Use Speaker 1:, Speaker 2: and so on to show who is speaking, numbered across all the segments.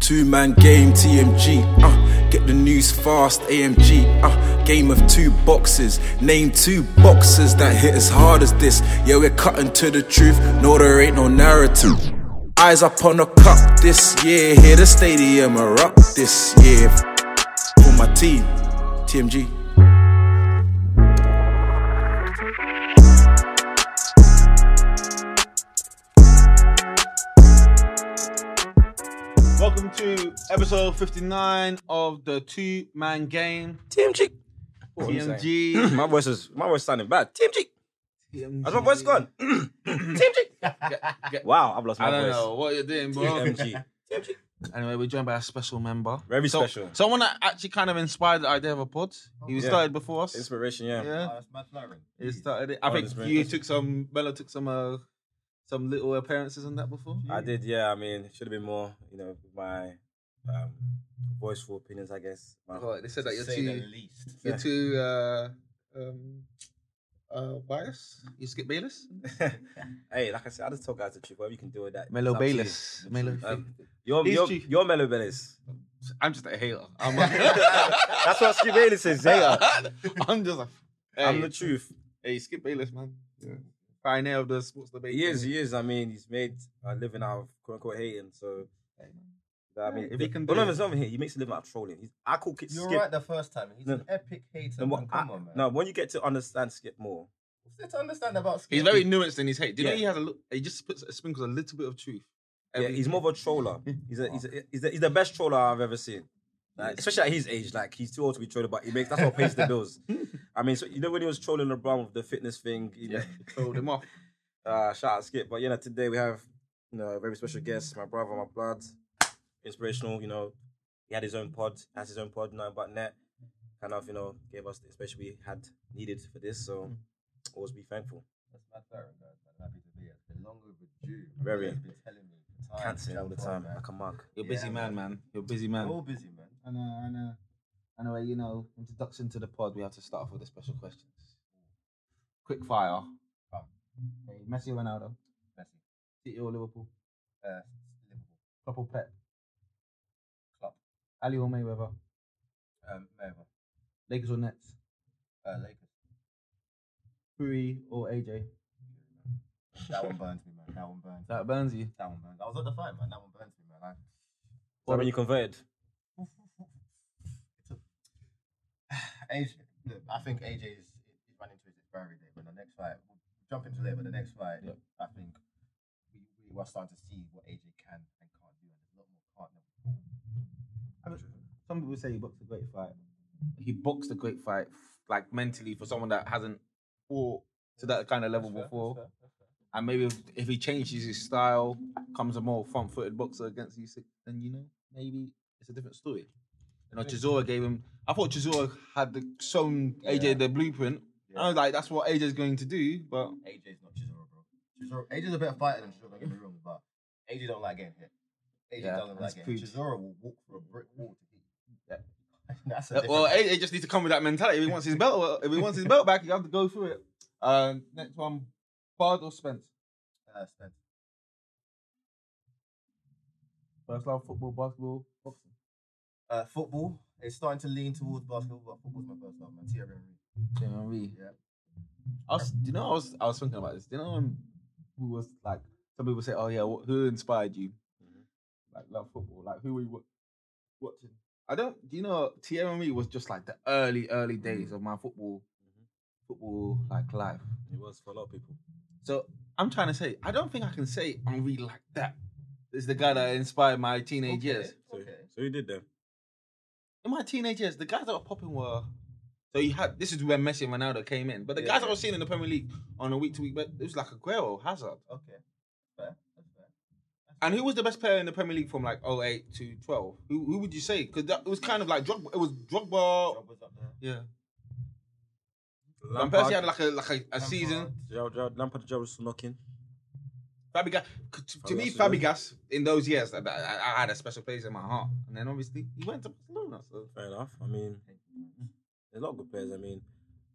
Speaker 1: Two man game, TMG. Uh, get the news fast, AMG. Uh, game of two boxes. Name two boxes that hit as hard as this. Yeah, we're cutting to the truth. No, there ain't no narrative. Eyes up on the cup this year. Hear the stadium erupt this year. For my team, TMG.
Speaker 2: Welcome to episode 59 of the Two Man Game.
Speaker 3: TMG. What was I saying?
Speaker 2: TMG.
Speaker 3: My voice is my voice sounding bad. TMG. Has my voice gone? TMG. Wow, I've lost my
Speaker 2: I don't
Speaker 3: voice.
Speaker 2: know what you're doing, bro.
Speaker 3: TMG.
Speaker 2: anyway, we're joined by a special member.
Speaker 3: Very
Speaker 2: So-
Speaker 3: special.
Speaker 2: Someone that actually kind of inspired the idea of a pod. He was
Speaker 3: Yeah.
Speaker 2: started before us.
Speaker 3: Inspiration, yeah.
Speaker 2: yeah.
Speaker 4: Oh, that's mad flattering.
Speaker 2: He started it. I
Speaker 3: Oh,
Speaker 2: think
Speaker 3: that's very
Speaker 2: you
Speaker 3: interesting.
Speaker 2: took some, Bella took some, uh, some little appearances on that before.
Speaker 3: I did, yeah. I mean, it should have been more, you know, my um, voiceful opinions, I guess. My-
Speaker 2: Oh, they said that
Speaker 4: To
Speaker 2: you're
Speaker 4: say the
Speaker 2: too,
Speaker 4: least.
Speaker 2: you're too, uh, um, uh, biased. You skip Bayless?
Speaker 3: hey, like I said, I just told guys the truth. Whatever you can do with that.
Speaker 2: Melo
Speaker 3: it's up to you.
Speaker 2: Bayless. Melo.
Speaker 3: Um, you're,
Speaker 2: He's
Speaker 3: you're,
Speaker 2: chief.
Speaker 3: you're Melo Bayless.
Speaker 2: I'm just a hater. I'm, a,
Speaker 3: That's what Skip Bayless is. Yeah.
Speaker 2: I'm just a. Hey,
Speaker 3: I'm the truth.
Speaker 2: hey, Skip Bayless, man. Pioneer of the sports debate.
Speaker 3: He is, he is. I mean, he's made a living out of quote unquote hating. So, I mean,
Speaker 2: If he can
Speaker 3: the,
Speaker 2: do
Speaker 3: well,
Speaker 2: it.
Speaker 3: no, it's not even here. He makes a living out of trolling. He's, I call it
Speaker 4: You're
Speaker 3: Skip.
Speaker 4: right the first time. He's
Speaker 3: No.
Speaker 4: an epic hater.
Speaker 3: And what
Speaker 4: man. Oh, Come
Speaker 3: I-
Speaker 4: on, man.
Speaker 3: No, when you get to understand Skip more,
Speaker 4: What's there to understand about
Speaker 2: He's
Speaker 4: Skip?
Speaker 2: very nuanced in his hate. Do you know
Speaker 3: Yeah.
Speaker 2: he has a look? He just puts sprinkles a little bit of truth.
Speaker 3: yeah, he's more of a troller. He's a, he's, a, he's, the, he's the best troller I've ever seen. Like, especially at his age, like he's too old to be trolled, but he makes that's what pays the bills. I mean, so, you know when he was trolling LeBron with the fitness thing, you know,
Speaker 2: told him off.
Speaker 3: uh, shout out Skip. But you know, today we have you know a very special guest, my brother, my blood, inspirational. You know, he had his own pod, has his own pod now, but net kind of you know gave us the special we had needed for this. So
Speaker 4: Hmm.
Speaker 3: always be thankful.
Speaker 4: That's mad flattering, guys. I'm happy to be here. It's been long overdue.
Speaker 3: Very.
Speaker 4: He's been telling me for time to
Speaker 3: Cancer all
Speaker 4: jump
Speaker 3: the
Speaker 4: on,
Speaker 3: time,
Speaker 4: man.
Speaker 3: like a mug.
Speaker 2: You're a busy
Speaker 4: Yeah,
Speaker 2: man, man. You're a busy man.
Speaker 4: We're all busy, man.
Speaker 2: I know, I know. Anyway, you know, introduction to the pod, we have to start off with the special questions. Quick fire. Hey, Messi or Ronaldo?
Speaker 4: Messi.
Speaker 2: City or Liverpool?
Speaker 4: Uh, Liverpool.
Speaker 2: Klopp or Pep?
Speaker 4: Klopp.
Speaker 2: Ali or Mayweather?
Speaker 4: Um, Melbourne.
Speaker 2: Lakers or Nets?
Speaker 4: Uh, Lakers.
Speaker 2: Curry or AJ?
Speaker 4: That one burns me, man. That one burns.
Speaker 2: That burns you.
Speaker 4: That one burns. I was at the fight, man. That one burns me, man. I...
Speaker 3: Is that when you converted?
Speaker 4: AJ, look, I think AJ is he's running to his expiry date, but the next fight, we'll jump into later, but the next fight,
Speaker 2: Yeah.
Speaker 4: I think we, we are starting to see what AJ can and can't do, and there's a lot more partner.
Speaker 2: Some people say he boxed a great fight. He boxed a great fight, like mentally, for someone that hasn't fought to that kind of level before. And maybe if, if he changes his style, comes a more front-footed boxer against you, then you know maybe it's a different story. You know, Chisora gave him. I thought Chisora had the, shown AJ
Speaker 4: Yeah.
Speaker 2: the blueprint. I
Speaker 4: Yeah.
Speaker 2: was like, that's what AJ's going to do. But
Speaker 4: AJ's not Chisora, bro. Chisora, AJ's a better fighter than Chisora, don't get me wrong, but AJ don't like getting hit. AJ
Speaker 2: Yeah,
Speaker 4: doesn't
Speaker 2: that's
Speaker 4: like getting hit.
Speaker 2: proved.
Speaker 4: Chisora will walk through a brick wall to beat you. That's a
Speaker 2: Uh, well,
Speaker 4: different-
Speaker 2: AJ just needs to come with that mentality. If he wants his belt, if he wants his belt back, you have to go through it. Uh, next one, Bard or Spence?
Speaker 4: uh, Spence,
Speaker 2: First love, football, basketball, boxing.
Speaker 4: uh, football is starting to lean towards basketball, but football's my first love, man. Thierry Henry.
Speaker 2: Thierry Henry.
Speaker 4: Yeah.
Speaker 2: I was, do you know, I was, I was thinking about this. Do you know when who was like, some people say, oh yeah, what, who inspired you?
Speaker 4: Mm-hmm.
Speaker 2: Like, love football. Like, who were you wa- watching? I don't, do you know, Thierry Henry was just like the early, early days
Speaker 4: Mm.
Speaker 2: of my football,
Speaker 4: Mm-hmm.
Speaker 2: football, like, life.
Speaker 3: It was for a lot of people.
Speaker 2: So I'm trying to say, I don't think I can say Henri like that. Is the guy that inspired my teenage
Speaker 4: Mm. Okay,
Speaker 2: years.
Speaker 3: So,
Speaker 4: okay.
Speaker 3: so you did then.
Speaker 2: In my teenage years, the guys that were popping were. So you had this is when Messi and Ronaldo came in, but the
Speaker 4: Yeah,
Speaker 2: guys I
Speaker 4: yeah.
Speaker 2: was seeing in the Premier League on a week to week, but it was like Aguero, Hazard,
Speaker 4: Okay. Fair. That's fair.
Speaker 2: and who was the best player in the Premier League from like 08 to 12? Who who would you say? Because that it was kind of like Drogba. It was Drogba.
Speaker 4: Job was up there.
Speaker 2: Yeah. Van Persie had like a like a, a season.
Speaker 3: Gerald, Gerald, Lampard, Gerald was knocking.
Speaker 2: Fabregas. To, to me,
Speaker 3: Fabregas, yeah.
Speaker 2: Fabregas in those years, I, I, I had a special place in my heart, and then obviously he went to Barcelona. So
Speaker 3: Fair enough. I mean, there's a lot of good players. I mean,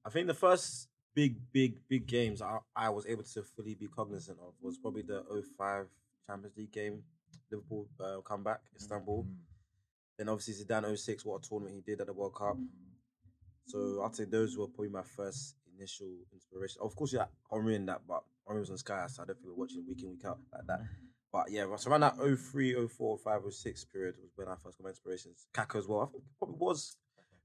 Speaker 3: I think the first big, big, big games I, I was able to fully be cognizant of was probably the 05 Champions League game Liverpool uh, come back, Istanbul. Then obviously Zidane 06, what a tournament he did at the World Cup. So I'd say those were probably my first initial inspiration. Of course, yeah, Henry and that, but Henry was on Sky, so I don't think we we're watching week in, week out like that. But yeah, so around that 03, 04, 05, 06 period was when I first got my inspirations. Kaka as well. I think it probably was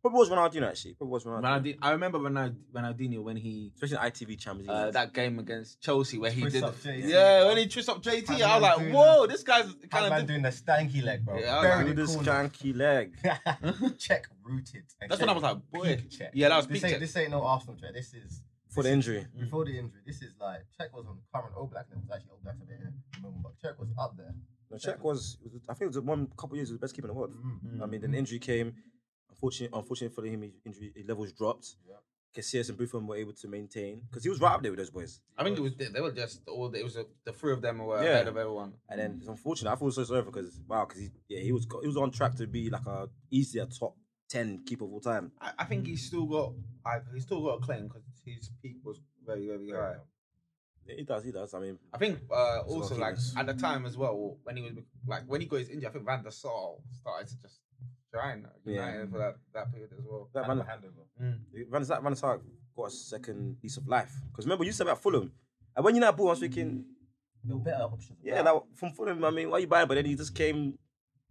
Speaker 3: probably was Ronaldinho actually. Probably was Ronaldinho.
Speaker 2: Ronaldi- I remember Ronald- Ronaldinho when he
Speaker 3: Especially ITV Champions League.
Speaker 2: uh, that game against Chelsea where he
Speaker 4: Twist
Speaker 2: did
Speaker 4: up JT.
Speaker 2: yeah when he twisted up JT
Speaker 4: That
Speaker 2: I was
Speaker 4: man
Speaker 2: like
Speaker 4: doing
Speaker 2: whoa
Speaker 4: that.
Speaker 2: this guy's
Speaker 4: That
Speaker 2: kind
Speaker 4: man
Speaker 2: of
Speaker 4: doing the stanky leg, bro.
Speaker 2: Yeah, I was
Speaker 4: Buried
Speaker 3: Look at
Speaker 4: in
Speaker 3: this
Speaker 4: corner.
Speaker 3: janky leg.
Speaker 4: check rooted. and
Speaker 2: That's when I was
Speaker 4: check
Speaker 2: like, boy.
Speaker 4: peak check.
Speaker 2: Yeah, that was
Speaker 4: this
Speaker 2: peak
Speaker 4: ain't,
Speaker 2: check. Mm.
Speaker 4: This ain't no Arsenal check. This is
Speaker 3: For the injury.
Speaker 4: before the injury. This is like check was on current All Black levels. Actually, All Blacks a bit here, but check was up there.
Speaker 3: No, Czech was, was- I think it was one couple of years he was the best keeper in the world.
Speaker 4: Mhm.
Speaker 3: I mean, then injury came. Unfortunately, unfortunately for him, his injury his levels dropped.
Speaker 4: Yeah.
Speaker 3: Casillas and Buffon were able to maintain because he was right up there with those boys.
Speaker 2: I think it was they were just all it was a, the three of them were
Speaker 3: Yeah.
Speaker 2: ahead of everyone.
Speaker 3: And then it's unfortunate. I feel so sorry because wow, because he yeah he was go- he was on track to be like a easier top ten keeper of all time.
Speaker 2: I, I think
Speaker 3: Hmm.
Speaker 2: he's still got I, he's still got a claim because his peak was very very high.
Speaker 3: He does, he does. I mean,
Speaker 2: I think uh,
Speaker 3: It's
Speaker 2: also
Speaker 3: lucky
Speaker 2: like
Speaker 3: this.
Speaker 2: at the time as well when he was like when he got his injury, I think Van der Sar started to just shine at
Speaker 3: Yeah.
Speaker 2: United for that, that period as well.
Speaker 3: that Van,
Speaker 2: Mm.
Speaker 3: Van, Van, Van Sar got a second piece of life because remember you said about Fulham, and when you that ball, I was thinking
Speaker 4: There were better options.
Speaker 3: Yeah, like from Fulham, I mean, why you buying? But then he just came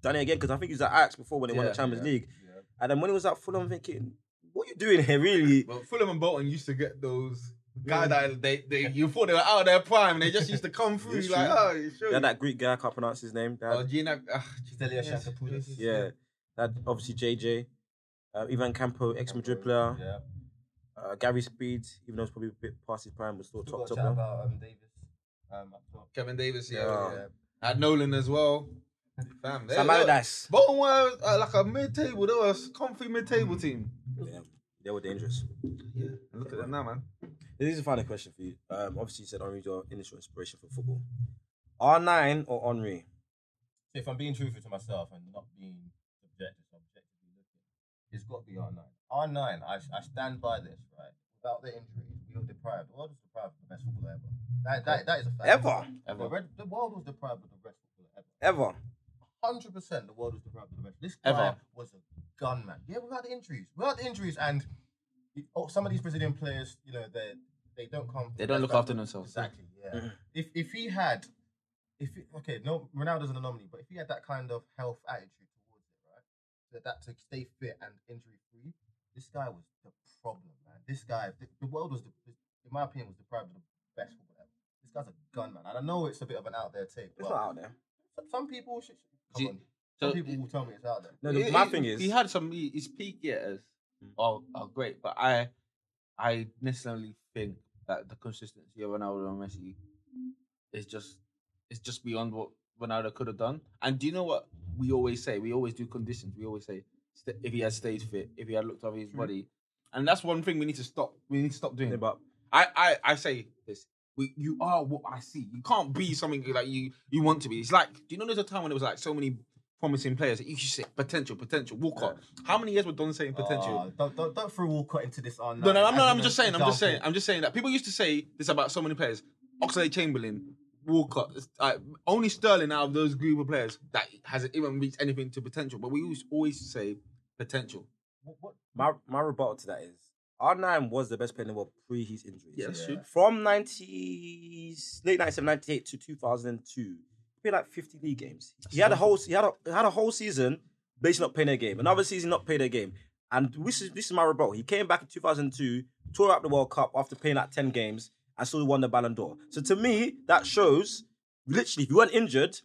Speaker 3: down here again because I think he was at Ajax before when they won the
Speaker 2: Yeah,
Speaker 3: Champions
Speaker 4: yeah,
Speaker 3: League.
Speaker 4: yeah.
Speaker 3: And then when he was at Fulham, I'm thinking, what are you doing here, really?
Speaker 2: Well, Fulham and Bolton used to get those guy that they, they you thought they were out of their prime and they just used to come through
Speaker 3: It's
Speaker 2: like
Speaker 3: true.
Speaker 2: oh you sure
Speaker 3: They had that Greek guy, I can't pronounce his name. They had-
Speaker 2: oh, Gina, uh,
Speaker 4: Stelios Yiannopoulos.
Speaker 3: yeah, that obviously JJ, uh, Ivan Campo, ex Madrid player,
Speaker 4: Yeah.
Speaker 3: uh, Gary Speed, even though it's probably a bit past his prime, was still
Speaker 4: Still
Speaker 3: top
Speaker 4: got to
Speaker 3: top.
Speaker 4: chat
Speaker 3: one.
Speaker 4: about um, Davis. Um, up top.
Speaker 2: Kevin Davis yeah,
Speaker 3: Yeah.
Speaker 2: yeah. Had Nolan as well. Fam, they-
Speaker 3: Sam
Speaker 2: they-
Speaker 3: Allardyce.
Speaker 2: Bolton were uh, like a mid-table. They were a comfy
Speaker 3: Mm.
Speaker 2: mid-table team.
Speaker 3: Yeah, they were dangerous.
Speaker 2: Yeah, look at them now, man.
Speaker 3: This is a final question for you. Um, obviously, you said Henri's your initial inspiration for football. R9 or Henri?
Speaker 4: So if I'm being truthful to myself and not being subjective, objectively looking, it's got to be R9. R9, I, I stand by this, right? Without the injuries, we were deprived. The world was deprived of the best footballer ever. That, that, that is a fact.
Speaker 3: Ever?
Speaker 4: The, red, the world was deprived of the best footballer ever.
Speaker 3: Ever?
Speaker 4: 100% the world was deprived of the best. This guy
Speaker 2: Ever.
Speaker 4: was a gunman. Yeah, without the injuries. Without the injuries, and oh, some of these Brazilian players, you know, they they don't come.
Speaker 2: They don't look after themselves.
Speaker 4: Exactly. Yeah.
Speaker 3: Mm-hmm.
Speaker 4: if if he had, if he, okay, no, Ronaldo's an anomaly, but if he had that kind of health attitude towards it, right, that that to stay fit and injury free, this guy was the problem, man. This guy, the, the world was, the, in my opinion, was deprived of the best football ever. This guy's a gunman, and I know it's a bit of an out there take,
Speaker 3: It's
Speaker 4: but
Speaker 3: not out there.
Speaker 4: some- some people should. Come
Speaker 2: Do-
Speaker 4: on.
Speaker 2: so-
Speaker 4: Some people will tell me it's out there.
Speaker 3: No, the,
Speaker 2: He-
Speaker 3: my
Speaker 2: he-
Speaker 3: thing is, Mm.
Speaker 2: he had some he- his peak years are are great, but I I necessarily think that the consistency of Ronaldo and Messi is just it's just beyond what Ronaldo could have done. And do you know what we always say? We always do conditions. We always say st- if he had stayed fit, if he had looked over his body, and that's one thing we need to stop. We need to stop doing.
Speaker 3: Mm. Yeah, but
Speaker 2: I, I, I say this. We, you are what I see. You can't be something like you you want to be. It's like, do you know there's a time when there was like so many promising players that you should say potential, potential, Walcott. How many years were Don saying
Speaker 4: Ah,
Speaker 2: potential?
Speaker 4: don't, don't don't throw Walcott into this on.
Speaker 2: Oh, no, no, I'm not. I'm just saying. I'm just saying. I'm just saying that people used to say this about so many players. Oxlade Chamberlain, Walcott, it's, like, only Sterling out of those group of players that hasn't even reached anything to potential. But we always always say potential.
Speaker 4: What, what,
Speaker 3: my my rebuttal to that is R9 was the best player in the world pre his injuries.
Speaker 2: Yeah, that's true.
Speaker 3: From 90 late 97, 98 to 2002, he played like 50 league games. He had a whole he had a, he had a whole season basically not playing a game. Another season not playing a game. And this is this is my rebuttal. He came back in 2002, tore up the World Cup after playing like 10 games and still won the Ballon d'Or. So to me, that shows literally if you weren't injured,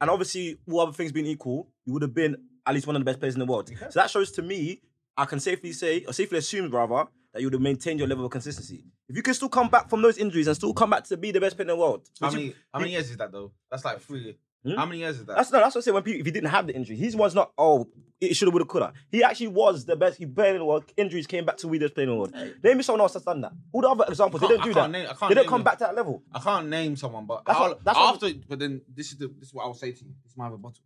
Speaker 3: and obviously all other things being equal, you would have been at least one of the best players in the world. So that shows to me, I can safely say, or safely assume rather, that you would have maintained your level of consistency. If you can still come back from those injuries and still come back to be the best player in the world,
Speaker 2: How
Speaker 3: which you-
Speaker 2: many, how many years is that though? That's like three. How many years is that?
Speaker 3: that's no, that's what I say. When people, if he didn't have the injury, he's one's not. Oh, it should have, would have, could have. He actually was the best. He played in the world. Injuries came back to we just playing in the world. Name me someone else that's done that. All the other examples, they
Speaker 2: can't-
Speaker 3: don't do
Speaker 2: I can't
Speaker 3: that.
Speaker 2: name- I can't
Speaker 3: they don't
Speaker 2: name
Speaker 3: come
Speaker 2: them.
Speaker 3: back to that level.
Speaker 2: I can't name someone, but
Speaker 3: That's
Speaker 2: I'll,
Speaker 3: what- that's what-
Speaker 2: after. But then this is the this is what I'll say to you. This is my rebuttal.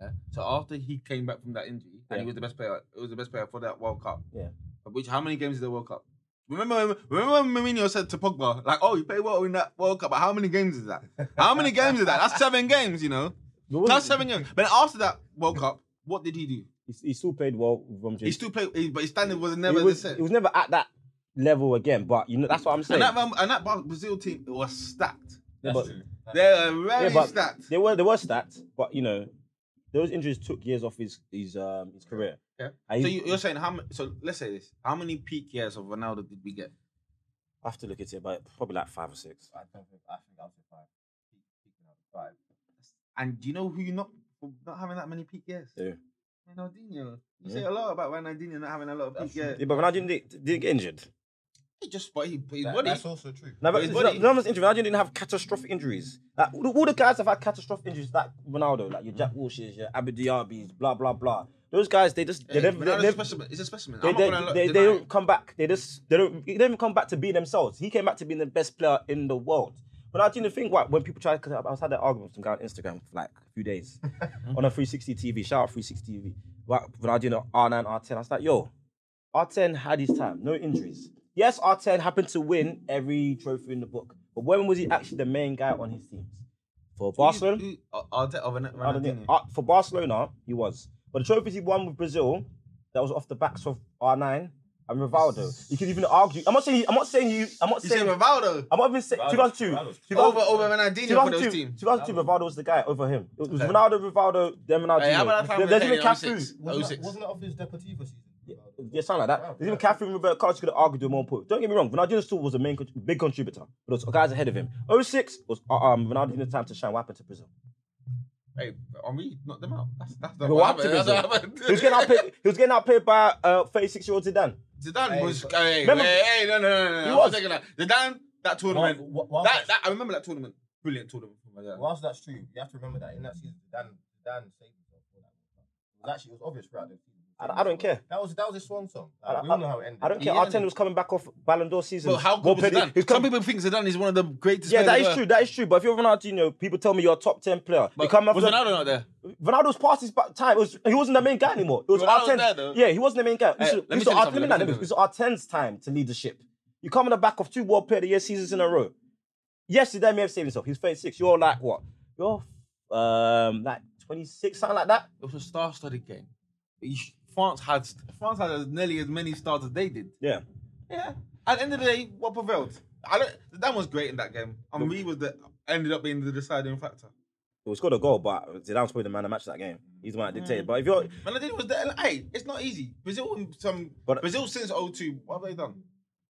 Speaker 2: Yeah? So after he came back from that injury, and
Speaker 3: Yeah.
Speaker 2: he was the best player. It was the best player for that World Cup.
Speaker 3: Yeah.
Speaker 2: Of Which how many games did the World Cup? Remember, remember when Mourinho said to Pogba, like, "Oh, you played well in that World Cup, but how many games is that? How many games is that? That's seven games, you know."
Speaker 3: But what-
Speaker 2: That's seven years. But after that World Cup, what did he do?
Speaker 3: He, he still played well from
Speaker 2: He
Speaker 3: James.
Speaker 2: still played, he- but his standard was
Speaker 3: It
Speaker 2: never
Speaker 3: was,
Speaker 2: the same.
Speaker 3: it was never at that level again. But you know that's what I'm saying.
Speaker 2: and that Ram- and that Bar- Brazil team was stacked.
Speaker 3: Yeah, but-
Speaker 2: They were very
Speaker 3: Yeah, but
Speaker 2: stacked.
Speaker 3: They were they were stacked, but you know those injuries took years off his his um his career.
Speaker 2: Yeah.
Speaker 3: And
Speaker 2: So
Speaker 3: he-
Speaker 2: you, you're saying how? ma- So let's say this: How many peak years of Ronaldo did we get?
Speaker 3: I have to look at it, but probably like five or six.
Speaker 4: I don't think I think I'll say five. Keep- keep it up, Five.
Speaker 2: And do you know who you not for not having that many peak years?
Speaker 3: Yeah.
Speaker 2: Ronaldinho. You say a lot about Ronaldinho not having a lot of peak years.
Speaker 3: Yeah, but Ronaldo didn't, didn't get injured.
Speaker 2: He just but he, his
Speaker 4: That-
Speaker 2: body.
Speaker 4: that's also true.
Speaker 3: No, but
Speaker 2: His
Speaker 3: it's
Speaker 2: body-
Speaker 3: not- none of us injured. Ronaldo didn't have catastrophic injuries. Like all the, all the guys have had catastrophic injuries, like Ronaldo, like your Jack Wilshere's, your Abu Diaby's, blah blah blah. Those guys, they just they
Speaker 2: Hey,
Speaker 3: never, they,
Speaker 2: Ronaldo's a
Speaker 3: never-
Speaker 2: specimen. It's a specimen.
Speaker 3: they,
Speaker 2: I'm
Speaker 3: they,
Speaker 2: not gonna
Speaker 3: they,
Speaker 2: lie.
Speaker 3: they don't come back. They just they don't they don't even come back to be themselves. He came back to being the best player in the world. But I didn't think like, when people try because I was had that argument with some guy on Instagram for like a few days on a 360 TV. Shout out 360 TV. Like Ronaldinho R9 R10. I was like, yo, R10 had his time, no injuries. Yes, R10 happened to win every trophy in the book, but when was he actually the main guy on his teams? For Barcelona,
Speaker 2: Who- who- I'll take over
Speaker 3: I don't
Speaker 2: Ronaldinho.
Speaker 3: think- uh, for Barcelona, he was. But the trophies he won with Brazil, that was off the backs of R9 and Rivaldo. You could even argue. I'm not saying. You, I'm not saying you. I'm not
Speaker 2: You
Speaker 3: saying.
Speaker 2: say Rivaldo
Speaker 3: I'm not even saying.
Speaker 4: Rivaldo's-
Speaker 3: 2002.
Speaker 4: Rivaldo's-
Speaker 3: 2002,
Speaker 2: over over Ronaldinho for those
Speaker 3: 2002,
Speaker 2: teams.
Speaker 3: 2002, Rivaldo was the guy over him. It was
Speaker 2: Okay.
Speaker 3: Ronaldo, Rivaldo, then Ronaldinho.
Speaker 2: Hey, oh how about that time
Speaker 3: There-
Speaker 2: we
Speaker 3: there's
Speaker 2: played
Speaker 3: even
Speaker 2: in
Speaker 3: Cafu.
Speaker 2: 06?
Speaker 4: Wasn't, that,
Speaker 2: 06.
Speaker 4: wasn't that off his Deportivo season?
Speaker 3: Yeah, something like that. There's even Cafu and Roberto Carlos could argue to a more point. Don't get me wrong, Ronaldinho still was a main, con- big contributor, but there was guys ahead of him. 06 was uh, um, Ronaldinho's time to shine. What happened to Brazil?
Speaker 2: Hey, Henri knocked them out. That's that's not
Speaker 3: But what happened to
Speaker 2: That's
Speaker 3: Brazil?
Speaker 2: what happened.
Speaker 3: He was getting outplayed. He was getting outplayed by uh, 36 year old Zidane.
Speaker 2: Zidane
Speaker 4: Hey,
Speaker 2: was.
Speaker 4: but-
Speaker 2: Hey,
Speaker 3: Remember-
Speaker 2: hey, hey, no, no, no, no. no.
Speaker 3: He
Speaker 2: I'm
Speaker 3: was.
Speaker 2: not taking that. Zidane, that tournament.
Speaker 4: Wha- wha-
Speaker 2: that, that, I remember that tournament. Brilliant tournament. from Zidane.
Speaker 4: Whilst that's true, you have to remember that in that season, Dan Dan saved himself for that. It was actually it was obvious throughout the season.
Speaker 3: I- I don't care.
Speaker 4: That was that was his swan song.
Speaker 3: I-
Speaker 4: Like, we all know how it ended.
Speaker 3: I don't care.
Speaker 2: Yeah.
Speaker 3: Arteta was coming back off Ballon d'Or season.
Speaker 2: Well, how good was Zidane?
Speaker 3: He's
Speaker 2: Some
Speaker 3: coming.
Speaker 2: people think Zidane is one of the greatest.
Speaker 3: Yeah, that
Speaker 2: players
Speaker 3: is
Speaker 2: ever.
Speaker 3: true. That is true. But if you're Ronaldinho, people tell me you're a top ten player. you
Speaker 2: But
Speaker 3: come after
Speaker 2: was Ronaldo not there?
Speaker 3: Ronaldo's past his back time. It was, he wasn't the main guy anymore. It was
Speaker 2: Ronaldo's
Speaker 3: Arteta.
Speaker 2: there, though.
Speaker 3: yeah, he wasn't the main guy. This
Speaker 2: Hey,
Speaker 3: is-
Speaker 2: let me
Speaker 3: this
Speaker 2: tell
Speaker 3: is
Speaker 2: you
Speaker 3: Art-
Speaker 2: something,
Speaker 3: let me
Speaker 2: let
Speaker 3: not-
Speaker 2: me
Speaker 3: let me-
Speaker 2: tell you
Speaker 3: this is Arteta's time to lead the ship. You come on the back of two World Player of the Year seasons in a row. Yes, Zidane may have saved himself. He's 36. You're like what? You're um like 26, something like that.
Speaker 2: It was a star-studded game. You sh- France had France had as nearly as many stars as they did.
Speaker 3: Yeah.
Speaker 2: Yeah. At the end of the day, what prevailed? I don't. Zidane was great in that game. Henri was the ended up being the deciding factor.
Speaker 3: Well, he scored a goal, but Zidane's probably the man of the match that game. He's the one that
Speaker 2: Mm.
Speaker 3: dictated. But if you're
Speaker 2: Ronaldinho was there. and, Hey, it's not easy. Brazil and some
Speaker 3: But-
Speaker 2: Brazil since 02, What have they done?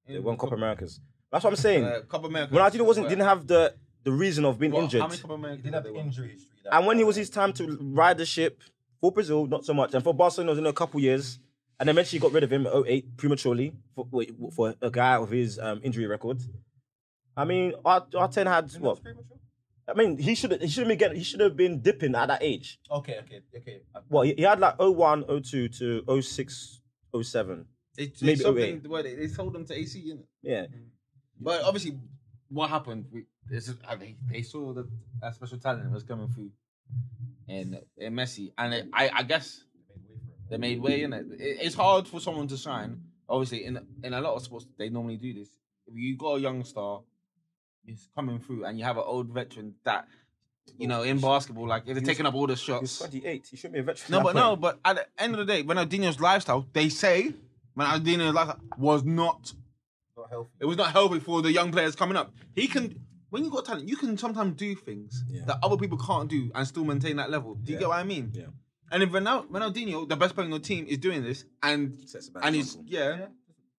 Speaker 3: They won Copa Americas. That's what I'm saying.
Speaker 2: Uh, Copa America.
Speaker 3: Ronaldinho wasn't didn't have the the reason of being
Speaker 2: What-
Speaker 3: injured.
Speaker 2: How many Copa America
Speaker 4: He didn't have the
Speaker 2: they won?
Speaker 4: injury history. that-
Speaker 3: and when it was his time to ride the ship for Brazil, not so much, and for Barcelona it was in a couple years, and eventually got rid of him at 08 prematurely for wait, for a guy of his um, injury record. I mean, our ten had
Speaker 4: Isn't that
Speaker 3: what?
Speaker 4: premature?
Speaker 3: I mean, he should he should have been getting, he should have been dipping at that age.
Speaker 4: Okay, okay, okay. I-
Speaker 3: Well, he, he had like 01, 02 to 06, 07.
Speaker 2: They, they
Speaker 3: Maybe
Speaker 2: sold
Speaker 3: 08.
Speaker 2: them- well, they, they sold them to AC, innit?
Speaker 3: Yeah,
Speaker 2: But obviously, what happened? We, this is, uh, they, they saw that a special talent was coming through in, in Messi, and it, I, I guess they made way in it. It's hard for someone to sign. Obviously, in in a lot of sports, they normally do this. If you got a young star, it's coming through, and you have an old veteran that you know in basketball, like if they're taking up all the
Speaker 3: he's
Speaker 2: shots.
Speaker 3: 28. He should be a veteran.
Speaker 2: No,
Speaker 3: at
Speaker 2: but
Speaker 3: that
Speaker 2: no,
Speaker 3: point.
Speaker 2: but at the end of the day, Ronaldinho's lifestyle, they say Ronaldinho's lifestyle was not
Speaker 4: Not healthy.
Speaker 2: it was not healthy for the young players coming up. He can, when you got talent, you can sometimes do things
Speaker 3: Yeah.
Speaker 2: that other people can't do and still maintain that level. Do you get what I mean?
Speaker 3: Yeah.
Speaker 2: And if Ronal- Ronaldinho, the best player on your team, is doing this, and
Speaker 3: Sets a bad
Speaker 2: and he's
Speaker 3: example.
Speaker 2: yeah,
Speaker 4: Yeah,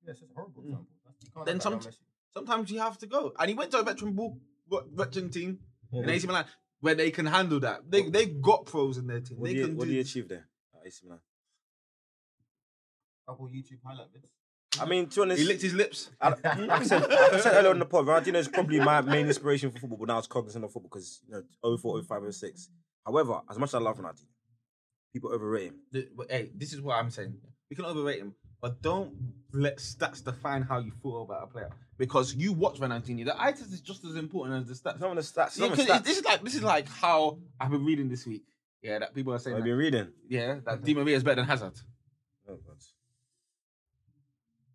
Speaker 4: it's just a horrible example. You can't
Speaker 2: Mm. Then
Speaker 4: have that around
Speaker 2: somet-
Speaker 4: Messi.
Speaker 2: sometimes you have to go. And he went to a veteran ball, veteran team in AC Milan where they can handle that. They they got pros in their team.
Speaker 3: What,
Speaker 2: they
Speaker 3: do you,
Speaker 2: can
Speaker 3: what
Speaker 2: do.
Speaker 3: do you achieve there at AC Milan?
Speaker 4: Couple YouTube highlight bits.
Speaker 3: I mean, to be honest,
Speaker 2: he licked his lips.
Speaker 3: I, I, said, I said earlier on in the pod, Ronaldinho is probably my main inspiration for football, but now it's cognizant of football because you know 04, 05, 06. However, as much as I love Ronaldinho, people overrate him.
Speaker 2: Th- but, Hey, this is what I'm saying. We can overrate him, but don't let stats define how you feel about a player. Because you watch Ronaldinho, the eye test is just as important as the stats.
Speaker 3: It's not on the stats. It's
Speaker 2: Yeah,
Speaker 3: not on the
Speaker 2: 'cause
Speaker 3: stats.
Speaker 2: this is like this is like how I've been reading this week. Yeah, that people are saying
Speaker 3: I've
Speaker 2: that,
Speaker 3: been reading.
Speaker 2: yeah that Di Maria is better than Hazard.
Speaker 3: Oh, God.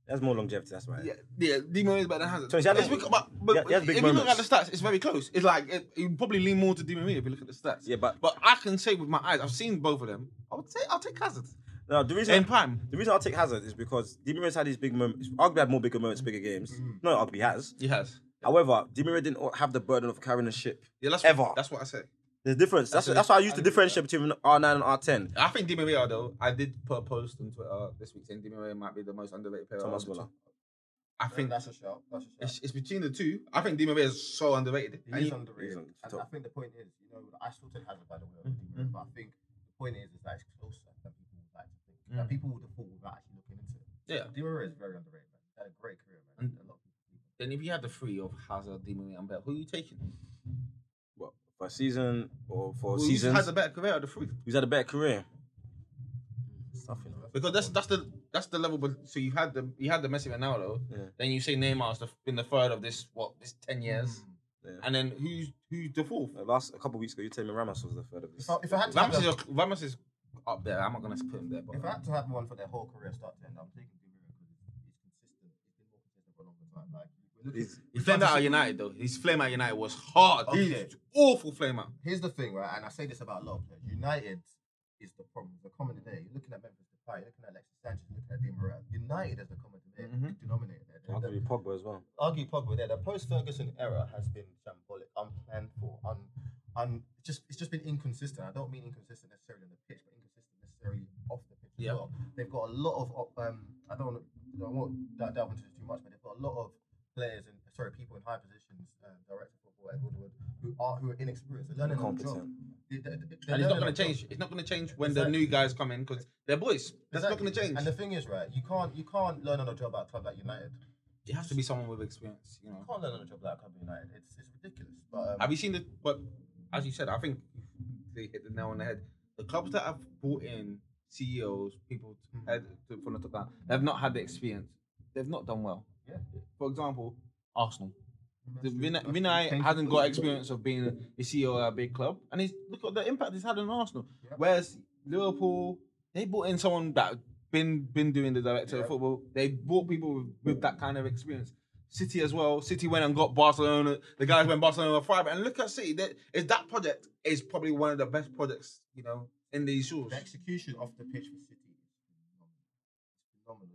Speaker 5: There's more longevity. That's right.
Speaker 2: Yeah, yeah, Demo is better than Hazard.
Speaker 3: So he's had
Speaker 2: It's
Speaker 3: big-
Speaker 2: because- but, but
Speaker 3: he had- he had big
Speaker 2: if you look
Speaker 3: moments.
Speaker 2: at the stats, it's very close. It's like it, you probably lean more to Demo if you look at the stats.
Speaker 5: Yeah, but-
Speaker 2: but I can say with my eyes, I've seen both of them. I would say I'll take Hazard
Speaker 5: No, the reason
Speaker 2: in prime.
Speaker 5: the reason I'll take Hazard is because Di Maria's had these big moments. Arguably had more bigger moments, bigger games.
Speaker 3: Mm.
Speaker 5: No, Arguably has.
Speaker 2: He has.
Speaker 5: However, Di Maria didn't have the burden of carrying a ship.
Speaker 2: Yeah, that's
Speaker 5: Ever.
Speaker 2: That's what I say.
Speaker 5: There's a difference. That's that's, why I used to differentiate between R9 and R10.
Speaker 2: I think Di Maria though. I did put a post on Twitter this week saying Di Maria might be the most underrated player.
Speaker 5: Thomas
Speaker 2: of all time.
Speaker 5: Muller.
Speaker 2: I think
Speaker 4: that's a shout. That's a
Speaker 2: it's,
Speaker 4: shout.
Speaker 2: it's between the two. I think Di Maria is so underrated. And
Speaker 4: He's
Speaker 2: he-
Speaker 4: underrated.
Speaker 5: he's on
Speaker 4: And
Speaker 5: top.
Speaker 4: I think the point is, you know, I still take Hazard by the way,
Speaker 2: Mm,
Speaker 4: over Di Maria, but I think the point is, is that it's closer than people would like to think. That people would have thought without actually looking into it.
Speaker 2: Mm. yeah. Mm.
Speaker 4: Di Maria is very underrated. Man. He had a great career,
Speaker 2: And-
Speaker 4: man. a lot of people.
Speaker 2: Then if you had the three of Hazard, Di Maria, and Bell, who are you taking?
Speaker 5: What, for a season or for
Speaker 2: Who's
Speaker 5: seasons?
Speaker 2: had the better career of the three?
Speaker 5: who's had a better career? Stuff, you know.
Speaker 2: Because that's that's the that's the level. But so you had the you had the Messi Ronaldo.
Speaker 5: Yeah.
Speaker 2: Then you say Neymar's the, been the third of this what this ten years,
Speaker 4: Mm.
Speaker 5: Yeah.
Speaker 2: and then who's who's the fourth?
Speaker 5: Uh, Last a couple of weeks ago, you told me Ramos was the third of this.
Speaker 4: If I, Oh, if I had to
Speaker 2: Ramos
Speaker 4: have
Speaker 2: is,
Speaker 4: a-
Speaker 2: a- Ramos is up there. I'm not gonna put him there, but
Speaker 4: If I had to have one for their whole career start to end, I'm taking Di Maria because he's consistent. He's been more consistent for a longer time. Like, we're looking-
Speaker 5: He's-
Speaker 2: he flamed out at United though. His flame at United was hard.
Speaker 4: Okay.
Speaker 2: He's awful flame out.
Speaker 4: here's the thing, right? And I say this about a lot of players. United is the problem. The common denominator. You're looking at Memphis Depay. You're looking at Alexis Sanchez. You're looking at Di Maria. United is the common denom- denominator. there. They're
Speaker 5: Arguably Pogba as well.
Speaker 4: the- Argue Pogba there. The post-Ferguson era has been shambolic, unplanned for, un, un, just it's just been inconsistent. I don't mean inconsistent necessarily on the pitch, but inconsistent necessarily off the pitch
Speaker 2: Yeah.
Speaker 4: as well. They've got a lot of op- um, I don't want to, I won't d- delve into this too much, but they've got a lot of players and sorry people in high positions, um, director of football, Edward Wood, who are who are inexperienced. They're learning on the job. They- they- they're
Speaker 2: And it's not
Speaker 4: learning
Speaker 2: gonna
Speaker 4: on the job.
Speaker 2: change. It's not gonna change when the
Speaker 4: Exactly.
Speaker 2: new guys come in because they're boys. That's
Speaker 4: Exactly.
Speaker 2: not gonna change.
Speaker 4: And the thing is, right, you can't you can't learn on a job at a club like United.
Speaker 2: it has to be someone with experience, you know.
Speaker 4: You can't learn on a job like a club like United. It's it's ridiculous. But um,
Speaker 2: Have you seen the? But as you said, I think they hit the nail on the head. The clubs that have brought in CEOs, people to head to, from the top down, they've not had the experience. They've not done well.
Speaker 4: yeah,
Speaker 2: For example, Arsenal. The Vin-
Speaker 4: That's
Speaker 2: Vinay
Speaker 4: changed
Speaker 2: hasn't
Speaker 4: the
Speaker 2: got
Speaker 4: game.
Speaker 2: experience of being a CEO at a big club, and he's look at the impact he's had on Arsenal. Whereas Liverpool, they brought in someone that been been doing the director of football. They brought people with, with that kind of experience. City as well. City went and got Barcelona. The guys went Barcelona five, and look at City. That is that project is probably one of the best projects you know in these shores.
Speaker 4: the execution off the pitch for City is phenomenal. It's phenomenal.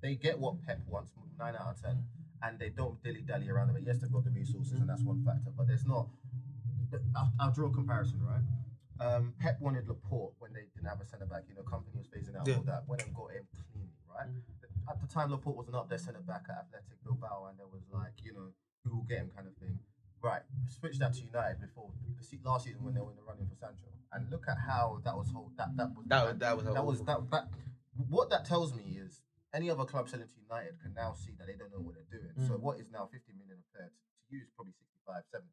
Speaker 4: They, they get what Pep wants, nine out of ten, and they don't dilly dally around it. Yes, they've got the resources, and that's one factor. But there's not. I'll, I'll draw a comparison, right? Um, Pep wanted Laporte when they didn't have a centre back. You know, company was phasing out
Speaker 2: Yeah. Mm.
Speaker 4: all that. Went and got him cleanly, right? At the time, Laporte was an up there centre back at Athletic Bilbao, and there was like, you know, who will get him kind of thing. Right, switch that to United before the se- last season when they were in the running for Sancho, and look at how that was whole. That that was
Speaker 2: That was- that was
Speaker 4: that was
Speaker 2: awful.
Speaker 4: that that. What that tells me is any other club selling to United can now see that they don't know what they're doing. So what is now 50 million a player to, to use probably 65, 70,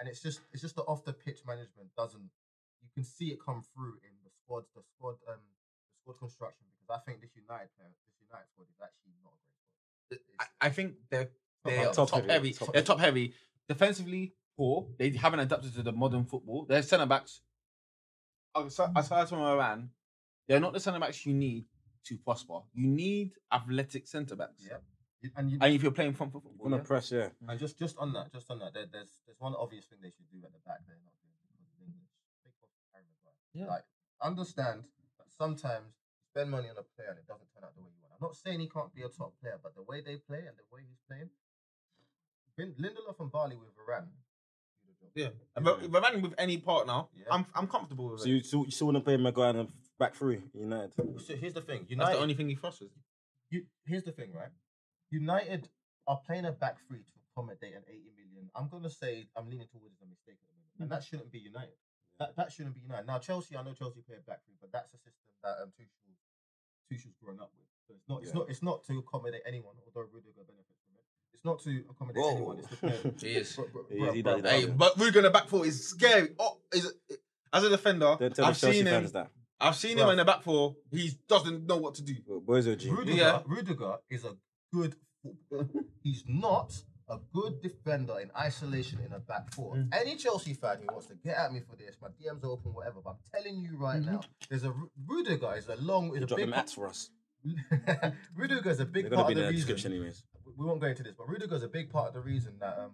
Speaker 4: and it's just it's just the off the pitch management doesn't. You can see it come through in the squad, the squad, um, the squad construction because I think this United player, this United squad is actually not a great squad.
Speaker 2: I, I think they're they're
Speaker 4: Top-
Speaker 2: top,
Speaker 4: top
Speaker 2: heavy.
Speaker 4: heavy,
Speaker 2: They're top heavy. Defensively poor. They haven't adapted to the modern football. Their centre backs, aside aside from Iran, they're not the centre backs you need to prosper. You need athletic centre backs.
Speaker 4: Yep. You- And you,
Speaker 2: And if you're playing front foot football,
Speaker 5: On a
Speaker 2: yeah.
Speaker 5: press, yeah.
Speaker 2: Mm.
Speaker 4: And just just on that, just on that, there, there's there's one obvious thing they should do at the back they're not doing because of English. Big cost of carrying the ball.
Speaker 2: Yeah.
Speaker 4: Like understand that sometimes you spend money on a player and it doesn't turn out the way you want. I'm not saying he can't be a top player, but the way they play and the way he's playing, Bin- Lindelof and Barley with Varane. do the job.
Speaker 2: yeah. And Var- Varane with any partner,
Speaker 4: Yeah.
Speaker 2: I'm I'm comfortable with
Speaker 5: So
Speaker 2: it.
Speaker 5: you, so you still want to play Maguire in a back three, United?
Speaker 4: So here's the thing,
Speaker 2: That's
Speaker 4: United.
Speaker 2: the only thing he fosters.
Speaker 4: you, here's the thing, right? United are playing a back three to accommodate an 80 million. I'm gonna say I'm leaning towards a mistake at the moment, and that shouldn't be United. That that shouldn't be United. Now Chelsea, I know Chelsea play a back three, but that's a system that um, Tuchel Tuchel's grown up with. So it's not it's not it's not to accommodate anyone, although Rudiger benefits from it. It's not to accommodate
Speaker 5: Whoa.
Speaker 4: anyone. It's to play.
Speaker 2: He is.
Speaker 4: Bro- bro-
Speaker 3: He-
Speaker 4: bro-
Speaker 3: he
Speaker 4: bro-
Speaker 3: does
Speaker 4: bro-
Speaker 3: that.
Speaker 2: Hey, but Rudiger in the back four is scary. Oh, is as a defender,
Speaker 5: Don't tell
Speaker 2: I've
Speaker 5: the Chelsea
Speaker 2: seen him.
Speaker 5: fans that.
Speaker 2: I've seen him
Speaker 4: Bruh.
Speaker 2: in the back four. He doesn't know what to do.
Speaker 5: Well, Boys OG.
Speaker 4: Rudiger,
Speaker 2: Yeah.
Speaker 4: Rudiger is a good footballer. He's not a good defender in isolation in a back four. Any Chelsea fan who wants to get at me for this, my DMs are open, whatever. But I'm telling you right now, there's a Ru- Rudiger is a long, is a
Speaker 5: Drop
Speaker 4: big,
Speaker 5: them ads for us.
Speaker 4: Rudiger's a big
Speaker 5: They're gonna
Speaker 4: part
Speaker 5: be
Speaker 4: of
Speaker 5: in
Speaker 4: the
Speaker 5: the
Speaker 4: reason.
Speaker 5: description, anyways.
Speaker 4: we- we won't go into this, but Rudiger's a big part of the reason that um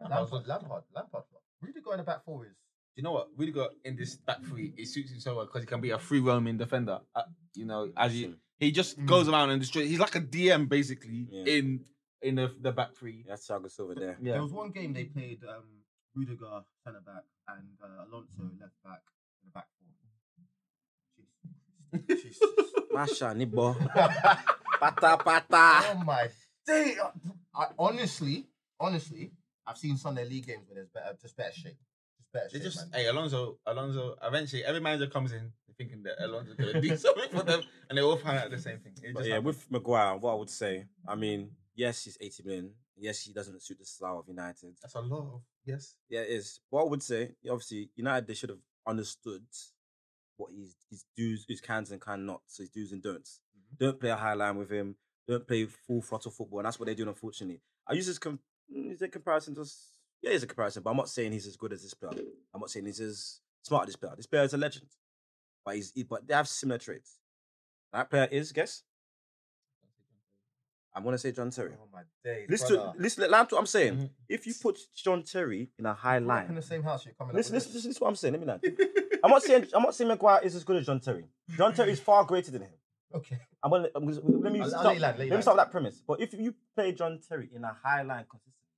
Speaker 4: Lampard Lampard Lampard flopped. Rudiger in the back four is
Speaker 2: you know what? Rudiger in this back three, it suits him so well because he can be a free roaming defender. Uh, you know, as he, he just goes around and destroys. He's like a DM basically
Speaker 5: Yeah.
Speaker 2: in in the, the back three.
Speaker 5: That's Thiago Silva there.
Speaker 2: Yeah.
Speaker 4: there was one game they played um Rudiger centre back and uh, Alonso left back in the back four. Jesus. Jesus.
Speaker 5: Masha Nibo. Pata pata.
Speaker 4: oh my day! I, honestly, honestly, I've seen Sunday league games where there's better, just better shape, just better
Speaker 2: They
Speaker 4: shape.
Speaker 2: just
Speaker 4: man.
Speaker 2: hey Alonso, Alonso. Eventually, every manager comes in thinking that Alonso's gonna do something for them, and they all find out the same thing. It
Speaker 5: But
Speaker 2: just
Speaker 5: yeah,
Speaker 2: happens.
Speaker 5: with Maguire, what I would say, I mean, yes, he's 80 million. Yes, he doesn't suit the style of United.
Speaker 2: that's a lot of yes.
Speaker 5: Yeah, it is. What I would say, obviously, United they should have understood what his his do's, his cans and can not, so his do's and don'ts. Don't play a high line with him. Don't play full throttle football, and that's what they're doing. Unfortunately, I use this com- mm, is it comparison to s- yeah, it's a comparison, but I'm not saying he's as good as this player. I'm not saying he's as smart as this player. This player is a legend, but he's he, but they have similar traits. That player is guess. I'm gonna say John Terry.
Speaker 4: Oh my days!
Speaker 3: Listen, to,
Speaker 4: brother.
Speaker 3: listen, listen to what I'm saying. If you put John Terry in a high
Speaker 4: We're up in
Speaker 3: line,
Speaker 4: the same house, you're coming.
Speaker 3: listen,
Speaker 4: up with
Speaker 3: listen, listen, to what I'm saying. Let me know. I'm not saying I'm not saying Maguire is as good as John Terry. John Terry is far greater than him.
Speaker 4: this. Okay.
Speaker 3: I'm gonna, I'm gonna let me
Speaker 4: I'll- I'll
Speaker 3: stop.
Speaker 4: let you land, let
Speaker 3: let me
Speaker 4: you land.
Speaker 3: stop that premise. But if you play John Terry in a high line consistently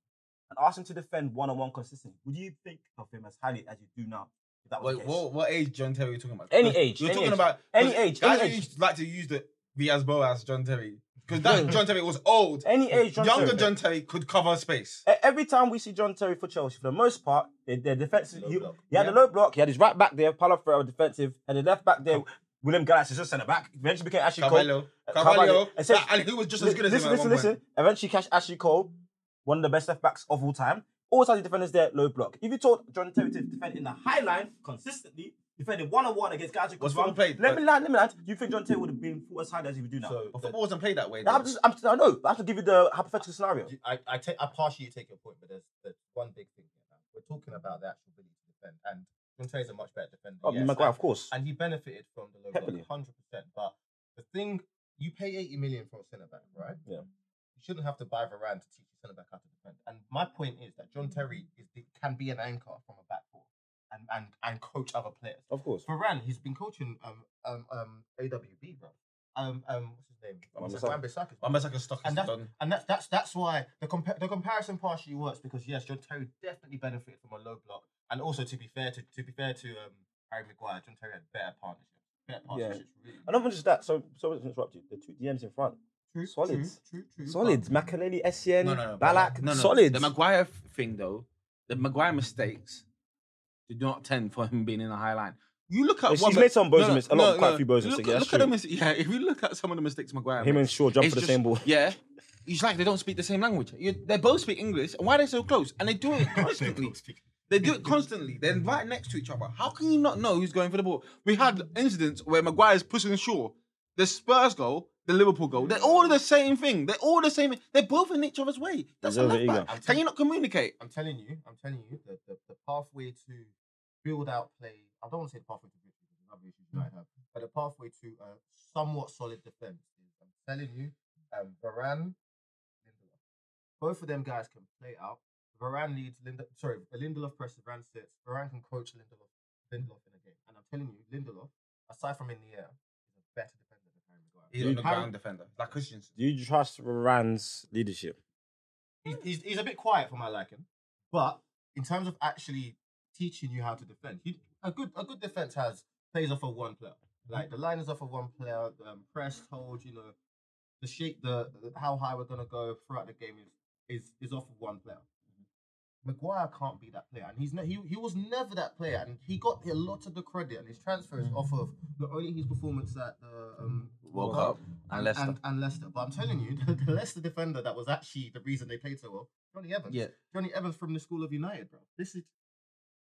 Speaker 3: and ask him to defend one on one consistently, would you think of him as highly as you do now? If that was
Speaker 2: Wait,
Speaker 3: the case?
Speaker 2: what what age John Terry are you talking about?
Speaker 3: Any
Speaker 2: 'Cause
Speaker 3: age,
Speaker 2: You're
Speaker 3: any
Speaker 2: talking
Speaker 3: age.
Speaker 2: about
Speaker 3: Any
Speaker 2: 'cause
Speaker 3: age,
Speaker 2: That's
Speaker 3: any
Speaker 2: what
Speaker 3: age.
Speaker 2: you like to use the Vias Boas John Terry because that John Terry was old.
Speaker 3: Any age John
Speaker 2: Younger
Speaker 3: Terry.
Speaker 2: John Terry could cover space.
Speaker 3: E- Every time we see John Terry for Chelsea, for the most part, their, their defensive. He,
Speaker 4: block.
Speaker 3: he had a low block. He had his right back there, Paulo Ferreira defensive, and the left back there, William Gallas is just centre back. Eventually became Ashley
Speaker 2: Carvalho,
Speaker 3: Cole. Uh,
Speaker 2: Carvalho,
Speaker 3: And so-
Speaker 2: that- and he was just as good as
Speaker 3: listen,
Speaker 2: him at
Speaker 3: listen,
Speaker 2: one point.
Speaker 3: listen. Eventually, cash Ashley Cole, one of the best left backs of all time. Always had the defenders there, low block. If you told John Terry to defend in the high line consistently, defending one on one against guys who
Speaker 2: Was
Speaker 3: could
Speaker 2: wrong
Speaker 3: run,
Speaker 2: played,
Speaker 3: Let
Speaker 2: but- uh,
Speaker 3: me land, let me land. You think John Terry would have been as high as he would do now?
Speaker 4: So
Speaker 2: But football wasn't played that way.
Speaker 3: Now,
Speaker 2: though.
Speaker 3: I'm just, I'm, I know, but I have to give you the hypothetical scenario.
Speaker 4: I, I, take, I partially take your point, but there's, there's one big thing here. man. We're talking about the actual ability to defend, and John Terry's a much better defender.
Speaker 3: Oh,
Speaker 4: yes,
Speaker 3: Maguire,
Speaker 4: and-
Speaker 3: of course.
Speaker 4: and he benefited from the low
Speaker 3: Heavily.
Speaker 4: block, hundred percent. But the thing, you pay eighty million for a centre back, right?
Speaker 3: Yeah.
Speaker 4: You shouldn't have to buy Varane to teach a centre back how to defend. And my point is that John Terry is the, can be an anchor from a back four, and and and coach other players.
Speaker 3: Of course.
Speaker 4: Varane, he's been coaching um um um AWB, bro. Um um, what's his name?
Speaker 3: Wan-Bissaka.
Speaker 4: Wan-Bissaka.
Speaker 2: I'm just like a stock
Speaker 4: And that's,
Speaker 2: done.
Speaker 4: and that's that's that's why the compa- the comparison partially works because yes, John Terry definitely benefited from a low block, and also to be fair to to be fair to um Harry Maguire, John Terry had better partnerships, better partnerships. Really.
Speaker 3: And not even just that, so sorry to interrupt you. The two DMs in front.
Speaker 4: True,
Speaker 3: solid.
Speaker 4: true, true.
Speaker 3: Solid.
Speaker 4: but-
Speaker 3: Makaleli, Essien,
Speaker 2: No, no, no.
Speaker 3: Balak.
Speaker 2: no, no.
Speaker 3: Solid.
Speaker 2: The Maguire f- thing, though, the Maguire mistakes did not tend for him being in a high line. You look at
Speaker 3: He's-
Speaker 2: what
Speaker 3: he's
Speaker 2: Ma-
Speaker 3: made some bozo mis- a lot of- quite a few bozo
Speaker 2: Look,
Speaker 3: mistakes, yeah,
Speaker 2: look
Speaker 3: that's
Speaker 2: at the
Speaker 3: true.
Speaker 2: mis- yeah. If you look at some of the mistakes Maguire,
Speaker 3: Him and
Speaker 2: makes,
Speaker 3: Shaw jump
Speaker 2: it's
Speaker 3: for the
Speaker 2: just-
Speaker 3: same ball.
Speaker 2: Yeah, he's like they don't speak the same language. You, they both speak English. Why are they so close? And they do it constantly. They do it constantly. They're right next to each other. How can you not know who's going for the ball? We had incidents where Maguire's pushing Shaw. The Spurs goal, the Liverpool goal, they're all the same thing. They're all the same. They're both in each other's way. That's
Speaker 3: He's
Speaker 2: a
Speaker 3: over
Speaker 2: left
Speaker 3: ego.
Speaker 2: back. Can you not communicate?
Speaker 4: I'm telling you, I'm telling you, the, the, the pathway to build out play. I don't want to say the pathway to victory because another issue you might have, but the pathway to a somewhat solid defense. is- I'm telling you, um, Varane, Lindelof, both of them guys can play out. Varane leads Lindelof. Sorry, Lindelof presses Varane sits. Varane can coach Lindelof, Lindelof in a game, and I'm telling you, Lindelof, aside from in the air, is a better defender than Harry Maguire.
Speaker 2: He's on the
Speaker 4: Harry-
Speaker 2: ground defender, like Christians.
Speaker 3: Do you trust Rand's leadership?
Speaker 4: he's, he's, he's a bit quiet for my liking, but in terms of actually teaching you how to defend, he, a good a good defense has plays off of one player. Like the line is off of one player, um, press hold. You know, the shape, the how high we're gonna go throughout the game is is is off of one player. Maguire can't be that player, and he's not. He, he was never that player, and he got a lot of the credit and his transfers off of not only his performance at the um,
Speaker 2: World Cup and Leicester.
Speaker 4: and, and Leicester. But I'm telling you, the, the Leicester defender that was actually the reason they played so well, Johnny Evans.
Speaker 2: Yeah.
Speaker 4: Johnny Evans from the school of United, bro. This is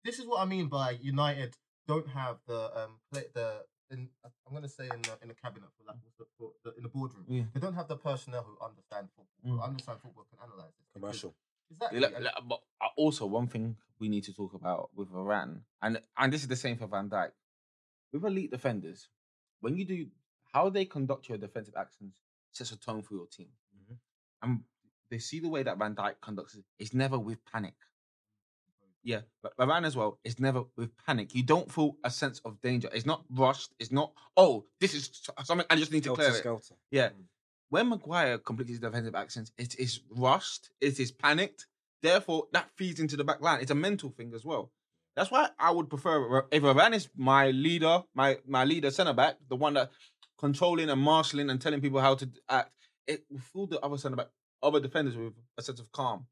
Speaker 4: this is what I mean by United don't have the um play, the in, I'm gonna say in the in the cabinet for like what's the, for the, in the boardroom.
Speaker 2: Yeah.
Speaker 4: They don't have the personnel who understand football,
Speaker 2: Mm.
Speaker 4: who understand football can analyze it. because-
Speaker 5: Commercial.
Speaker 4: Exactly.
Speaker 2: Like-
Speaker 4: and-
Speaker 2: like- but uh, also, one thing we need to talk about with Varane, and and this is the same for Van Dijk. With elite defenders, when you do how they conduct your defensive actions sets a tone for your team.
Speaker 3: Mm-hmm.
Speaker 2: And they see the way that Van Dijk conducts it. It's never with panic. Yeah, but Varane as well. It's never with panic. You don't feel a sense of danger. It's not rushed. It's not. Oh, this is something I just need to clear it.
Speaker 3: Skelter. Mm.
Speaker 2: Yeah. When Maguire completes his defensive actions, it is rushed, it is panicked. Therefore, that feeds into the back line. It's a mental thing as well. That's why I would prefer if Varane is my leader, my my leader centre back, the one that controlling and marshalling and telling people how to act. It will fool the other centre back, other defenders with a sense of calm.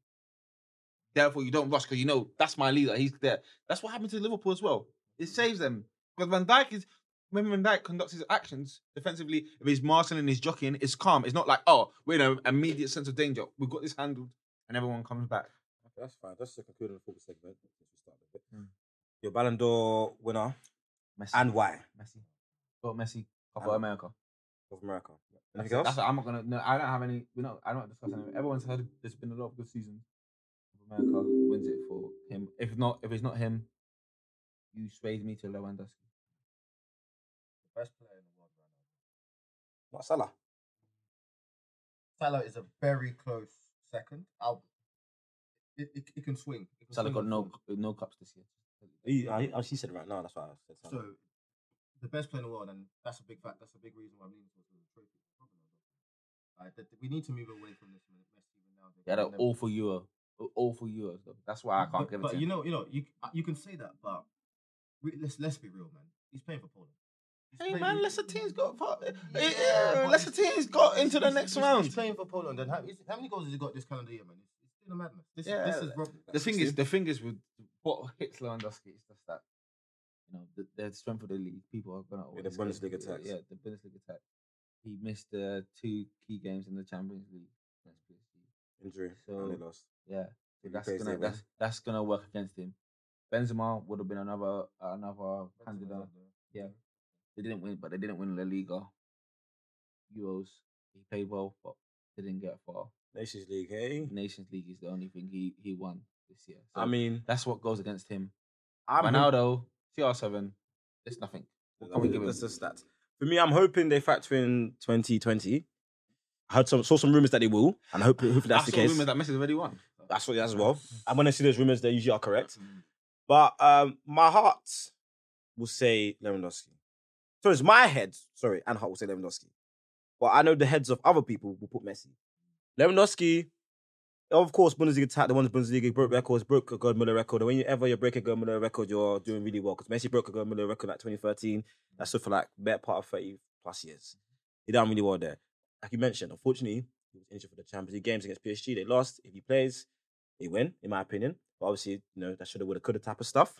Speaker 2: Therefore, you don't rush because you know that's my leader. He's there. That's what happened to Liverpool as well. It saves them because Van Dijk is when Van Dijk conducts his actions defensively, if he's marshalling, he's jockeying, it's calm. It's not like, oh, we're in an immediate sense of danger. We've got this handled, and everyone comes back.
Speaker 3: That's fine. That's the concluding football segment. Let's just start with it. Your Ballon d'Or winner
Speaker 2: Messi,
Speaker 3: and why
Speaker 2: Messi, got Messi, Copa
Speaker 3: And-
Speaker 2: America.
Speaker 3: of America.
Speaker 2: That's
Speaker 3: Anything
Speaker 2: it.
Speaker 3: else?
Speaker 2: That's it. I'm not gonna. No, I don't have any. We know. I don't discuss anything. Everyone's heard. There's been a lot of good seasons. Copa America wins it for him. If not, if it's not him, you swayed me to Lewandowski.
Speaker 4: Best player in the world right now.
Speaker 3: Not Salah.
Speaker 4: Salah is a very close second. I'll, it, it, it can swing. It can
Speaker 2: Salah
Speaker 4: swing
Speaker 2: got
Speaker 4: and
Speaker 2: no
Speaker 4: swing.
Speaker 2: no cups this year.
Speaker 3: He, I, I, she said it right now. That's why I said Salah.
Speaker 4: So, the best player in the world, and that's a big fact. That's a big reason why I'm leaning towards the trophy. Right, that we need to move away from this Messi Ronaldo.
Speaker 2: He had an
Speaker 4: Ronaldo.
Speaker 2: awful Euro, awful Euro. That's why I can't
Speaker 4: but,
Speaker 2: give it
Speaker 4: but
Speaker 2: to him.
Speaker 4: you know, you know, you uh, you can say that, but we, let's let's be real, man. He's playing for Poland. He's
Speaker 2: Hey
Speaker 4: playing-
Speaker 2: man, Leicester team's got far.
Speaker 4: Yeah,
Speaker 2: Yeah,
Speaker 4: but
Speaker 2: Leicester
Speaker 4: he's-
Speaker 2: team's got
Speaker 4: he's-
Speaker 2: into the
Speaker 4: he's-
Speaker 2: next
Speaker 4: he's-
Speaker 2: round.
Speaker 4: He's playing for Poland, and how, he's- how many goals has he got this calendar year, man? It's, it's been a madness. This,
Speaker 2: Yeah,
Speaker 4: this is Rob,
Speaker 2: The thing is,
Speaker 3: 16.
Speaker 2: the thing is with what hits Lewandowski is just that you know the, the strength of the league. People are gonna
Speaker 3: Yeah, the
Speaker 2: always go-
Speaker 3: Bundesliga tax.
Speaker 2: Yeah, the Bundesliga tax. He missed the two key games in the Champions League. against PSG.
Speaker 3: Injury.
Speaker 2: So-
Speaker 3: and they lost.
Speaker 2: Yeah,
Speaker 3: He
Speaker 2: that's
Speaker 3: plays
Speaker 2: gonna
Speaker 3: there, man.
Speaker 2: that's, that's gonna work against hhim. Benzema would have been another another candidate. Yeah, they didn't win, but they didn't win La Liga. Euros, he played well, but they didn't get far.
Speaker 3: Nations League, hey?
Speaker 2: Nations League is the only thing he, he won this year. So
Speaker 3: I mean,
Speaker 2: that's what goes against him.
Speaker 3: I'm
Speaker 2: Ronaldo, CR7, it's nothing.
Speaker 3: hoping-
Speaker 2: I would
Speaker 3: I
Speaker 2: give
Speaker 3: mean,
Speaker 2: him-
Speaker 3: that's the stats. For me, I'm hoping they factor in 2020. I heard some, saw some rumors that they will, and I hope hopefully that's the
Speaker 2: I saw
Speaker 3: case.
Speaker 2: rumors that Messi's already won.
Speaker 3: That's what as well. I'm gonna see those rumors; they usually are correct.
Speaker 4: Mm.
Speaker 3: But um, my heart will say Lewandowski. So it's my head, sorry, and heart will say Lewandowski. But I know the heads of other people will put Messi. Lewandowski, of course, Bundesliga attack, the ones Bundesliga broke records, broke a Gerd Müller record. And whenever you break a Gerd Müller record, you're doing really well. Because Messi broke a Gerd Müller record like 2013. That's still for like better part of 30 plus years. He done really well there. Like you mentioned, unfortunately, he was injured for the Champions League games against PSG. They lost. If he plays, they win, in my opinion. But obviously, you know, that should have, would have, could have type of stuff.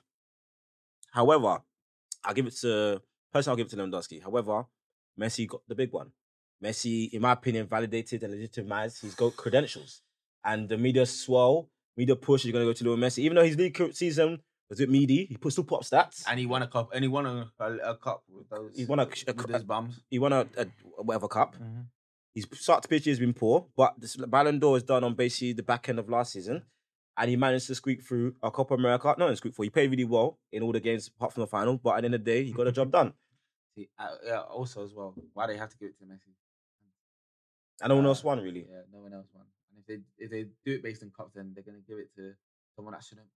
Speaker 3: However, I'll give it to, personally, I'll give it to Lewandowski. However, Messi got the big one. Messi, in my opinion, validated and legitimized his GOAT credentials. And the media swell, media push is going to go to Leo Messi. Even though his league season was with Meaty, he put, still put up stats.
Speaker 2: And he won a cup. And he won a, a, a cup with those.
Speaker 3: He won a- a
Speaker 2: with
Speaker 3: cu- Mm-hmm.
Speaker 2: those bums.
Speaker 3: he won a, a whatever cup. His start to pitch has been poor, but this Ballon d'Or is done on basically the back end of last season, and he managed to squeak through a Copa America. No, not squeak through. He played really well in all the games apart from the final, but at the end of the day, he got the job done.
Speaker 2: See, uh, yeah, also as well, why they have to give it to Messi?
Speaker 3: And no one
Speaker 2: Uh,
Speaker 3: else won really.
Speaker 2: Yeah, no one else won. And if they if they do it based on cups, then they're gonna give it to someone that shouldn't.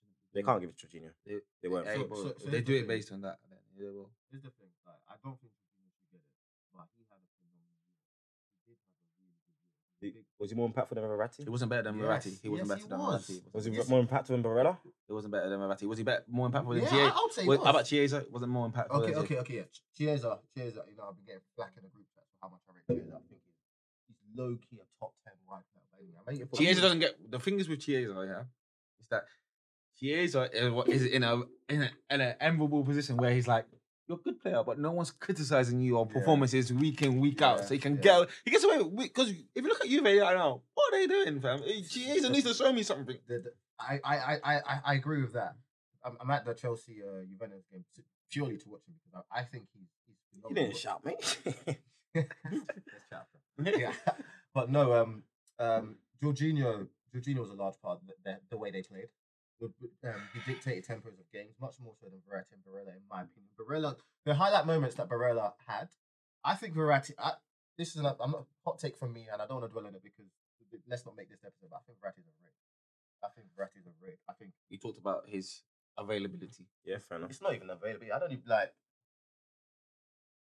Speaker 2: shouldn't be
Speaker 3: They
Speaker 2: doing
Speaker 3: can't give it to Jorginho.
Speaker 2: They,
Speaker 3: They weren't.
Speaker 2: hey,
Speaker 4: So-
Speaker 2: bro,
Speaker 4: so-
Speaker 2: if
Speaker 4: so
Speaker 2: they
Speaker 4: here's
Speaker 2: do
Speaker 4: the
Speaker 2: it
Speaker 4: thing.
Speaker 2: based on that. Then yeah, they will.
Speaker 4: Here's the thing, like, I don't think he needs to get it, but he had a phenomenal year. He did have a really good year. He was big.
Speaker 3: Was he more impactful than Verratti?
Speaker 2: He wasn't better than Verratti.
Speaker 4: Yes,
Speaker 2: He wasn't
Speaker 4: yes,
Speaker 2: better
Speaker 4: he
Speaker 2: than
Speaker 4: was.
Speaker 2: Verratti.
Speaker 3: Was he
Speaker 4: Yes.
Speaker 3: more impactful than Barella?
Speaker 2: It wasn't better than Verratti. Was he better, more impactful than
Speaker 4: Yeah,
Speaker 2: Chiesa?
Speaker 4: I- I would say he
Speaker 2: Was-
Speaker 4: was.
Speaker 2: How about Chiesa? Wasn't more impactful
Speaker 4: Okay,
Speaker 2: than
Speaker 4: okay, okay, yeah. Ch- Chiesa, Chiesa, you know, I've been getting black in the group chat for how much I rate Chiesa. I think he's- he's low key a top 10 right now. but anyway, I rate him for-
Speaker 2: Chiesa? Chiesa doesn't get the thing is with Chiesa. Yeah, is that Chiesa is what- is in a in a in an enviable position where he's like. You're a good player, but no one's criticizing you on
Speaker 4: Yeah.
Speaker 2: performances week in, week out.
Speaker 4: Yeah,
Speaker 2: So he can
Speaker 4: yeah.
Speaker 2: get he gets away with because if you look at Juve right now, what are they doing, fam? Chiesa needs to show me something.
Speaker 4: the, the, I, I, I- I, I, I agree with that. I'm, I'm at the Chelsea uh, Juventus game s- purely to watch him because I, I think he's he's.
Speaker 3: He
Speaker 4: phenomenal.
Speaker 3: didn't shout, mate.
Speaker 4: Let's shout. yeah, but no. Um, um, Jorginho, Jorginho was a large part of the, the, the way they played. The- the- Um, he dictated tempos of games much more so than Verratti and Barella, in my opinion. Barella, the highlight moments that Barella had I think Verratti. I, this is an, I'm not hot take from me, and I don't want to dwell on it because let's not make this episode. But I think Verratti's a rig. I think Verratti's a rig. I think
Speaker 2: He talked about his availability.
Speaker 3: Yeah, fair enough.
Speaker 4: it's not even available. I don't even like.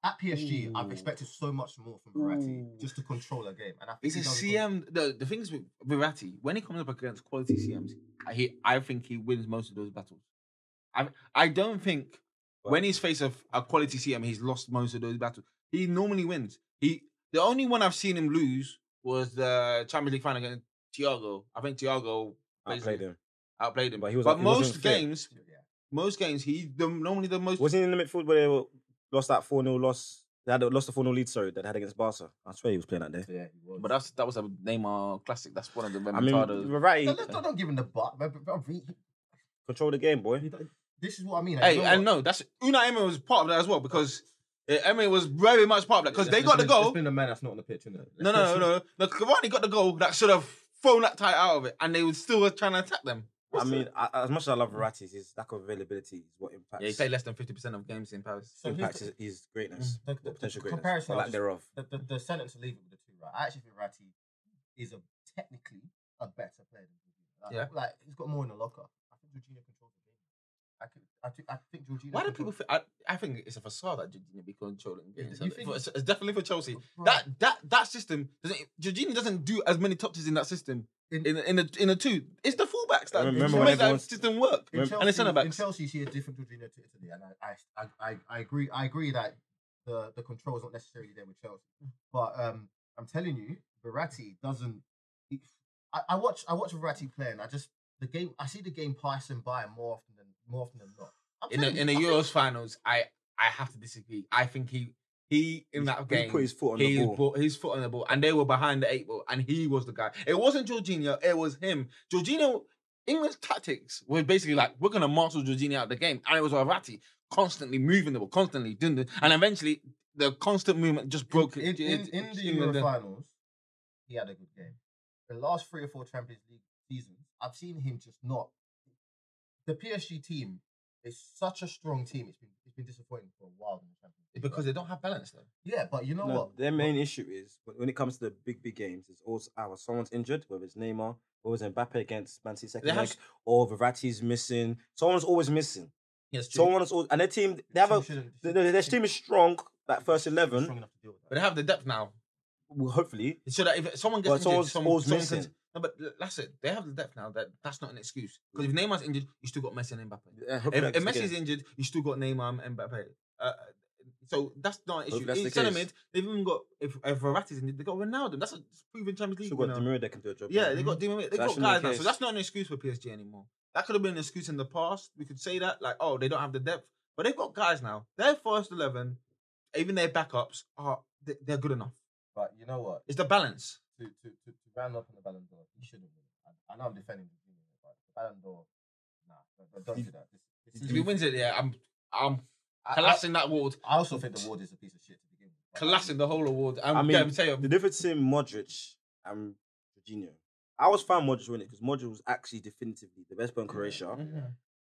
Speaker 4: At PSG, I've expected so much more from Verratti
Speaker 2: Ooh.
Speaker 4: just to control a game, and I think
Speaker 2: He's
Speaker 4: he
Speaker 2: a
Speaker 4: does
Speaker 2: CM.
Speaker 4: it
Speaker 2: The, the things with Verratti, when he comes up against quality CMs, I, he, I think he wins most of those battles. I, I don't think when he's faced a, a quality CM, he's lost most of those battles. He normally wins. He the only one I've seen him lose was the Champions League final against Thiago. I think Thiago
Speaker 3: I played him.
Speaker 2: outplayed him.
Speaker 3: But he was- he wasn't
Speaker 2: most
Speaker 3: fit.
Speaker 2: games,
Speaker 4: control. Yeah.
Speaker 2: most games, he the, normally the most.
Speaker 3: Wasn't he in the midfield where they were- lost that 4 0 loss? They had a, lost the 4 0 lead, sorry, that they had against Barca. I swear he was playing that day.
Speaker 4: Yeah, he was.
Speaker 2: But that's that was a Neymar classic. That's one of the
Speaker 3: I mean,
Speaker 2: remontadas.
Speaker 4: No,
Speaker 3: Verratti
Speaker 4: let's not don't give him the butt. But, but, but he-
Speaker 3: controlled the game, boy.
Speaker 4: he- this is what I mean.
Speaker 2: Hey,
Speaker 4: you know
Speaker 2: and
Speaker 4: what?
Speaker 2: no, that's Unai Emery was part of that as well because uh, Emery was very much part of that because they got the
Speaker 4: It's
Speaker 2: goal.
Speaker 4: been a man that's not on the pitch, isn't it?
Speaker 2: No, no, no, no. The Cavani got the goal that should have thrown that tie out of it, and they were still trying to attack them.
Speaker 3: I mean, I, as much as I love Verratti, his lack of availability is what
Speaker 2: Yeah, he
Speaker 3: impacts,
Speaker 2: played less than fifty percent of games in Paris.
Speaker 4: So here's
Speaker 3: impacts
Speaker 4: the-
Speaker 3: his, his greatness,
Speaker 4: The- the-
Speaker 2: Mm.
Speaker 3: or
Speaker 4: the
Speaker 3: potential greatness,
Speaker 4: comparison
Speaker 3: or
Speaker 4: I
Speaker 3: lack
Speaker 4: was-
Speaker 3: thereal.
Speaker 4: the, the, the sentence to leave it with the two, right? I actually think Ratty is a technically a better player than Jorginho. Like,
Speaker 2: Yeah.
Speaker 4: like he's got more in the locker. I think Jorginho controls the game. I, could, I, think I think Jorginho.
Speaker 2: Why do people?
Speaker 4: controls-
Speaker 2: Think, I, I think it's a facade that Jorginho be controlling. games.
Speaker 4: You think-
Speaker 2: For- It's, it's definitely for Chelsea.
Speaker 4: Bro.
Speaker 2: That that that system doesn't. Jorginho doesn't do as many touches in that system.
Speaker 4: In-
Speaker 2: In in, the in the two, it's the fullbacks that
Speaker 3: I remember
Speaker 2: make
Speaker 3: when
Speaker 2: that
Speaker 3: everyone's-
Speaker 2: system work.
Speaker 4: in Chelsea,
Speaker 2: and the centre-backs.
Speaker 4: In Chelsea, you see a different Jorginho to Italy, and I, I, I, I, I agree. I agree that the the control is not necessarily there with Chelsea, but um, I'm telling you, Verratti doesn't. he- I, I watch I watch Verratti play, and I just the game. I see the game passing by more often than more often than not. I'm
Speaker 2: in the
Speaker 4: telling
Speaker 2: in the
Speaker 4: you, I
Speaker 2: Euros finals, I I have to disagree. I think he he in that
Speaker 3: He
Speaker 2: game
Speaker 3: put his foot on
Speaker 2: he
Speaker 3: the ball.
Speaker 2: put his foot on the ball, and they were behind the eight ball, and he was the guy. It wasn't Jorginho, it was him. Jorginho, England's tactics were basically like we're gonna marshal Jorginho out the game, and it was Arati constantly moving the ball, constantly doing the, and eventually the constant movement just broke
Speaker 4: in,
Speaker 2: it-
Speaker 4: in,
Speaker 2: it-
Speaker 4: in the Euro
Speaker 2: England down.
Speaker 4: finals, he had a good game. The last three or four Champions League seasons, I've seen him just not. The PSG team is such a strong team. It's been it's been disappointing for a while in the Champions League.
Speaker 2: because they don't have balance though.
Speaker 4: yeah, but you know
Speaker 3: No,
Speaker 4: what?
Speaker 3: their main issue is when- when it comes to the big, big games, it's also either someone's injured, whether it's Neymar, whether it's Mbappe against Man City second
Speaker 2: They have
Speaker 3: leg, or Verratti's missing. Someone's always missing.
Speaker 2: Yes,
Speaker 3: Someone's always, and their team, they have
Speaker 4: Team
Speaker 3: a,
Speaker 4: shouldn't-
Speaker 3: their, their- their team is strong, that first
Speaker 4: strong
Speaker 3: 11,
Speaker 4: enough to deal with that.
Speaker 2: but they have the depth now.
Speaker 3: well, hopefully.
Speaker 2: So that if someone gets
Speaker 3: Well,
Speaker 2: injured,
Speaker 3: someone's-
Speaker 2: someone,
Speaker 3: someone's
Speaker 2: someone can-
Speaker 3: missing.
Speaker 2: no, but l- that's it. They have the depth now. That that's not an excuse. Because if Neymar's injured, you still got Messi and Mbappe.
Speaker 3: uh, hopefully
Speaker 2: If, if
Speaker 3: that's the
Speaker 2: Messi's
Speaker 3: case.
Speaker 2: injured, you still got Neymar and Mbappe. Uh, so that's not an
Speaker 3: Hope
Speaker 2: issue.
Speaker 3: that's
Speaker 2: In
Speaker 3: the
Speaker 2: centre
Speaker 3: case.
Speaker 2: mid, they've even got if, if Verratti's injured, they got Ronaldo. That's a proven Champions League
Speaker 3: Still got
Speaker 2: winner.
Speaker 3: Demira that can do a job.
Speaker 2: Yeah, they got Di Maria. They
Speaker 3: That's
Speaker 2: got
Speaker 3: in the
Speaker 2: guys now, so
Speaker 3: case.
Speaker 2: that's not an excuse for PSG anymore. That could have been an excuse in the past. We could say that, like, oh, they don't have the depth, but they've got guys now. Their first eleven, even their backups are they- they're good enough.
Speaker 4: But you know what?
Speaker 2: It's the balance.
Speaker 4: To to to, to round up on the Ballon d'Or, he shouldn't win. it. I, I know I'm defending the team, but the Ballon d'Or, nah, don't, don't do that. This,
Speaker 2: If
Speaker 4: this
Speaker 2: he
Speaker 3: Mm-hmm.
Speaker 4: is,
Speaker 2: wins it, yeah, I'm I'm
Speaker 4: I-
Speaker 2: collapsing that award,
Speaker 4: I also think the award is a piece of shit to begin with.
Speaker 2: collapsing the whole award. I'm
Speaker 3: I mean,
Speaker 2: gonna tell
Speaker 3: The
Speaker 2: you,
Speaker 3: difference in Modric and Jorginho, I was fine Modric winning because Modric was actually definitively the best player in Croatia.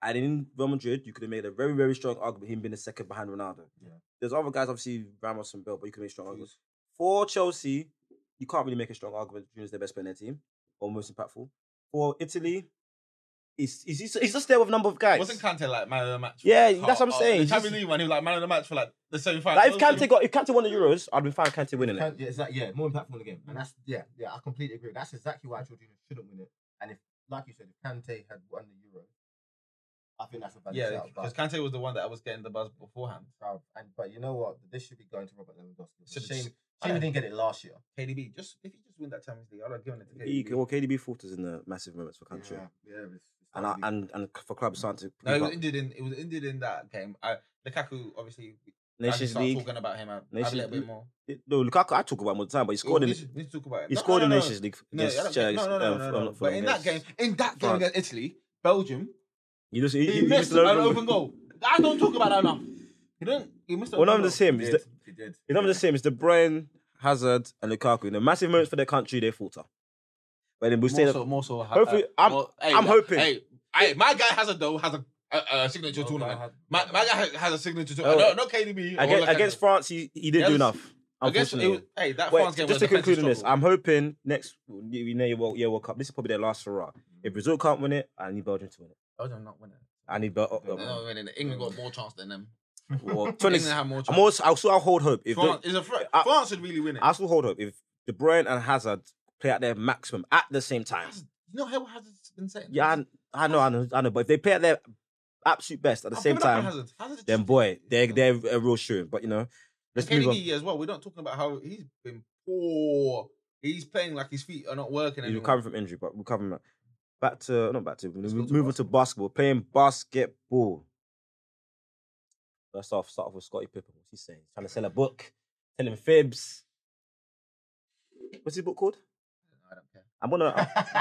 Speaker 3: And in Real Madrid, you could have made a very, very strong argument him being the second behind Ronaldo.
Speaker 4: Yeah.
Speaker 3: There's other guys, obviously Ramos and Bell, but you can make strong arguments.
Speaker 4: Yes.
Speaker 3: For Chelsea, you can't really make a strong argument. Junior's the best player in their team or most impactful. For Italy, he's, he's, he's he's just there with a number of guys.
Speaker 2: wasn't Kante like man of the match?
Speaker 6: Yeah,
Speaker 2: for-
Speaker 6: that's what I'm
Speaker 2: uh,
Speaker 6: saying.
Speaker 2: The Champions
Speaker 6: Just-
Speaker 2: League one, he was like man of the match for like the semi final.
Speaker 6: Like if Kante got if Kante won the Euros, I'd be fine with Kante winning it.
Speaker 4: Can- yeah, it's like, yeah, more impactful in the game. And
Speaker 3: Mm.
Speaker 4: that's, yeah, yeah, I completely agree. That's exactly why Jorginho shouldn't win it. And if, like you said, if Kante had won the Euro, I think that's a bad
Speaker 2: yeah,
Speaker 4: shout.
Speaker 2: because
Speaker 4: But,
Speaker 2: Kante was the one that I was getting the buzz beforehand.
Speaker 4: Bruv, and, but you know what? This should be going to Robert Lewandowski. It's a
Speaker 2: Should
Speaker 4: shame,
Speaker 2: just-
Speaker 4: shame
Speaker 2: yeah.
Speaker 4: he didn't get it last year.
Speaker 2: KDB, just if you just win that Champions League, I'd have given it to
Speaker 3: He,
Speaker 2: KDB.
Speaker 3: well, KDB falters in the massive moments for country.
Speaker 4: Yeah, yeah. It's, it's
Speaker 3: And, I,
Speaker 4: not
Speaker 3: and and for clubs starting to
Speaker 2: Mm. No,
Speaker 3: creep
Speaker 2: it was
Speaker 3: up.
Speaker 2: injured in it was injured in that game. I, Lukaku obviously. I can
Speaker 3: Nations
Speaker 2: start
Speaker 3: League.
Speaker 2: talking about him. I have a
Speaker 3: Nations
Speaker 2: little bit
Speaker 3: League-
Speaker 2: more.
Speaker 3: It- No, Lukaku, I talk about him all the time, but he scored
Speaker 2: We
Speaker 3: in
Speaker 2: need to- we need to talk about it.
Speaker 3: he
Speaker 2: No,
Speaker 3: scored
Speaker 2: no,
Speaker 3: in
Speaker 2: no, no.
Speaker 3: Nations League
Speaker 2: No,
Speaker 3: against
Speaker 2: I don't
Speaker 3: Chelsea.
Speaker 2: think- no, no,
Speaker 3: um,
Speaker 2: no, no, no.
Speaker 3: Fulham
Speaker 2: But in that
Speaker 3: against-
Speaker 2: game, in that game
Speaker 3: France.
Speaker 2: against Italy, Belgium,
Speaker 3: You just,
Speaker 2: He missed an open goal. I don't talk about that enough. He didn't. He missed. an
Speaker 3: Well, not
Speaker 2: open
Speaker 3: just
Speaker 2: goal.
Speaker 3: him. It's, the,
Speaker 4: He did.
Speaker 3: it's not just him. It's De Bruyne, Hazard, and Lukaku. In the massive moments for their country, they falter. But then we
Speaker 2: More
Speaker 3: say
Speaker 2: so, more so.
Speaker 7: uh,
Speaker 3: Hopefully- I'm- I'm hoping.
Speaker 2: Hey, hey, my guy Hazard though has a
Speaker 7: a, a
Speaker 2: Oh,
Speaker 7: signature tournament.
Speaker 5: had-
Speaker 7: my, my guy has, has a signature
Speaker 3: Oh,
Speaker 7: tournament. no, no KDB. or
Speaker 3: Against,
Speaker 7: Lukaku.
Speaker 3: against France, he, he didn't
Speaker 7: Yeah,
Speaker 3: do
Speaker 7: that's-
Speaker 3: enough.
Speaker 7: Against-
Speaker 3: Unfortunately.
Speaker 7: it was- hey, that
Speaker 3: Wait,
Speaker 7: France game
Speaker 3: just
Speaker 7: was
Speaker 3: to
Speaker 7: a
Speaker 3: conclude on
Speaker 7: defensive
Speaker 3: this,
Speaker 7: struggle.
Speaker 3: I'm hoping next you know your World, yeah, World Cup. This is probably their last hurrah. If Brazil can't win it, I need Belgium to win it.
Speaker 2: Belgium Oh, not winning.
Speaker 3: I need Bel- uh,
Speaker 7: No, no, no, no, England got more chance than them.
Speaker 3: well,
Speaker 7: England had more
Speaker 3: I'm
Speaker 7: chance.
Speaker 3: also, I'll still hold hope. If
Speaker 7: France,
Speaker 3: the,
Speaker 7: is a fr-
Speaker 3: I-
Speaker 7: France should really win it.
Speaker 3: I still hold hope if De Bruyne and Hazard play at their maximum at the same time.
Speaker 7: you know how Hazard's been saying.
Speaker 3: Yeah, I, I know, I know, I know. But if they play at their absolute best at the
Speaker 7: I've
Speaker 3: same
Speaker 7: given up on
Speaker 3: time,
Speaker 7: Hazard. Hazard
Speaker 3: then
Speaker 7: just-
Speaker 3: boy, they're they're a real shooting. But you know, let's
Speaker 7: And
Speaker 3: move on.
Speaker 7: KDB as well. We're not talking about how he's been poor. He's playing like his feet are not working.
Speaker 3: He's
Speaker 7: anymore.
Speaker 3: recovering from injury, but recovering. Back, back to not back to moving to basketball, playing basketball. First off, start off with Scotty Pippen. What's he saying? trying to sell a book, telling fibs. What's his book called?
Speaker 7: I don't care.
Speaker 3: I'm gonna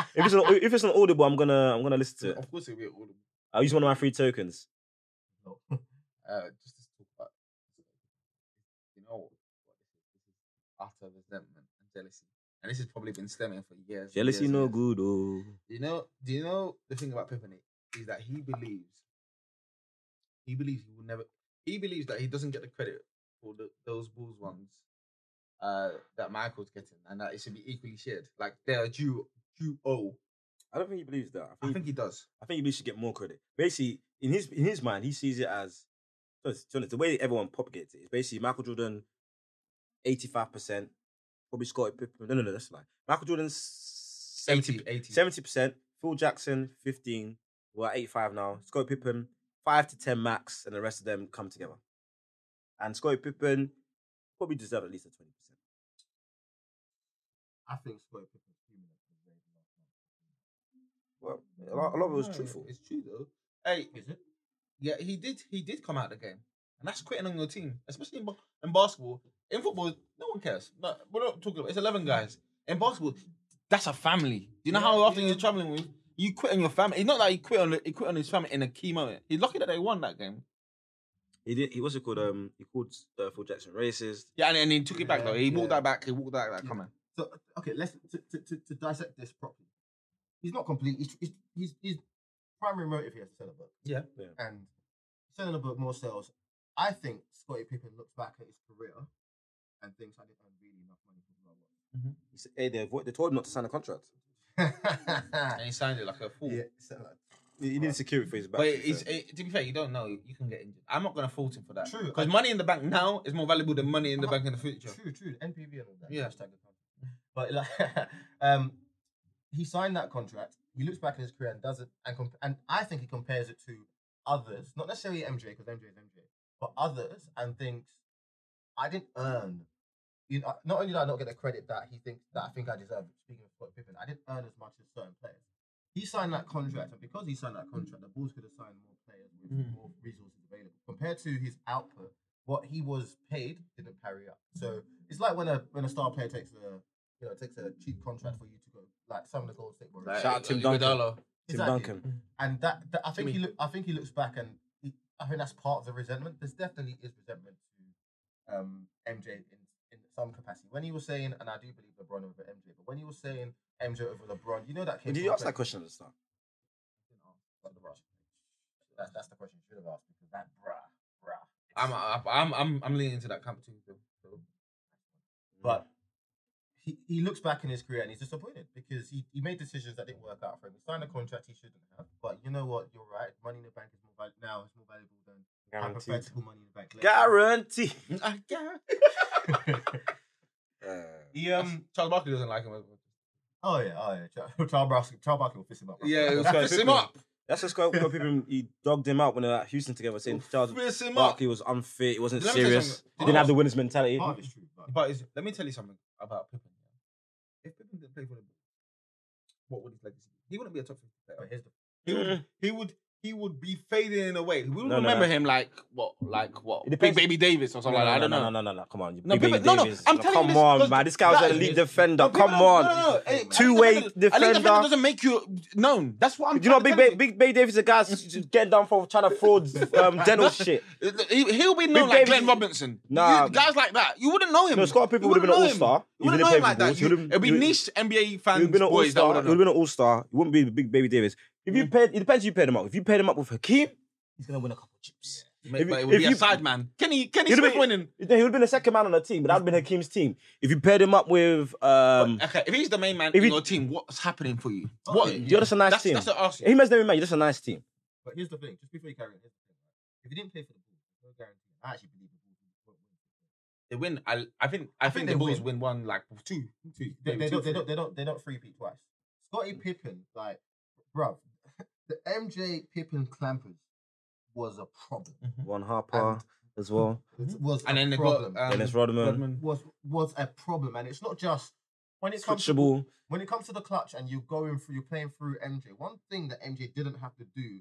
Speaker 3: if it's an, if it's an audible, I'm gonna I'm gonna listen to it.
Speaker 7: Of course, it'll be all.
Speaker 3: I'll use one of my free tokens.
Speaker 2: Uh, just to talk about, you know, what this is utter resentment and jealousy, and this has probably been stemming for years. and
Speaker 3: Jealousy
Speaker 2: years and
Speaker 3: no
Speaker 2: years.
Speaker 3: good. Oh,
Speaker 2: You know, do you know the thing about Pippen is that he believes, he believes he will never, he believes that he doesn't get the credit for the, those Bulls ones uh, that Michael's getting, and that it should be equally shared. Like they are due, due owe.
Speaker 5: I don't think he believes that. I
Speaker 2: I
Speaker 5: think,
Speaker 2: think he does.
Speaker 5: I think
Speaker 3: he should get more credit. Basically, in his in his mind, he sees it as to be honest, the way everyone propagates it is basically Michael Jordan, eighty five percent, probably Scottie Pippen. No, no, no, that's a lie. Michael Jordan's 70
Speaker 2: 80.
Speaker 3: percent, Phil Jackson fifteen, we're at eighty five now. Scottie Pippen five to ten max, and the rest of them come together. And Scottie Pippen probably deserved at least a twenty percent.
Speaker 4: I think Scottie Pippen's human.
Speaker 3: Well, a lot, a lot of it was
Speaker 2: No,
Speaker 3: truthful.
Speaker 2: It's true though. Hey,
Speaker 4: Is it?
Speaker 2: yeah, he did. He did come out of the game, and that's quitting on your team, especially in, ba- in basketball. In football, no one cares. No, we're not talking about. It's eleven guys in basketball. That's a family. Do you know how often you're traveling with? You quit on your family. It's not like he quit on he quit on his family in a key moment. He's lucky that they won that game.
Speaker 3: He did. He also called um. He called uh, Phil Jackson racist.
Speaker 2: Yeah, and, and he took it back though. He walked
Speaker 4: Yeah.
Speaker 2: that back. He walked that back. Come on.
Speaker 4: So okay, let's to, to, to, to dissect this properly. He's not complete. He's, he's, he's, his primary motive here is to sell a book.
Speaker 2: Yeah.
Speaker 3: Yeah.
Speaker 4: And selling a book more sales. I think Scottie Pippen looks back at his career and thinks I didn't earn really enough money for what I
Speaker 3: He said, "Hey, they, avo- they told him not to sign a contract.
Speaker 4: want.
Speaker 2: And he sounded like a fool.
Speaker 4: yeah. So uh, like,
Speaker 3: He, he needed security for his back.
Speaker 2: But
Speaker 3: to be
Speaker 2: it's,
Speaker 3: fair.
Speaker 2: it, to be fair, you don't know. You can get injured. I'm not going to fault him for that.
Speaker 4: True. Uh-huh.
Speaker 2: Because money in the bank now is more valuable than money in the bank in the future.
Speaker 4: true, true. NPV and all that.
Speaker 2: Yeah.
Speaker 4: Hashtag the company. But like, um, he signed that contract. He looks back at his career and does it, and comp- and I think he compares it to others, not necessarily MJ because MJ is MJ, but others, and thinks I didn't earn. You know, not only did I not get the credit that he thinks that I think I deserve. Speaking of Scott Pippen, I didn't earn as much as certain players. He signed that contract, and because he signed that contract, the Bulls could have signed more players with more resources available. Compared to his output, what he was paid didn't parry up. So it's like when a when a star player takes a you know takes a cheap contract for you to go like some of the Golden State Warriors.
Speaker 2: Like, uh,
Speaker 3: Shout out Tim Duncan.
Speaker 2: Iguodala.
Speaker 3: Tim
Speaker 4: Exactly.
Speaker 3: Duncan.
Speaker 4: And that, that I think he look, I think he looks back and he, I think that's part of the resentment. There's definitely is resentment to um, MJ in, in some capacity. When he was saying, and I do believe LeBron over MJ, but when he was saying MJ over LeBron, you know that came
Speaker 3: Did
Speaker 4: from
Speaker 3: you
Speaker 4: a
Speaker 3: ask
Speaker 4: place-
Speaker 3: that question at the start?
Speaker 4: Like the Rush. That's that's the question you should have asked because that bruh, bruh.
Speaker 2: I'm, I'm, I'm, I'm leaning into that camp too. So, so.
Speaker 3: Mm.
Speaker 4: But he, he looks back in his career and he's disappointed because he, he made decisions that didn't work out for him. He signed a contract he shouldn't have. But you know what? You're right. Money in the bank is more valuable now. It's more valuable than I prefer to put money in the bank. later.
Speaker 3: Guarantee.
Speaker 4: Mm,
Speaker 2: I can't.
Speaker 4: He,
Speaker 3: Uh,
Speaker 4: um,
Speaker 2: Charles Barkley doesn't like him. as well.
Speaker 4: oh yeah, oh yeah. Charles Charles Barkley, Charles Barkley will fist him up.
Speaker 2: Yeah,
Speaker 3: That's quite
Speaker 2: piss him
Speaker 3: different.
Speaker 2: up.
Speaker 3: That's just got people. He dogged him out when they were at Houston together, saying Charles
Speaker 2: Piss him up.
Speaker 3: Barkley was unfit. He wasn't
Speaker 2: Let me tell you
Speaker 3: serious.
Speaker 2: something. Oh,
Speaker 3: He didn't have the winner's mentality.
Speaker 4: Part of it's true, but
Speaker 2: But is, let me tell you something about Pippen. If Pippen didn't play for the Bulls, what would his legacy be? He wouldn't be a top 50
Speaker 4: but
Speaker 2: player.
Speaker 4: here's the
Speaker 2: He would, he would, he would be fading away. We would
Speaker 3: Mm. No, no,
Speaker 2: remember
Speaker 3: no.
Speaker 2: him like what, like what?
Speaker 3: It
Speaker 2: Big
Speaker 3: depends-
Speaker 2: Baby Davis or something like that. I don't know.
Speaker 3: No, no, no, no, no. Come on. you
Speaker 2: No,
Speaker 3: big
Speaker 2: people-
Speaker 3: Baby
Speaker 2: no, no,
Speaker 3: Davis.
Speaker 2: I'm
Speaker 3: Now,
Speaker 2: telling you
Speaker 3: Come
Speaker 2: this
Speaker 3: on,
Speaker 2: because
Speaker 3: man. This guy was
Speaker 2: that
Speaker 3: an
Speaker 2: is-
Speaker 3: elite defender.
Speaker 2: No, people
Speaker 3: Come
Speaker 2: don't-
Speaker 3: on.
Speaker 2: No, no, no. Hey,
Speaker 3: Two-way
Speaker 2: I think the- I think the
Speaker 3: defender.
Speaker 2: doesn't make you known. That's what I'm.
Speaker 3: Do you know
Speaker 2: trying
Speaker 3: Big
Speaker 2: to
Speaker 3: Bay, Big Bay Davis is a guy s- s- getting down for trying to fraud um, dental shit?
Speaker 2: tell you. He, he'll be known
Speaker 3: Big
Speaker 2: like
Speaker 3: Davis-
Speaker 2: Glenn Robinson.
Speaker 3: Nah.
Speaker 2: You- guys like that. You wouldn't know him.
Speaker 3: No, Scott Pippen
Speaker 2: You
Speaker 3: would've been
Speaker 2: wouldn't
Speaker 3: an
Speaker 2: know him.
Speaker 3: all-star.
Speaker 2: You wouldn't
Speaker 3: He
Speaker 2: know him
Speaker 3: wouldn't
Speaker 2: like
Speaker 3: play for
Speaker 2: that.
Speaker 3: the Bulls.
Speaker 2: You-
Speaker 3: He would've-
Speaker 2: It'd be
Speaker 3: he would-
Speaker 2: niche NBA
Speaker 3: He would
Speaker 2: fans.
Speaker 3: have been an all
Speaker 2: boys that
Speaker 3: star. He
Speaker 2: would've Mm.
Speaker 3: would have
Speaker 2: known.
Speaker 3: been an all star. He wouldn't be Big Baby Davis. If you paid, it depends. Who you paid him up. If you paid him up with Hakeem, he's gonna win a couple chips.
Speaker 2: Mate,
Speaker 3: If
Speaker 2: but
Speaker 3: you-
Speaker 2: it would
Speaker 3: if
Speaker 2: be a
Speaker 3: you-
Speaker 2: side man. Kenny, Kenny
Speaker 3: You'd
Speaker 2: Smith
Speaker 3: be-
Speaker 2: winning.
Speaker 3: He would have been the second man on the team, but that would have been Hakeem's team. If you paired him up with, um,
Speaker 2: Okay, if he's the main man
Speaker 3: If
Speaker 2: in
Speaker 3: he-
Speaker 2: your team, what's happening for you? What
Speaker 3: you're just a nice
Speaker 2: that's,
Speaker 3: team.
Speaker 2: That's what I asked you.
Speaker 3: He must never man. You're just a nice team.
Speaker 4: But here's the thing, just before you carry on, here's the thing. right? If you didn't play for the Bulls, there's no guarantee. I actually believe the Bulls won't win.
Speaker 2: They win. I, I think. I, think,
Speaker 4: they
Speaker 2: the Bulls
Speaker 4: win.
Speaker 2: win. one like two, two.
Speaker 4: They,
Speaker 2: maybe
Speaker 4: they,
Speaker 2: two,
Speaker 4: don't,
Speaker 2: three.
Speaker 4: they don't. They don't. They don't. Three peat twice. Scottie
Speaker 2: Hmm.
Speaker 4: Pippen, like, bruv, the MJ Pippen clampers was a problem.
Speaker 2: Mm-hmm.
Speaker 3: One Harper as well.
Speaker 4: It was
Speaker 2: And
Speaker 4: a
Speaker 2: then they
Speaker 4: problem.
Speaker 2: got um,
Speaker 3: Dennis Rodman.
Speaker 4: was was a problem, and it's not just when it comes to,
Speaker 3: Switchable.
Speaker 4: when it comes to the clutch and you're going through, you're playing through MJ. One thing that MJ didn't have to do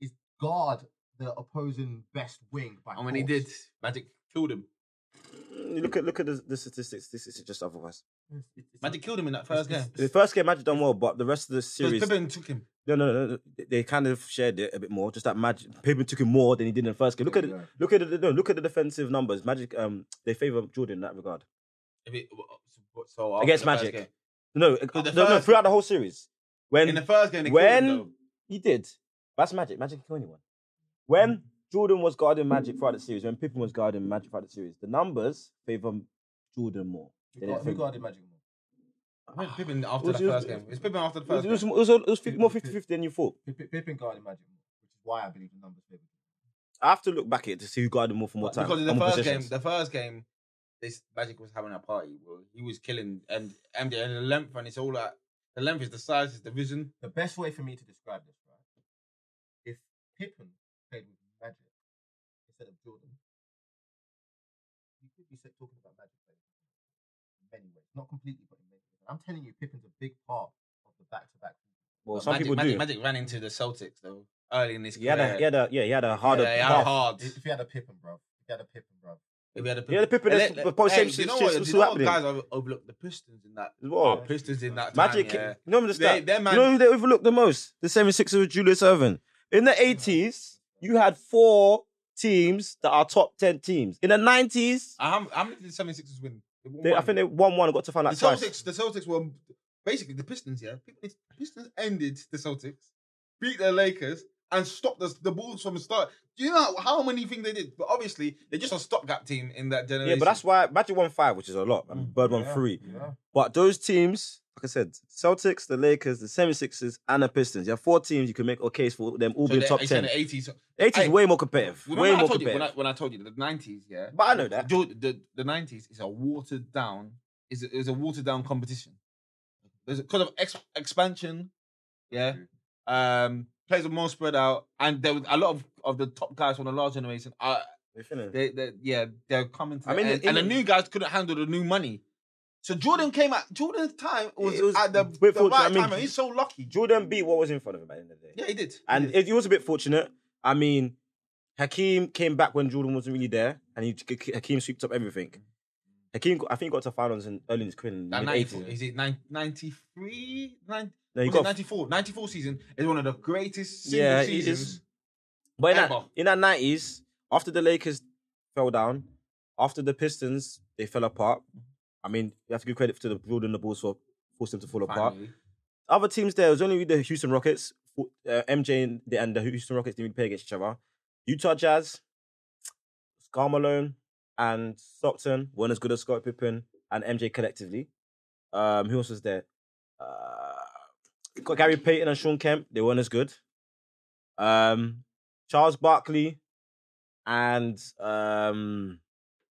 Speaker 4: is guard the opposing best wing. By
Speaker 2: And when he
Speaker 4: force.
Speaker 2: did, Magic killed him.
Speaker 3: Mm, Look at look at the, the statistics. This is just otherwise.
Speaker 4: It's- it's- it's-
Speaker 2: Magic killed him in that first game.
Speaker 3: The first game, Magic done well, but the rest of the
Speaker 2: Because
Speaker 3: series,
Speaker 2: Pippen took him.
Speaker 3: no, no, no, no, they kind of shared it a bit more. Just that Magic, Pippen took him more than he did in the first game. Look at
Speaker 4: Yeah.
Speaker 3: look at the, no, look at the defensive numbers. Magic, um, they favor Jordan in that regard.
Speaker 2: If it, so after
Speaker 3: Against
Speaker 2: the first
Speaker 3: Magic.
Speaker 2: game-
Speaker 3: No, no,
Speaker 2: the
Speaker 3: no,
Speaker 2: first-
Speaker 3: throughout the whole series, when
Speaker 2: in the first game, they
Speaker 3: when
Speaker 2: killed him,
Speaker 3: he did, that's Magic. Magic can kill anyone.
Speaker 2: Mm.
Speaker 3: When Jordan was guarding Magic throughout the series, when Pippen was guarding Magic throughout the series, the numbers favor Jordan more.
Speaker 4: who
Speaker 3: They didn't
Speaker 4: guard- who
Speaker 3: favor-
Speaker 4: guarded Magic more?
Speaker 2: though. When Pippen after
Speaker 3: was-
Speaker 2: the
Speaker 3: it was-
Speaker 2: first game. It's Pippen after the
Speaker 3: It was,
Speaker 2: first
Speaker 3: it was,
Speaker 2: game.
Speaker 3: it was, it was 50, more 50 50 than you thought.
Speaker 4: Pi- Pi- Pippen guarded Magic more, which is why I believe the numbers favour.
Speaker 3: I have to look back at it to see who guarded more for more time.
Speaker 2: Because in
Speaker 3: and
Speaker 2: the
Speaker 3: more
Speaker 2: first game,
Speaker 3: possessions.
Speaker 2: the first game, this Magic was having a party. Bro. He was killing and and the and the length and it's all that. The length is the size, is the vision.
Speaker 4: The best way for me to describe this, right? If Pippen played with Magic instead of Jordan, you could be sa- talking about Magic playing in many ways, not completely, but in many ways. I'm telling you, Pippen's a big part of the back-to-back.
Speaker 3: well,
Speaker 2: But
Speaker 3: some
Speaker 2: Magic,
Speaker 3: people
Speaker 2: Magic,
Speaker 3: do.
Speaker 2: Magic ran into the Celtics though early in this
Speaker 3: He had a,
Speaker 2: career.
Speaker 3: he had a, yeah, he had a harder.
Speaker 2: Yeah, he had a
Speaker 3: path.
Speaker 2: hard.
Speaker 4: If if you had a Pippen, bro, if you had a Pippen, bro,
Speaker 2: If you had a
Speaker 3: Yeah, the Pippen
Speaker 2: And
Speaker 3: is-
Speaker 2: let-
Speaker 3: but both
Speaker 2: hey,
Speaker 3: same
Speaker 2: do you know
Speaker 3: shit-
Speaker 2: what-
Speaker 3: shit's
Speaker 2: do you
Speaker 3: still
Speaker 2: know what
Speaker 3: happening.
Speaker 2: Guys over- overlooked the Pistons in that.
Speaker 3: as well.
Speaker 2: The Pistons in that. time,
Speaker 3: Magic,
Speaker 2: yeah.
Speaker 3: you know the
Speaker 2: They-
Speaker 3: stat.
Speaker 2: their man-
Speaker 3: you know who they overlooked the most? The 76ers with Julius Irvin. In the 80s, you had four teams that are top 10 teams. In the 90s,
Speaker 2: Uh, How, how many did the 76ers win? They won
Speaker 3: they, I
Speaker 2: one.
Speaker 3: think they won one and got to find
Speaker 2: the
Speaker 3: out twice.
Speaker 2: Celtics. The Celtics were basically the Pistons. Yeah, the Pistons ended the Celtics, beat the Lakers, and stopped the, the Bulls from start. Do you know how many things they did? But obviously, they're just a stopgap team in Mm, that generation.
Speaker 3: Yeah, but that's why Magic won five, which is a lot, and Bird won three. But those teams, like I said, Celtics, the Lakers, the 76ers, and the Pistons. You have four teams you can make a case for them all
Speaker 2: so
Speaker 3: being
Speaker 2: they're-
Speaker 3: top
Speaker 2: it's in
Speaker 3: 10.
Speaker 2: the eighties.
Speaker 3: 80s
Speaker 2: Hey,
Speaker 3: way more competitive. Way
Speaker 2: Remember I
Speaker 3: more
Speaker 2: told you when I,
Speaker 3: competitive.
Speaker 2: when I told you the nineties. Yeah,
Speaker 3: But I know that.
Speaker 2: George, the the nineties is a watered down is a, is a watered down competition. There's because of ex- expansion, yeah.
Speaker 3: Mm-hmm.
Speaker 2: Um, players were more spread out, and there was a lot of, of the top guys from the last generation are they, they yeah they're coming. To
Speaker 3: I
Speaker 2: I
Speaker 3: mean,
Speaker 2: mean, and,
Speaker 3: in-
Speaker 2: and the new guys couldn't handle the new money. So Jordan came at Jordan's time was,
Speaker 3: It was
Speaker 2: at the,
Speaker 3: bit
Speaker 2: the
Speaker 3: fortunate.
Speaker 2: right
Speaker 3: I mean,
Speaker 2: time, and he's so lucky.
Speaker 3: Jordan beat what was in front of him at the end of the day.
Speaker 2: yeah, he did. He
Speaker 3: And
Speaker 2: did.
Speaker 3: it, he was a bit fortunate. I mean, Hakeem came back when Jordan wasn't really there, and he Hakeem swept up everything.
Speaker 2: Mm.
Speaker 3: Hakeem, got- I think, he got to finals in early in his career in
Speaker 2: Like
Speaker 3: the
Speaker 2: 94,
Speaker 3: eighties.
Speaker 2: is it nine- 93? Nine-
Speaker 3: No, he
Speaker 2: was it
Speaker 3: got-
Speaker 2: 94? 94 season is one of the greatest single
Speaker 3: Yeah, it is.
Speaker 2: seasons.
Speaker 3: But in that,
Speaker 2: ever.
Speaker 3: in that nineties, after the Lakers fell down, after the Pistons they fell apart.
Speaker 2: Mm.
Speaker 3: I mean, you have to give credit to the Jordan the Bulls for forcing them to fall apart.
Speaker 2: Finally.
Speaker 3: Other teams there it was only the Houston Rockets. Uh, MJ and the, and the Houston Rockets didn't even play against each other. Utah Jazz, Scar Malone and Stockton weren't as good as Scott Pippen and MJ collectively. Um, who else was there? Uh, got Gary Payton and Sean Kemp. They weren't as good. Um, Charles Barkley and um,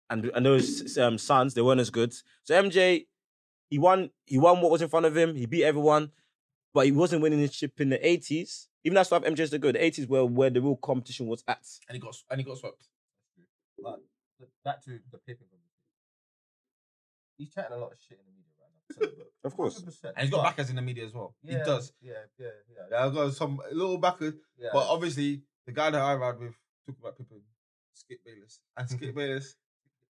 Speaker 3: and and those um, Suns. They weren't as good. So MJ, he won. He won what was in front of him. He beat everyone, but he wasn't winning his chip in the eighties. Even that's why MJ's the good. The eighties were where the real competition was at.
Speaker 2: And he got and he got swept.
Speaker 4: But th- back to the Pippen conversation. He's chatting a lot of shit in the media right now. so, but
Speaker 3: Of course.
Speaker 4: 100%,
Speaker 2: And he's got
Speaker 4: but-
Speaker 2: backers in the media as well.
Speaker 4: Yeah,
Speaker 2: He does.
Speaker 4: Yeah, yeah, yeah.
Speaker 2: Yeah, I've got some little backers.
Speaker 4: yeah.
Speaker 2: But obviously, the guy that I ride with talk about Pippen, Skip Bayless, and Skip Bayless,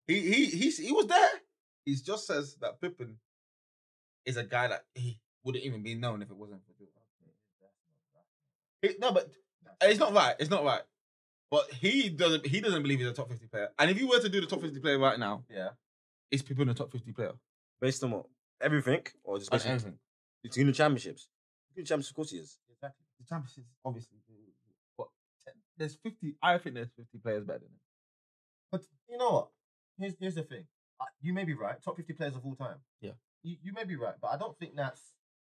Speaker 2: he he he he was there. He just says that Pippen is a guy that he wouldn't even be known if it wasn't for Jordan. It- no, but it's not right. It's not right. But he doesn't. He doesn't believe he's a top fifty player. And if you were to do the top fifty player right now,
Speaker 4: yeah.
Speaker 2: is Pippen a top fifty player?
Speaker 3: Based on what? Everything, or just
Speaker 2: On
Speaker 3: based on
Speaker 2: anything.
Speaker 3: He's winning championships. He's winning championships, of course he is.
Speaker 2: The championships, obviously. But there's 50. I think there's 50 players better than him.
Speaker 4: But you know what? Here's here's the thing. Uh, You may be right. Top fifty players of all time.
Speaker 2: Yeah.
Speaker 4: You, you may be right, but I don't think that's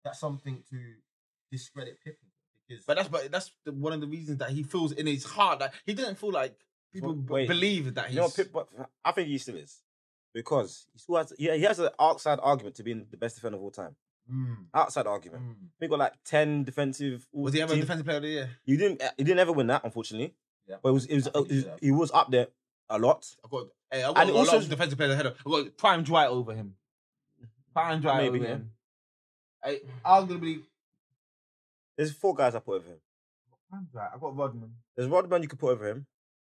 Speaker 4: that's something to discredit Pippen because
Speaker 2: But that's but that's the, one of the reasons that he feels in his heart that he didn't feel like people
Speaker 3: Well,
Speaker 2: b-
Speaker 3: wait.
Speaker 2: believe that he's.
Speaker 3: You know, Pip, but I think he still is because he still has. Yeah, he has an outside argument to being the best defender of all time.
Speaker 4: Mm,
Speaker 3: Outside argument.
Speaker 4: mm.
Speaker 3: We got like ten defensive.
Speaker 2: was he ever a
Speaker 3: team-
Speaker 2: defensive player of the year?
Speaker 3: You didn't. He didn't ever win that, unfortunately.
Speaker 4: Yeah.
Speaker 3: But it was. It was.
Speaker 4: I think
Speaker 3: it
Speaker 4: he
Speaker 3: was
Speaker 4: should have.
Speaker 3: he was up there a lot.
Speaker 2: I got, hey, I got,
Speaker 3: And
Speaker 2: a
Speaker 3: also-
Speaker 2: lot of defensive players ahead of. I got Prime Dwight over him. Prime Dwight
Speaker 3: Maybe,
Speaker 2: over
Speaker 3: yeah.
Speaker 2: him. Hey, arguably
Speaker 3: There's four guys I put over him.
Speaker 2: Prime Dwight. I got Rodman.
Speaker 3: There's Rodman you could put over him.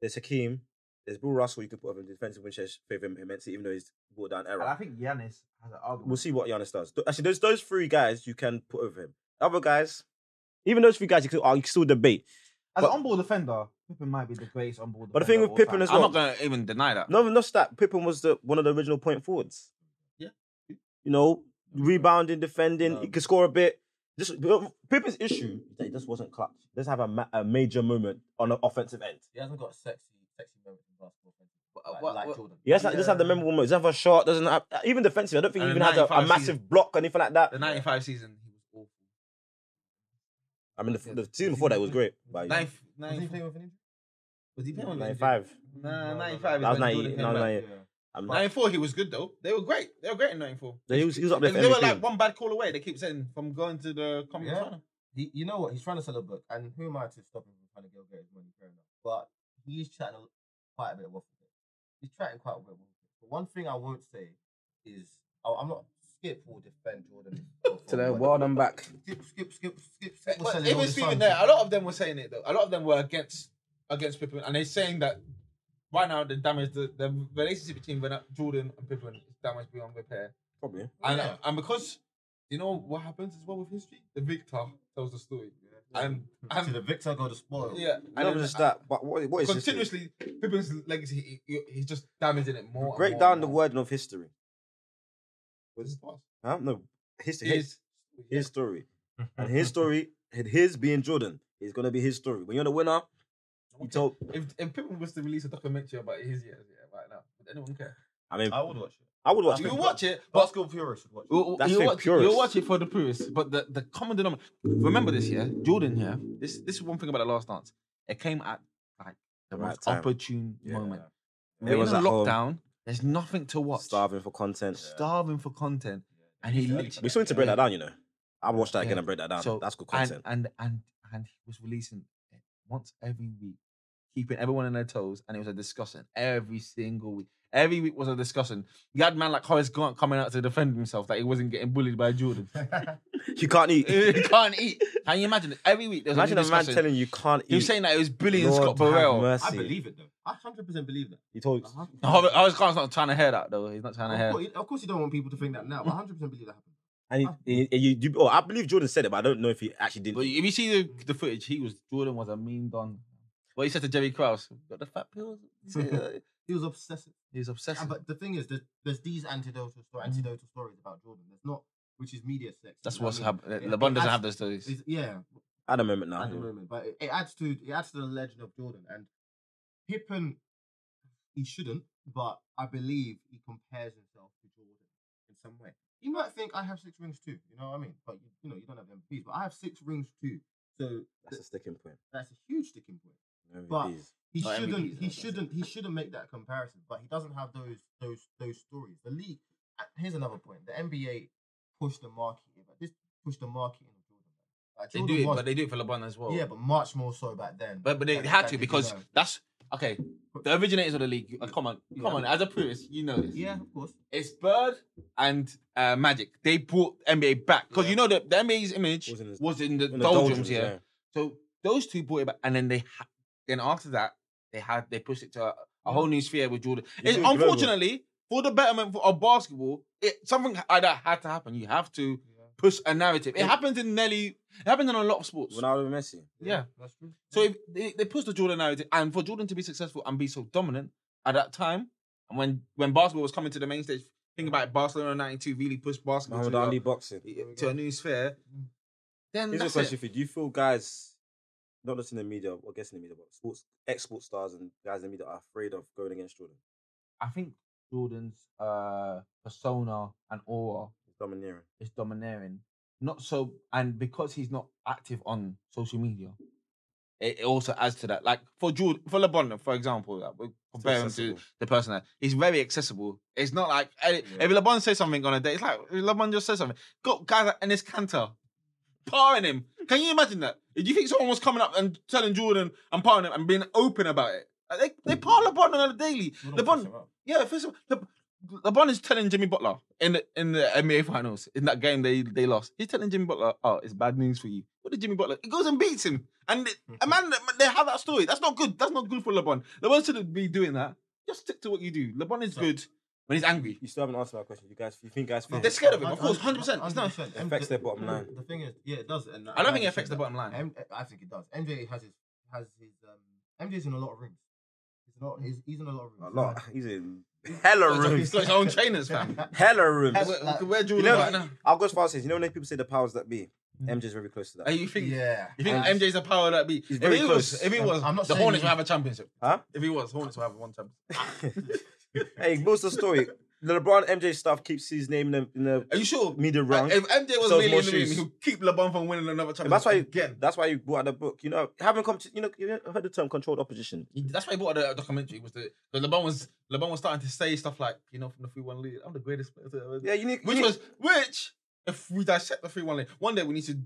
Speaker 3: There's Hakeem. There's Bill Russell you could put over him. Defensive Winchester favor him immensely, even though he's brought down error.
Speaker 2: And I think Giannis has an argument.
Speaker 3: We'll see what Giannis does. Th- Actually, those those three guys you can put over him. Other guys, even those three guys you could, uh, you could still debate.
Speaker 2: As
Speaker 3: But-
Speaker 2: an on-ball defender, Pippen might be the greatest on-ball defender.
Speaker 3: But the thing
Speaker 2: of
Speaker 3: with
Speaker 2: all
Speaker 3: Pippen
Speaker 2: time.
Speaker 3: as
Speaker 2: I'm
Speaker 3: well-
Speaker 2: not going to even deny that.
Speaker 3: No, not that Pippen was the one of the original point forwards.
Speaker 2: Yeah.
Speaker 3: you know, rebounding, defending, he
Speaker 2: Um,
Speaker 3: could score a bit. Just Pippen's issue is that he just wasn't clutch. He doesn't have a, ma- a major moment on the offensive end.
Speaker 4: He hasn't got a sexy sexy moments in basketball.
Speaker 2: uh,
Speaker 4: Like,
Speaker 2: what-
Speaker 4: like
Speaker 2: what-
Speaker 4: Jordan.
Speaker 3: He doesn't, he doesn't have the memorable moment. He doesn't have a shot. Doesn't have even defensive. I don't think he
Speaker 2: And
Speaker 3: even
Speaker 2: the
Speaker 3: has a, a
Speaker 2: 95
Speaker 3: massive
Speaker 2: season.
Speaker 3: block or anything like that.
Speaker 2: The 95 season, he was awful.
Speaker 3: I mean, the, the season before that was great. But yeah.
Speaker 2: Ninth,
Speaker 4: Was he
Speaker 2: ninth,
Speaker 4: playing with an injury?
Speaker 2: was he playing with
Speaker 3: ninety-five.
Speaker 2: Nah,
Speaker 4: No,
Speaker 2: 95
Speaker 3: That was
Speaker 2: is when
Speaker 3: 90,
Speaker 2: Jordan came
Speaker 3: no,
Speaker 2: back.
Speaker 3: 90.
Speaker 4: Yeah.
Speaker 3: I'm not-
Speaker 2: 94, he was good though. They were great. They were great in 94.
Speaker 3: He was, he was up there.
Speaker 2: They
Speaker 3: For
Speaker 2: were
Speaker 3: MVP.
Speaker 2: like one bad call away, they keep saying, from going to the conference
Speaker 4: Yeah.
Speaker 2: final.
Speaker 4: He, you know what? He's trying to sell a book, and who am I to stop him from trying to go get his money? Fair enough. But he's chatting a- quite a bit of waffle. here. He's chatting quite a bit of waffle. here. But one thing I won't say is oh, I'm not skip or defend Jordan.
Speaker 3: to the world, I'm back.
Speaker 4: Skip, skip, skip, skip.
Speaker 2: But
Speaker 4: skip was selling all
Speaker 2: even
Speaker 4: the
Speaker 2: Stephen
Speaker 4: Suns.
Speaker 2: there, a lot of them were saying it though. A lot of them were against against Pippen, and they're saying that right now the damage, the, the relationship between Ren- Jordan and Pippen is damaged beyond repair.
Speaker 3: Probably.
Speaker 2: And,
Speaker 4: Yeah.
Speaker 2: and because you know what happens as well with history, the victor tells the story. And,
Speaker 4: to
Speaker 2: and
Speaker 4: the victor go to spoil.
Speaker 2: yeah,
Speaker 3: And
Speaker 2: and
Speaker 3: not just that, but what, what is this?
Speaker 2: continuously Pippen's legacy, he, he- he's just damaging it more. and
Speaker 3: Break
Speaker 2: more
Speaker 3: down
Speaker 2: and
Speaker 3: the
Speaker 2: more.
Speaker 3: wording of history.
Speaker 2: What's his past?
Speaker 3: Huh? No, history. His,
Speaker 2: His-
Speaker 3: his story. and his story, and his being Jordan, is going to be his story. When you're the winner, you
Speaker 2: Okay.
Speaker 3: told.
Speaker 2: If if people was to release a documentary about his years, yeah, right now, would anyone care?
Speaker 3: I mean,
Speaker 4: I would watch it.
Speaker 3: I would watch
Speaker 2: You
Speaker 3: it.
Speaker 2: watch it, but
Speaker 4: Basketball purists should watch it.
Speaker 2: you
Speaker 3: That's
Speaker 2: you
Speaker 3: for
Speaker 2: watch,
Speaker 3: purists.
Speaker 2: you watch it for the purists. But the, the common denominator, remember this, yeah, Jordan, yeah. This this is one thing about the Last Dance. It came at like the
Speaker 3: Right
Speaker 2: most
Speaker 3: time.
Speaker 2: opportune
Speaker 3: Yeah.
Speaker 2: moment.
Speaker 3: It
Speaker 2: We're
Speaker 3: was
Speaker 2: in
Speaker 3: at home.
Speaker 2: lockdown. There's nothing to watch.
Speaker 3: Starving for content.
Speaker 2: Starving for content, and he literally.
Speaker 3: We still need to break that down, you know. I watched that again
Speaker 2: Yeah.
Speaker 3: and break that down. That's good content.
Speaker 2: And and and and he was releasing it once every week, keeping everyone on their toes, and it was a discussion every single week. Every week was a discussion. You had man like Horace Grant coming out to defend himself that he wasn't getting bullied by Jordan.
Speaker 3: you can't eat.
Speaker 2: he can't eat. Can you imagine? it? Every week there was
Speaker 3: Imagine
Speaker 2: a,
Speaker 3: a
Speaker 2: new
Speaker 3: man
Speaker 2: discussion.
Speaker 3: telling you can't eat.
Speaker 2: He was saying that it was Billy and
Speaker 3: Lord
Speaker 2: Scott
Speaker 3: have
Speaker 2: Burrell.
Speaker 3: mercy.
Speaker 4: I believe it though. I hundred percent believe that.
Speaker 3: He told.
Speaker 4: Of
Speaker 2: Hor- Horace Grant's not trying to hear that though. He's not trying to hear.
Speaker 4: course, of course you don't want people to think that now. but I hundred percent believe that happened.
Speaker 3: And he, he- he- you- oh, I believe Jordan said it, but I don't know if he actually did.
Speaker 2: But if you see the, the footage, he was Jordan was a mean don. What he said to Jerry Krause, got the fat pills. uh,
Speaker 4: He was obsessive.
Speaker 2: He was obsessed. Mm-hmm.
Speaker 4: Yeah, but the thing is, there's, there's these antidotal sto- antidotal stories about Jordan. There's not, which is media sex.
Speaker 2: That's
Speaker 4: you know
Speaker 2: what's
Speaker 4: what I
Speaker 2: happening.
Speaker 4: mean? It-
Speaker 2: LeBron
Speaker 4: it
Speaker 2: doesn't have
Speaker 4: adds-
Speaker 2: those stories.
Speaker 4: is- Yeah,
Speaker 3: At a moment
Speaker 2: Oh,
Speaker 3: now.
Speaker 4: at the moment, but it, it adds to it adds to the legend of Jordan and Pippen. He shouldn't, but I believe he compares himself to Jordan in some way. You might think I have six rings too. You know what I mean? But you, you know you don't have MVPs, but I have six rings too. So
Speaker 3: That's a sticking point.
Speaker 4: that's a huge sticking point.
Speaker 3: But,
Speaker 4: He
Speaker 2: Not
Speaker 4: shouldn't.
Speaker 2: MVPs, no,
Speaker 4: he
Speaker 2: that's
Speaker 4: shouldn't. He shouldn't make that comparison. But he doesn't have those those those stories. The league. uh, Here's another point. The NBA pushed the marketing. But this pushed the marketing of Jordan. Like,
Speaker 2: They
Speaker 4: Jordan
Speaker 2: do it,
Speaker 4: was-
Speaker 2: but they do it for LeBron as well.
Speaker 4: yeah, but much more so back then.
Speaker 2: but, but they
Speaker 4: Back-
Speaker 2: had
Speaker 4: back
Speaker 2: to
Speaker 4: then,
Speaker 2: because
Speaker 4: you know.
Speaker 2: that's okay. The originators of the league. uh, come on,
Speaker 4: Yeah.
Speaker 2: come on. As a purist, you know this.
Speaker 4: yeah, of course.
Speaker 2: It's Bird and uh, Magic. They brought NBA back because you know that the NBA's image
Speaker 3: Was in the-
Speaker 2: was in the, doldrums, yeah. So those two brought it back, and then they ha- then after that they had they pushed it to a, a whole new sphere with Jordan.
Speaker 3: You
Speaker 2: It-
Speaker 3: do it global.
Speaker 2: unfortunately, for the betterment of basketball, it something like that had to happen. You have to push a narrative. It happens in nearly it happens in a lot of sports.
Speaker 3: Ronaldo and Messi.
Speaker 2: yeah.
Speaker 4: that's true.
Speaker 2: So if they, they pushed the Jordan narrative, and for Jordan to be successful and be so dominant at that time, and when when basketball was coming to the main stage, think about it, Barcelona '92 really pushed basketball
Speaker 3: Muhammad
Speaker 2: to,
Speaker 3: Ali
Speaker 2: a-
Speaker 3: boxing.
Speaker 2: to a new sphere. Then
Speaker 3: Mm. Here's a
Speaker 2: that's
Speaker 3: question
Speaker 2: it.
Speaker 3: for you. Do you feel guys not just in the media, or guess in the media, but sports export stars and guys in the media are afraid of going against Jordan.
Speaker 2: I think Jordan's uh, persona and aura
Speaker 3: He's domineering.
Speaker 2: is domineering. Not so, and because he's not active on social media, it, it also adds to that. Like for Jordan, for LeBron, for example, like, we're comparing to
Speaker 3: accessible.
Speaker 2: the person, that- he's very accessible. It's not like eh, if LeBron says something on a day, it's like if LeBron just says something. Got guys like Ennis Cantor parring him. Can you imagine that? Do you think someone was coming up and telling Jordan and parring him and being open about it? Like, they they par LeBron on a daily. LeBron, yeah, first of all, Le- LeBron is telling Jimmy Butler in the in the NBA Finals in that game they they lost. He's telling Jimmy Butler, "Oh, it's bad news for you." What did Jimmy Butler? He goes and beats him, and it- a man they have that story. That's not good. That's not good for LeBron. LeBron shouldn't be doing that. Just stick to what you do. LeBron is good when he's angry.
Speaker 3: You still haven't answered my question. You guys, you think guys feel
Speaker 2: They're scared of him, of course, 100%. It's not.
Speaker 3: it affects their bottom line?
Speaker 4: The thing is, yeah, it does. And
Speaker 2: I don't think it affects the bottom line.
Speaker 4: M- I think it does. MJ has his has his um, MJ's in a lot of rooms. He's not. He's, he's in a lot of
Speaker 3: Mm. a
Speaker 4: rooms.
Speaker 3: lot? He's in hella
Speaker 2: He's
Speaker 3: rooms.
Speaker 2: got his own trainers, fam.
Speaker 3: Hella rooms.
Speaker 2: Where- Where
Speaker 3: You
Speaker 2: Jordan
Speaker 3: know,
Speaker 2: right now?
Speaker 3: I'll go as far as this. You know when people say the powers that be, MJ's very close to that.
Speaker 2: Are you think?
Speaker 4: Yeah.
Speaker 2: You think
Speaker 4: And-
Speaker 2: MJ's a power that be? If
Speaker 3: very
Speaker 2: he
Speaker 3: close.
Speaker 2: was, if he
Speaker 4: I'm-
Speaker 2: was,
Speaker 4: I'm not
Speaker 2: the
Speaker 4: saying
Speaker 2: Hornets
Speaker 4: he-
Speaker 2: would have a championship.
Speaker 3: Huh?
Speaker 2: If he was, Hornets would have one championship.
Speaker 3: hey, what's the story? The LeBron MJ stuff keeps his name in the, in the
Speaker 2: Are you sure?
Speaker 3: media round.
Speaker 2: Uh, If MJ was
Speaker 3: Sells
Speaker 2: really
Speaker 3: more
Speaker 2: in the room,
Speaker 3: shoes.
Speaker 2: he'll keep LeBron from winning another
Speaker 3: And
Speaker 2: championship.
Speaker 3: that's why you,
Speaker 2: again.
Speaker 3: that's why you brought out the book. You know, having come to you know, you heard the term controlled opposition.
Speaker 2: He- That's why he bought the documentary. Was the because LeBron was LeBron was starting to say stuff like, you know, from the three one lead, I'm the greatest player to ever.
Speaker 3: Yeah, you need.
Speaker 2: Which
Speaker 3: you need-
Speaker 2: was which, if we dissect the three one lead, one day we need to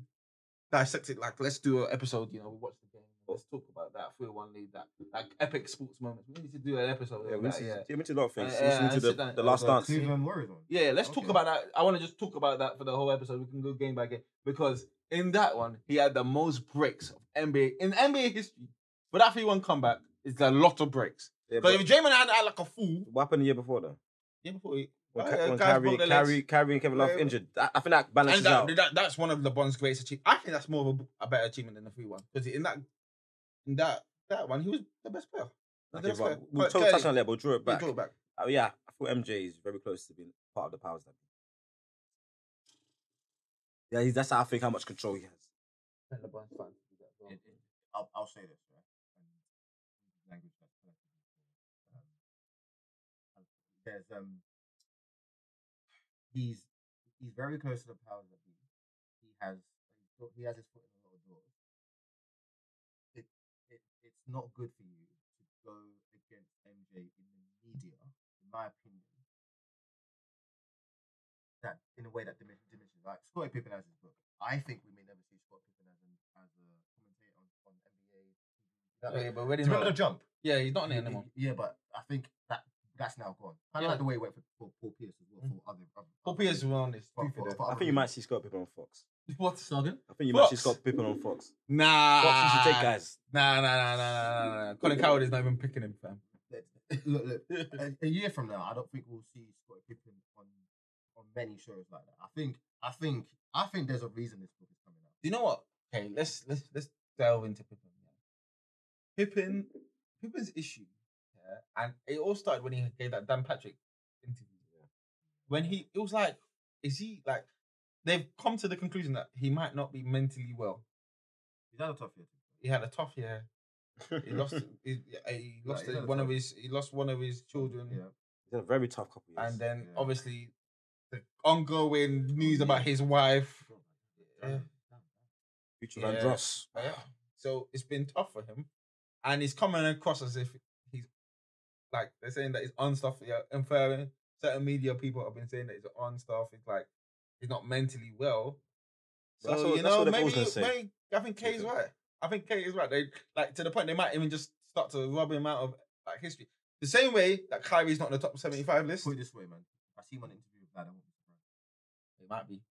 Speaker 2: dissect it. Like, let's do an episode. You know, we watch the game. Let's talk about that three one lead, that like epic sports moments. We need to do an episode.
Speaker 3: yeah,
Speaker 2: of
Speaker 3: we need
Speaker 2: that,
Speaker 3: to,
Speaker 2: yeah.
Speaker 3: yeah, we need to do a lot of things.
Speaker 2: Uh,
Speaker 3: We need to
Speaker 2: yeah,
Speaker 3: do
Speaker 2: sit
Speaker 3: the,
Speaker 2: down-
Speaker 3: the last
Speaker 2: uh,
Speaker 3: dance.
Speaker 4: Cleveland Warriors one.
Speaker 2: Yeah, let's talk
Speaker 4: Okay.
Speaker 2: about that. I want to just talk about that for the whole episode. We can go game by game because in that one he had the most breaks of NBA in NBA history. But that three-one comeback is a lot of breaks.
Speaker 3: Yeah,
Speaker 2: But
Speaker 3: but
Speaker 2: if Draymond had had like a fool,
Speaker 3: what happened the year before though?
Speaker 2: yeah, before he,
Speaker 3: When,
Speaker 2: Oh,
Speaker 3: Ka-
Speaker 2: yeah,
Speaker 3: when
Speaker 2: guys
Speaker 3: Kyrie,
Speaker 2: broke their
Speaker 3: Kyrie,
Speaker 2: legs.
Speaker 3: Kyrie and Kevin Love
Speaker 2: Yeah, yeah.
Speaker 3: injured. I, I think that
Speaker 2: and
Speaker 3: balances
Speaker 2: that,
Speaker 3: out.
Speaker 2: that- that's one of LeBron's greatest achievements. I think that's more of a, a better achievement than the three-one because in that in that that one he was the best player. The
Speaker 3: Okay,
Speaker 2: best
Speaker 3: but
Speaker 2: player.
Speaker 3: we'll
Speaker 2: But
Speaker 3: touch
Speaker 2: Curry,
Speaker 3: touch on that, but we'll draw it
Speaker 2: yeah,
Speaker 3: back.
Speaker 2: draw it back.
Speaker 3: Oh yeah, I thought MJ is very close to being part of the powers that be. Yeah, he's, that's how I think how much control he has.
Speaker 4: it, it, I'll, I'll say this, right? And language that um, there's um he's he's very close to the powers that be. He has he's got- he has his foot in a lot of doors. It, it it's not good for you to go against MJ in the media, in my opinion. That in a way that diminishes, diminishes. Like Scottie Pippen has his book. I think we may never see Scottie Pippen as an as a commentator on, on NBA. That
Speaker 2: Yeah,
Speaker 4: way.
Speaker 2: but we didn't know
Speaker 4: Do you remember
Speaker 2: that.
Speaker 4: the jump?
Speaker 2: yeah, he's not in
Speaker 4: Yeah,
Speaker 2: it anymore.
Speaker 4: Yeah, but I think that that's now gone. I
Speaker 2: Yeah. Mm.
Speaker 4: like the way it went for Paul, Paul Pierce as well. For other, other,
Speaker 2: Paul Pierce was on this.
Speaker 4: For, for,
Speaker 3: I
Speaker 4: for other
Speaker 3: think you might
Speaker 4: reasons.
Speaker 3: see Scott Pippen on Fox.
Speaker 2: What slogan?
Speaker 3: I think you might see
Speaker 2: Fox? Ah.
Speaker 3: Scott Pippen on Fox.
Speaker 2: Nah.
Speaker 3: Fox, you should take guys.
Speaker 2: Nah, nah, nah, nah, nah, nah, nah. Colin Coward is not even picking him, fam.
Speaker 4: Look, look, a, a year from now, I don't think we'll see Scottie Pippen on on many shows like that. I think, I think, I think there's a reason this book is coming out.
Speaker 2: You know what? Okay, let's let's let's delve into Pippin. Pippin,
Speaker 4: Mm-hmm.
Speaker 2: Pippin's issue, yeah, and it all started when he gave that Dan Patrick interview. When he, it was like, is he like? They've come to the conclusion that he might not be mentally well.
Speaker 4: He's had a tough year.
Speaker 2: He had a tough year. He lost. he, he lost
Speaker 4: he's had a
Speaker 2: one of
Speaker 4: tough-
Speaker 2: his. He lost one of his children.
Speaker 4: Yeah,
Speaker 3: He's had a very tough couple years.
Speaker 2: and then
Speaker 4: Yeah.
Speaker 2: obviously the ongoing news about his wife.
Speaker 4: Oh
Speaker 2: Yeah.
Speaker 3: Future
Speaker 2: Yeah.
Speaker 3: Vandross.
Speaker 2: So it's been tough for him, and he's coming across as if he's like they're saying that he's on stuff. Yeah, inferring certain media people have been saying that he's on stuff. It's like he's not mentally well. So
Speaker 3: That's what-
Speaker 2: you
Speaker 3: that's
Speaker 2: know,
Speaker 3: what they've
Speaker 2: maybe,
Speaker 3: always been saying.
Speaker 2: maybe I think Kay is right. I think Kay is right. They like to the point they might even just start to rub him out of like history. The same way that Kyrie's not on the top seventy-five list.
Speaker 4: Put it this way, man. I see him on an interview with Vlad. I won't be surprised.
Speaker 2: It might be.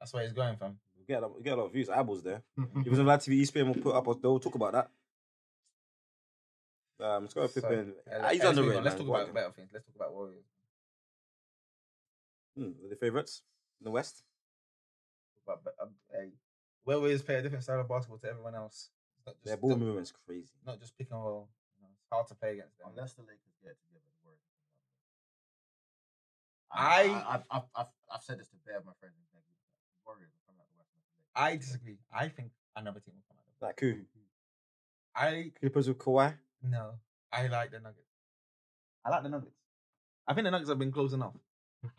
Speaker 2: That's where he's going from.
Speaker 3: We get, a lot, we get a lot of views, eyeballs there.
Speaker 4: Mhm.
Speaker 3: If it was on Vlad TV, ESPN will put up, they'll talk about that. Um, Scott Pippen,
Speaker 2: Yeah,
Speaker 3: uh,
Speaker 2: let's
Speaker 3: he's
Speaker 2: move
Speaker 3: underrated.
Speaker 2: on. Let's
Speaker 3: man.
Speaker 2: talk
Speaker 3: What-
Speaker 2: about better things. Let's talk about Warriors.
Speaker 3: Hmm, the favourites in the West.
Speaker 2: But, but um, hey, Warriors play a different style of basketball to everyone else. It's not just,
Speaker 3: Their ball
Speaker 2: not,
Speaker 3: movement's crazy.
Speaker 2: not just pick and roll. You know, it's hard to play against them.
Speaker 3: Oh,
Speaker 4: Unless the Lakers get it together, the Warriors.
Speaker 2: I-
Speaker 4: I, I, I've, I've, I've said this to bear of my friends. The Warriors are coming out the West.
Speaker 2: I disagree. I think another team will come out.
Speaker 3: Like who?
Speaker 2: I
Speaker 3: Clippers with Kawhi.
Speaker 2: no. I like the Nuggets. I like the Nuggets. I think the Nuggets have been close enough.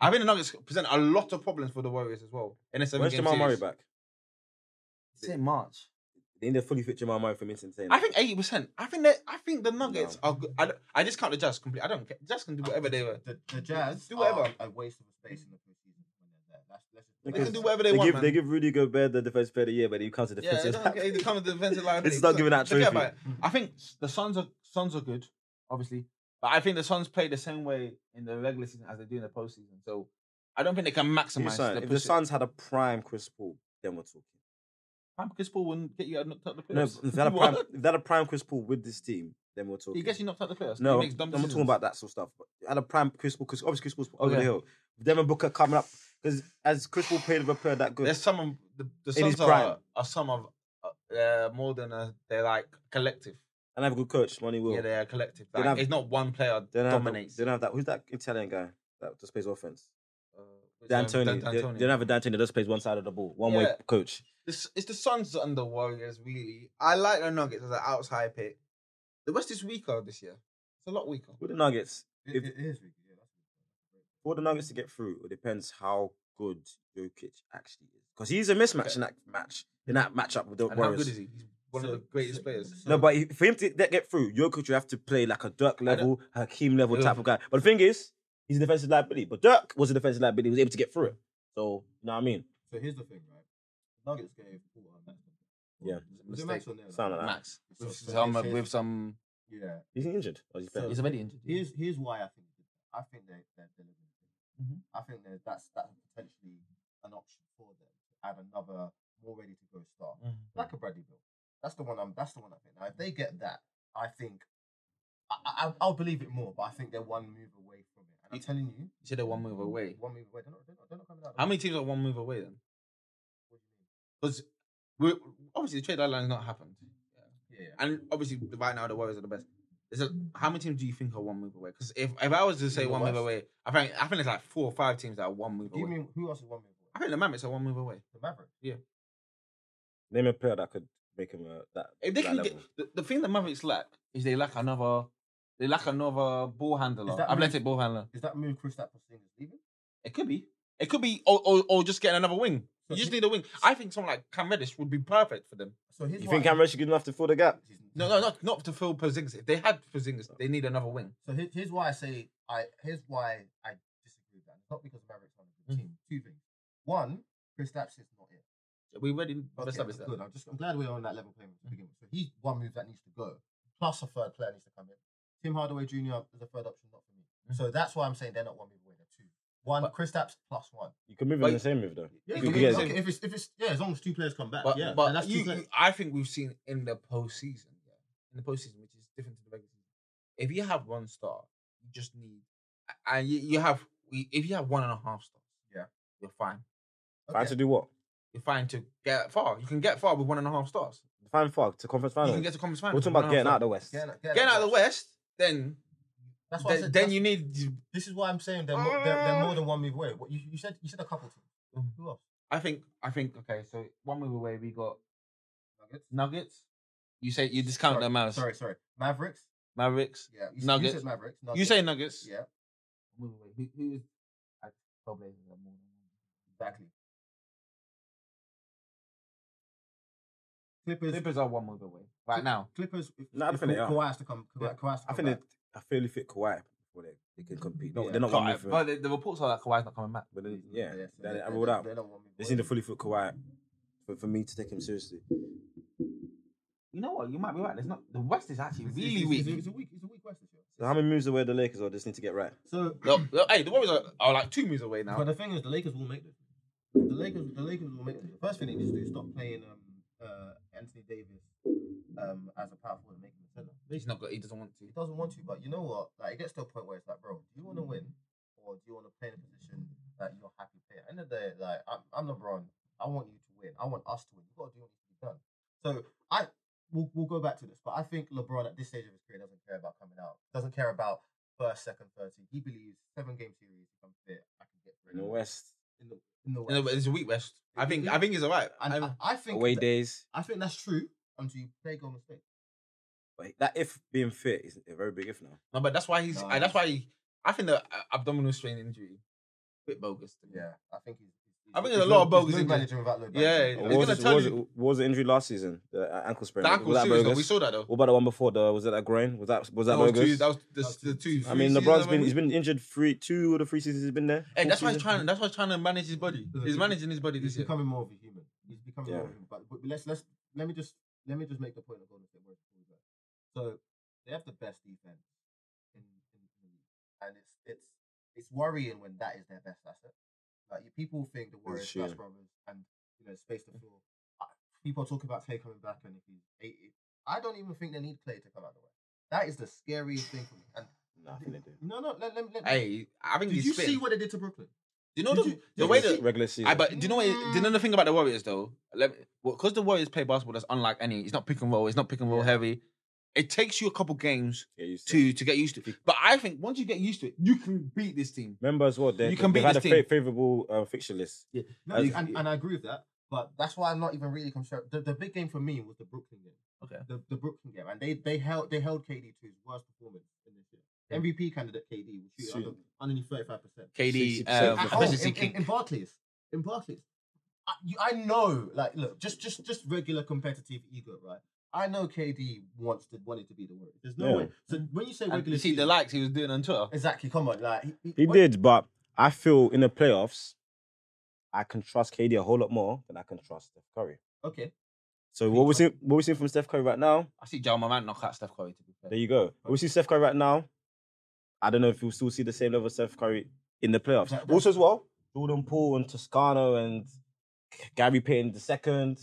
Speaker 2: I think the Nuggets present a lot of problems for the Warriors as well. In a seven
Speaker 3: Where's
Speaker 2: game
Speaker 3: Jamal Murray
Speaker 2: series.
Speaker 3: back?
Speaker 8: It's in March.
Speaker 3: They need to fully fit Jamal Murray for me to entertain.
Speaker 2: I think eighty percent. I think that I think the Nuggets are good. I, don't- I just can't the Jazz completely. I don't care. Jazz can do whatever they were.
Speaker 4: The, the Jazz
Speaker 2: Do whatever.
Speaker 4: are a waste of space in the preseason when they're there. That's, that's just,
Speaker 2: They can do whatever
Speaker 3: They,
Speaker 2: they, want.
Speaker 3: give
Speaker 2: man.
Speaker 3: they give Rudy Gobert the defensive player of the year, but he comes to
Speaker 2: Yeah,
Speaker 3: defensive.
Speaker 2: it doesn't- it becomes a defensive liability.
Speaker 3: It's not giving out
Speaker 2: Forget
Speaker 3: trophy.
Speaker 2: about it. I think the Suns are Suns are good, obviously, but I think the Suns play the same way in the regular season as they do in the postseason. So I don't think they can
Speaker 3: Here's
Speaker 2: maximize
Speaker 3: something.
Speaker 2: the
Speaker 3: if the
Speaker 2: push-
Speaker 3: Suns had a prime Chris Paul, then we're talking.
Speaker 2: Prime Chris Paul wouldn't get you knocked out the
Speaker 3: No,
Speaker 2: playoffs.
Speaker 3: if they had a
Speaker 2: What?
Speaker 3: prime, if they had a prime Chris Paul with this team, then we're talking.
Speaker 2: He gets you knocked out the playoffs. he
Speaker 3: No, I'm,
Speaker 2: makes dumb
Speaker 3: I'm not talking
Speaker 2: decisions.
Speaker 3: about that sort of stuff. But at a prime Chris Paul, because obviously Chris Paul's over
Speaker 2: Okay.
Speaker 3: the hill. Devin Booker coming up because as Chris Paul played with a player that good.
Speaker 2: There's some of the, the
Speaker 3: In his
Speaker 2: Suns are,
Speaker 3: prime.
Speaker 2: are some of uh, more than a, they're like collective.
Speaker 3: and have a good coach, money will.
Speaker 2: Yeah, they're a collective.
Speaker 3: They don't
Speaker 2: Like,
Speaker 3: have-
Speaker 2: it's not one player
Speaker 3: they don't have the-
Speaker 2: dominates.
Speaker 3: they don't have that. Who's that Italian guy that just plays offense?
Speaker 2: Uh, which, um, Dan-
Speaker 3: D'Antoni. They,
Speaker 2: D'Antoni.
Speaker 3: they don't have a D'Antoni that just plays one side of the ball, one way
Speaker 2: Yeah.
Speaker 3: coach.
Speaker 2: This it's the Suns and the Warriors, really. I like the Nuggets as an outside pick. The West is weaker this year. It's a lot weaker.
Speaker 3: With the Nuggets,
Speaker 4: it,
Speaker 3: If-
Speaker 4: it is really yeah, that's
Speaker 3: for the Nuggets to get through, it depends how good Jokic actually is because he's a mismatch in that match in that matchup with the
Speaker 2: And how
Speaker 3: Warriors.
Speaker 2: good is he? He's one of the greatest players.
Speaker 3: No, but he- for him to get get through, Jokic would have to play like a Dirk level, Hakeem level
Speaker 2: Ugh.
Speaker 3: type of guy. But the thing is, he's a defensive liability. But Dirk was a defensive liability. He was able to get through it. So, you know what I mean?
Speaker 4: So here's the thing, right? The Nuggets gave Paul a max.
Speaker 3: Yeah.
Speaker 4: Was it max or no?
Speaker 3: Sound like that. Mm-hmm.
Speaker 8: Max.
Speaker 4: So-
Speaker 8: With
Speaker 4: so
Speaker 8: some,
Speaker 4: this is-
Speaker 8: with some,
Speaker 4: Yeah.
Speaker 3: He's injured. Or he's
Speaker 4: So-
Speaker 3: playing.
Speaker 8: he's already injured.
Speaker 4: Here's here's why I think that- I think they they're delivering.
Speaker 8: Mhm.
Speaker 4: I think that that's that's potentially an option for them to add another more ready to go star
Speaker 2: Mm.
Speaker 4: like a Bradley Bill. That's the one I'm. That's the one I think. Now if they get that, I think I, I I'll believe it more. But I think they're one move away from it. And I'm telling you,
Speaker 2: You said they're one move away.
Speaker 4: one move away. They're not. They're not, they're not coming out.
Speaker 2: How many teams are one move away then?
Speaker 4: What
Speaker 2: Because we obviously the trade deadline's not happened,
Speaker 4: do you mean? Yeah.
Speaker 2: and obviously right now the Warriors are the best. Is it, how many teams do you think are one move away? Because if, if I was to say
Speaker 4: the
Speaker 2: one move
Speaker 4: West?
Speaker 2: away, I think I think it's like four or five teams that are one move
Speaker 4: Do you
Speaker 2: away.
Speaker 4: mean who else is one move away?
Speaker 2: I think the Mavericks are one move away.
Speaker 4: The Mavericks.
Speaker 3: Name a player that could make him uh, that.
Speaker 2: If they
Speaker 3: that
Speaker 2: can
Speaker 3: level.
Speaker 2: get the, the thing the Mavericks lack is they lack another they lack another ball handler,
Speaker 4: Is that
Speaker 2: athletic ball handler.
Speaker 4: Is that move Chris Stapleton is leaving?
Speaker 2: It could be, it could be, or or, or just getting another wing. You
Speaker 4: So
Speaker 2: just
Speaker 4: he-
Speaker 2: need a wing. I think someone like Cam Reddish would be perfect for them.
Speaker 4: So here's
Speaker 3: you
Speaker 4: why
Speaker 3: think
Speaker 4: I-
Speaker 3: Cam Reddish is good enough to fill the gap?
Speaker 4: He's-
Speaker 2: No, no, not not to fill Porzingis. If they had Porzingis, they need another wing.
Speaker 4: So here, here's why I say I. Here's why I disagree with that. Not because Mavericks aren't a good
Speaker 2: Mm-hmm.
Speaker 4: team. Two things. One, Chris Stapleton is not it.
Speaker 2: We already
Speaker 4: Okay,
Speaker 2: established
Speaker 4: that's
Speaker 2: that.
Speaker 4: good. I'm just I'm glad we're on that level playing
Speaker 2: Mm-hmm.
Speaker 4: to begin with. So he's one move that needs to go. Plus a third player needs to come in. Tim Hardaway Jr. is a third option, not for me.
Speaker 2: Mm-hmm.
Speaker 4: So that's why I'm saying they're not one move away. They're two. One, Chris Stapps plus one.
Speaker 3: You can move him
Speaker 2: But-
Speaker 3: in the same move though. You
Speaker 4: Yeah,
Speaker 2: can move
Speaker 3: could get
Speaker 2: him.
Speaker 3: him.
Speaker 4: okay, if it's if it's yeah, as long as two players come back.
Speaker 2: But
Speaker 4: yeah,
Speaker 2: but
Speaker 4: and that's two
Speaker 2: you,
Speaker 4: players.
Speaker 2: I think we've seen in the postseason, yeah, in the postseason, which is different to the regular season. If you have one star, you just need, and you, you have if you have one and a half stars,
Speaker 4: Yeah.
Speaker 2: you're fine.
Speaker 3: Find to do what?
Speaker 2: You're fine to get far. You can get far with one and a half stars.
Speaker 3: Find far to conference
Speaker 2: You
Speaker 3: finals.
Speaker 2: can get to conference
Speaker 3: We're
Speaker 2: finals.
Speaker 3: talking
Speaker 2: with
Speaker 3: about
Speaker 2: one and
Speaker 3: getting
Speaker 2: a
Speaker 3: out
Speaker 2: half
Speaker 3: of the West.
Speaker 4: Getting out-
Speaker 2: stars.
Speaker 4: getting
Speaker 2: getting out of the West. Then
Speaker 4: That's why I
Speaker 2: then,
Speaker 4: said.
Speaker 2: then
Speaker 4: that's-
Speaker 2: you need.
Speaker 4: This is why I'm saying they're more, they're, they're more than one move away. What you, you said? You said a couple teams. Who else?
Speaker 2: I think I think okay. So one move away, we got
Speaker 4: Nuggets.
Speaker 2: Nuggets. You say you discount
Speaker 4: sorry,
Speaker 2: them out.
Speaker 4: Sorry, sorry. Mavericks.
Speaker 2: Mavericks.
Speaker 4: Yeah. You, said-
Speaker 2: Nuggets.
Speaker 4: You said Mavericks. Nuggets.
Speaker 2: You say Nuggets.
Speaker 4: Yeah.
Speaker 2: Move away. Who, who is? I probably have more than one.
Speaker 4: Exactly. Clippers.
Speaker 2: Clippers are one move away right now.
Speaker 4: Clippers. If,
Speaker 3: Nah, I
Speaker 4: if
Speaker 3: think they
Speaker 4: Ka-
Speaker 3: are.
Speaker 4: Kawhi has to come. Kawhi,
Speaker 3: Yeah.
Speaker 4: Kawhi has to
Speaker 3: I
Speaker 4: come
Speaker 3: think
Speaker 4: back.
Speaker 3: they, I fairly fit Kawhi before they, they can compete. No,
Speaker 4: Yeah.
Speaker 3: they're not one
Speaker 2: But,
Speaker 3: move. for him.
Speaker 2: but Mm, the, the reports are that Kawhi's not coming back.
Speaker 3: But then, yeah,
Speaker 4: so
Speaker 3: that,
Speaker 4: they-
Speaker 3: I
Speaker 4: they-
Speaker 3: ruled out.
Speaker 4: they don't want me
Speaker 3: They seem to
Speaker 4: worried.
Speaker 3: fully foot Kawhi for, for me to take him seriously.
Speaker 2: You know what? You might be right. There's not. The West is actually
Speaker 4: It's-
Speaker 2: really
Speaker 4: it's-
Speaker 2: weak.
Speaker 4: It's, it's a weak. It's a weak West this year.
Speaker 3: So how many moves away the Lakers or just need to get right?
Speaker 4: So,
Speaker 2: No, no, hey, the Warriors are, are like two moves away now.
Speaker 4: but the thing is, the Lakers will make this. The Lakers. The Lakers will make this. The first thing they need to do is stop playing um uh Anthony Davis um as a power forward and make him a center.
Speaker 2: He's not. Got, he doesn't want to.
Speaker 4: He doesn't want to, but you know what? Like it gets to a point where it's like, bro, do you want to win, or do you want to play in a position that you're happy playing? At the end of the day, like I'm, I'm LeBron. I want you to win. I want us to win. You got to do what needs to be done. So I, we'll, we'll go back to this, but I think LeBron at this stage of his career doesn't care about coming out. Doesn't care about first, second, third. team. He believes seven game series. If I'm fit, I can get
Speaker 3: In
Speaker 4: through.
Speaker 3: the West,
Speaker 4: In the, in the
Speaker 2: No,
Speaker 4: West.
Speaker 2: but it's a weak West. I think. I think he's alright.
Speaker 4: And I, I think
Speaker 3: away
Speaker 4: that-
Speaker 3: days.
Speaker 4: I think that's true until you play Golden State.
Speaker 9: But that if being fit is a very big if now.
Speaker 2: No, but that's why he's.
Speaker 4: No,
Speaker 2: I that's why he, I think the uh, abdominal strain injury, bit bogus. To me.
Speaker 4: Yeah, I think he's.
Speaker 2: I think there's a lot of bogus
Speaker 4: No
Speaker 2: injuries.
Speaker 4: manager without load
Speaker 2: Yeah,
Speaker 4: management.
Speaker 9: What
Speaker 2: They're
Speaker 9: was,
Speaker 2: gonna
Speaker 9: it-
Speaker 2: tell
Speaker 9: what was
Speaker 2: you-
Speaker 9: it- what was the injury last season? The uh, ankle sprain.
Speaker 2: The
Speaker 9: Was
Speaker 2: ankle
Speaker 9: that
Speaker 2: serious, though.
Speaker 9: bogus?
Speaker 2: We saw that though.
Speaker 9: What about the one before? The, was it that groin? Was that was that,
Speaker 2: That was,
Speaker 9: bogus?
Speaker 2: two, that was the, the two.
Speaker 9: I
Speaker 2: three
Speaker 9: mean,
Speaker 2: seasons
Speaker 9: LeBron's
Speaker 2: that
Speaker 9: been
Speaker 2: we-
Speaker 9: he's been injured three, two of the three seasons he's been there.
Speaker 2: Hey,
Speaker 9: Four
Speaker 2: that's why he's
Speaker 9: seasons.
Speaker 2: trying. That's why he's trying to manage his body. He's managing his body
Speaker 4: He's
Speaker 2: this year.
Speaker 4: becoming more of a human. He's becoming
Speaker 9: Yeah.
Speaker 4: more of a human. But, but let's let's let me just let me just make the point of Golden State Warriors. before we go. So they have the best defense in, in the league, and it's it's it's worrying when that is their best asset. Like you- people think the Warriors
Speaker 9: shooting.
Speaker 4: Smash Brothers and you know space
Speaker 9: Mm.
Speaker 4: the floor. Uh, People are talking about Clay coming back and if he's 80. I don't even think they need Clay to come out of the way. That is the scariest thing for me. And
Speaker 9: Nah, I think they do.
Speaker 4: no, no, let, let, let,
Speaker 2: Hey, I think
Speaker 4: did
Speaker 2: he's
Speaker 4: you
Speaker 2: fit.
Speaker 4: see what they did to Brooklyn?
Speaker 2: Do you know
Speaker 4: did
Speaker 2: the,
Speaker 4: you-
Speaker 2: the
Speaker 4: did
Speaker 2: way
Speaker 4: you
Speaker 2: that?
Speaker 4: see-
Speaker 9: regular season.
Speaker 2: I but do you know what? Do you know the thing about the Warriors though? Let because the Warriors play basketball that's unlike any. It's not pick and roll. It's not pick and roll heavy. It takes you a couple games
Speaker 9: Yeah, you said.
Speaker 2: to to get used to. it. But I think once you get used to it, you can beat this team.
Speaker 9: Remember as well, they,
Speaker 2: You can
Speaker 9: they
Speaker 2: beat
Speaker 9: had a
Speaker 2: this
Speaker 9: fa-
Speaker 2: team.
Speaker 9: favorable uh, fixture list.
Speaker 4: No,
Speaker 9: As-
Speaker 4: and, and I agree with that. But that's why I'm not even really concerned. The, the big game for me was the Brooklyn game.
Speaker 2: Okay.
Speaker 4: The, the Brooklyn game, and they they held they held KD to his worst performance in this year. MVP candidate KD was shooting
Speaker 9: Shoot.
Speaker 4: under, underneath thirty five percent.
Speaker 9: 60% of
Speaker 2: KD, uh,
Speaker 9: the
Speaker 4: At
Speaker 9: Oh,
Speaker 4: home,
Speaker 2: efficiency
Speaker 4: in,
Speaker 2: king.
Speaker 4: in, in Barclays, in Barclays, I, you, I know. Like, look, just just just regular competitive ego, right? I know KD wants to wanted to be the Warriors. There's no
Speaker 9: Yeah.
Speaker 4: way. So when you say
Speaker 2: And
Speaker 4: regular,
Speaker 2: you see the
Speaker 4: season-
Speaker 2: likes he was doing on Twitter.
Speaker 4: Exactly. Come on, like
Speaker 3: He
Speaker 4: when-
Speaker 3: did, but I feel in the playoffs, I can trust KD a whole lot more than I can trust Steph Curry.
Speaker 4: Okay.
Speaker 3: So what we see, what we see from Steph Curry right now,
Speaker 2: I see Jamal Morant knock out Steph Curry. To be
Speaker 3: there
Speaker 2: fair,
Speaker 3: you go. What we see Steph Curry right now. I don't know if we'll still see the same level of Steph Curry in the playoffs.
Speaker 4: That-
Speaker 3: also as well, Jordan Poole and Toscano and Gary Payton the second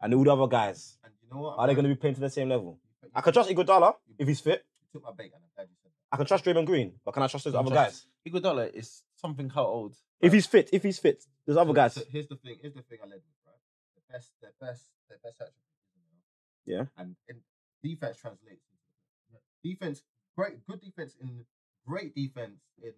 Speaker 3: and all the other guys.
Speaker 4: And you know what?
Speaker 3: Are they going to be playing to the same level? I can trust Iguodala if he's fit.
Speaker 4: took my bait, and I'm glad you said that.
Speaker 3: I can trust Draymond Green, but can I trust those other
Speaker 2: trust-
Speaker 3: guys?
Speaker 2: Iguodala is something how old?
Speaker 3: If he's fit, if he's fit, there's other
Speaker 4: So-
Speaker 3: guys.
Speaker 4: so here's the thing. Here's the thing. I led with right. The best. The best. The best attributes. you know.
Speaker 3: Yeah.
Speaker 4: And, and defense translates. into Defense. Great. Good defense in great defense in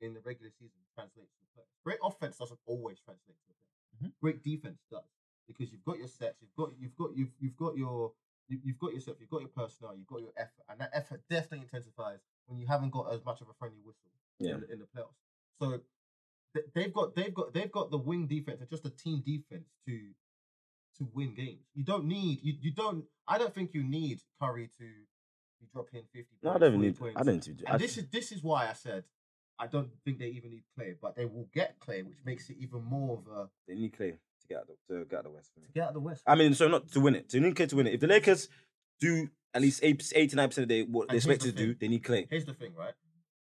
Speaker 4: in the regular season translates to play. Great offense doesn't always translate to play.
Speaker 3: Mm-hmm.
Speaker 4: Great defense does because you've got your sets. You've got you've got you've you've got your you- you've got yourself, you've got your personnel, you've got your effort, and that effort definitely intensifies when you haven't got as much of a friendly whistle
Speaker 3: Yeah.
Speaker 4: in, the- in the playoffs. So th- they've got they've got they've got the wing defense and just the team defense to to win games. You don't need you, you don't I don't think you need Curry to be dropping fifty.
Speaker 3: No, I
Speaker 4: points,
Speaker 3: don't even
Speaker 4: 40
Speaker 3: need.
Speaker 4: Points.
Speaker 3: I don't need to.
Speaker 4: And
Speaker 3: I,
Speaker 4: this is this is why I said I don't think they even need Clay, but they will get Clay, which makes it even more of a
Speaker 3: they need Clay to get out of the, to get out of the West. for me.
Speaker 4: get out of the West.
Speaker 3: I mean, so not to win it. So you need Clay to win it. If the Lakers do at least 89 percent of they, what they
Speaker 4: And here's
Speaker 3: expect to
Speaker 4: the
Speaker 3: do,
Speaker 4: thing.
Speaker 3: they need Clay.
Speaker 4: Here's the thing, right?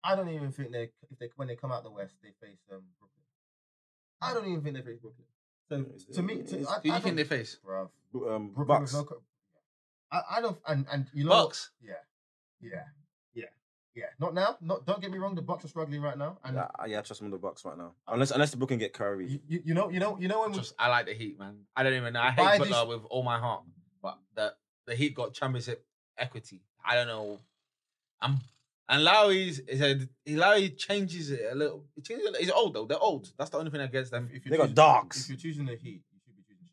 Speaker 4: I don't even think they if they when they come out the West they face um Brooklyn. I don't even think they face Brooklyn. So to me, to, I,
Speaker 2: Who do
Speaker 4: I
Speaker 2: you think they
Speaker 4: don't-
Speaker 2: face?
Speaker 4: Bruv,
Speaker 3: Um,
Speaker 4: Brooklyn with
Speaker 3: Bucks.
Speaker 4: no co- I, I don't and and you know what?
Speaker 2: Bucks.
Speaker 4: Yeah, yeah, yeah, yeah. Not now. Not don't get me wrong. The Bucks are struggling right now, and
Speaker 3: Yeah, I- yeah, I trust them on the Bucks right now. Unless unless the Brooklyn get Curry.
Speaker 4: you, you, you know you know you know when we,
Speaker 2: Just, I like the Heat, man. I don't even know. I
Speaker 4: Why
Speaker 2: hate Butler with all my heart, but the the Heat got championship equity. I don't know. I'm and Lowry's is a Lowry changes it a little. He changes it, he's old though. They're old. That's the only thing against them.
Speaker 4: if you're
Speaker 3: They got
Speaker 4: choosing- If
Speaker 3: dogs.
Speaker 4: you're choosing the Heat, you should be choosing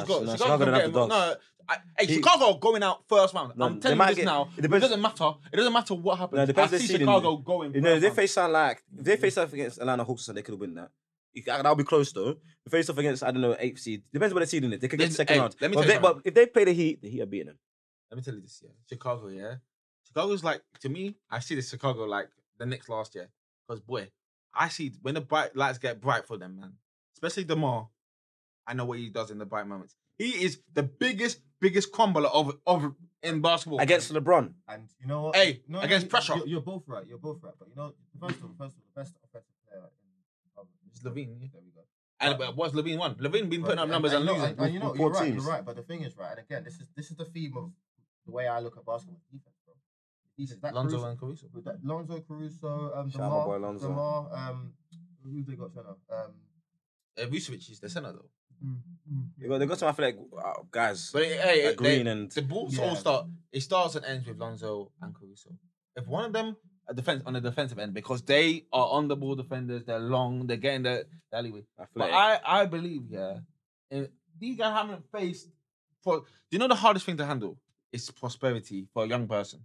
Speaker 2: Chicago's
Speaker 3: Nah,
Speaker 2: got
Speaker 3: nah, Chicago
Speaker 2: Chicago's
Speaker 3: don't
Speaker 2: got
Speaker 3: have the
Speaker 2: getting- no.
Speaker 3: dogs.
Speaker 2: I, hey,
Speaker 3: He-
Speaker 2: Chicago are going out first round.
Speaker 3: No,
Speaker 2: I'm
Speaker 3: they
Speaker 2: telling you
Speaker 3: might
Speaker 2: this
Speaker 3: get-
Speaker 2: now.
Speaker 3: it
Speaker 2: It,
Speaker 3: depends-
Speaker 2: doesn't matter. It doesn't matter what
Speaker 3: No, it
Speaker 2: happens. I
Speaker 3: depends
Speaker 2: see
Speaker 3: this seeding.
Speaker 2: Chicago going.
Speaker 3: You know, if
Speaker 2: first
Speaker 3: they
Speaker 2: round.
Speaker 3: face sound like if they face off against Atlanta Hawks, so they could win that. You- That'll be close though. If they face off against I don't know eighth seed. Depends what they're seeding it. They could get
Speaker 2: There's-
Speaker 3: second
Speaker 2: hey,
Speaker 3: round.
Speaker 2: let me
Speaker 3: but,
Speaker 2: tell you
Speaker 3: they, but
Speaker 2: something.
Speaker 3: if they play the Heat, the Heat are beating them.
Speaker 2: let me tell you this, yeah. Chicago, yeah. Chicago's like to me, I see the Chicago like the next last year. Because boy, I see when the bright lights get bright for them, man. Especially DeMar. I know what he does in the bright moments. He is the biggest, biggest crumbler of of in basketball.
Speaker 3: Against LeBron,
Speaker 4: And you know what?
Speaker 2: Hey,
Speaker 4: no,
Speaker 2: against
Speaker 4: you-
Speaker 2: pressure.
Speaker 4: You're, you're both right. You're both right. But you know, first of all, first of all, the best offensive player in Chicago
Speaker 2: It's Levine, yeah.
Speaker 4: There we go.
Speaker 2: and but what's Levine won? Levine been putting up
Speaker 3: uh,
Speaker 4: Right,
Speaker 2: numbers and,
Speaker 4: you know-
Speaker 2: losing.
Speaker 4: And, and you know,
Speaker 3: with
Speaker 4: you're
Speaker 3: poor
Speaker 4: right,
Speaker 3: teams.
Speaker 4: you're right. But the thing is, right, and again, this is this is the theme of the way I look at basketball defense, bro. Defense, that
Speaker 2: Lonzo
Speaker 4: Caruso,
Speaker 2: and Caruso.
Speaker 4: with that Lonzo Caruso, um,
Speaker 3: Shout out my
Speaker 4: Demar,
Speaker 3: boy Lonzo.
Speaker 4: Demar, um, who they got center? Um,
Speaker 2: Uh, Vucevic is the center though.
Speaker 3: they got, they got some athletic uh, guys.
Speaker 2: But it- hey,
Speaker 3: Like
Speaker 2: it- they-
Speaker 3: Green and-
Speaker 2: the Bulls
Speaker 4: Yeah.
Speaker 2: all start. It starts and ends with Lonzo and Caruso. If one of them a defense on the defensive end because they are on the ball defenders, they're long, they're getting the the alleyway. But
Speaker 3: Athletic.
Speaker 2: I I believe yeah, if these guys haven't faced for. Do you know the hardest thing to handle? is prosperity for a young person.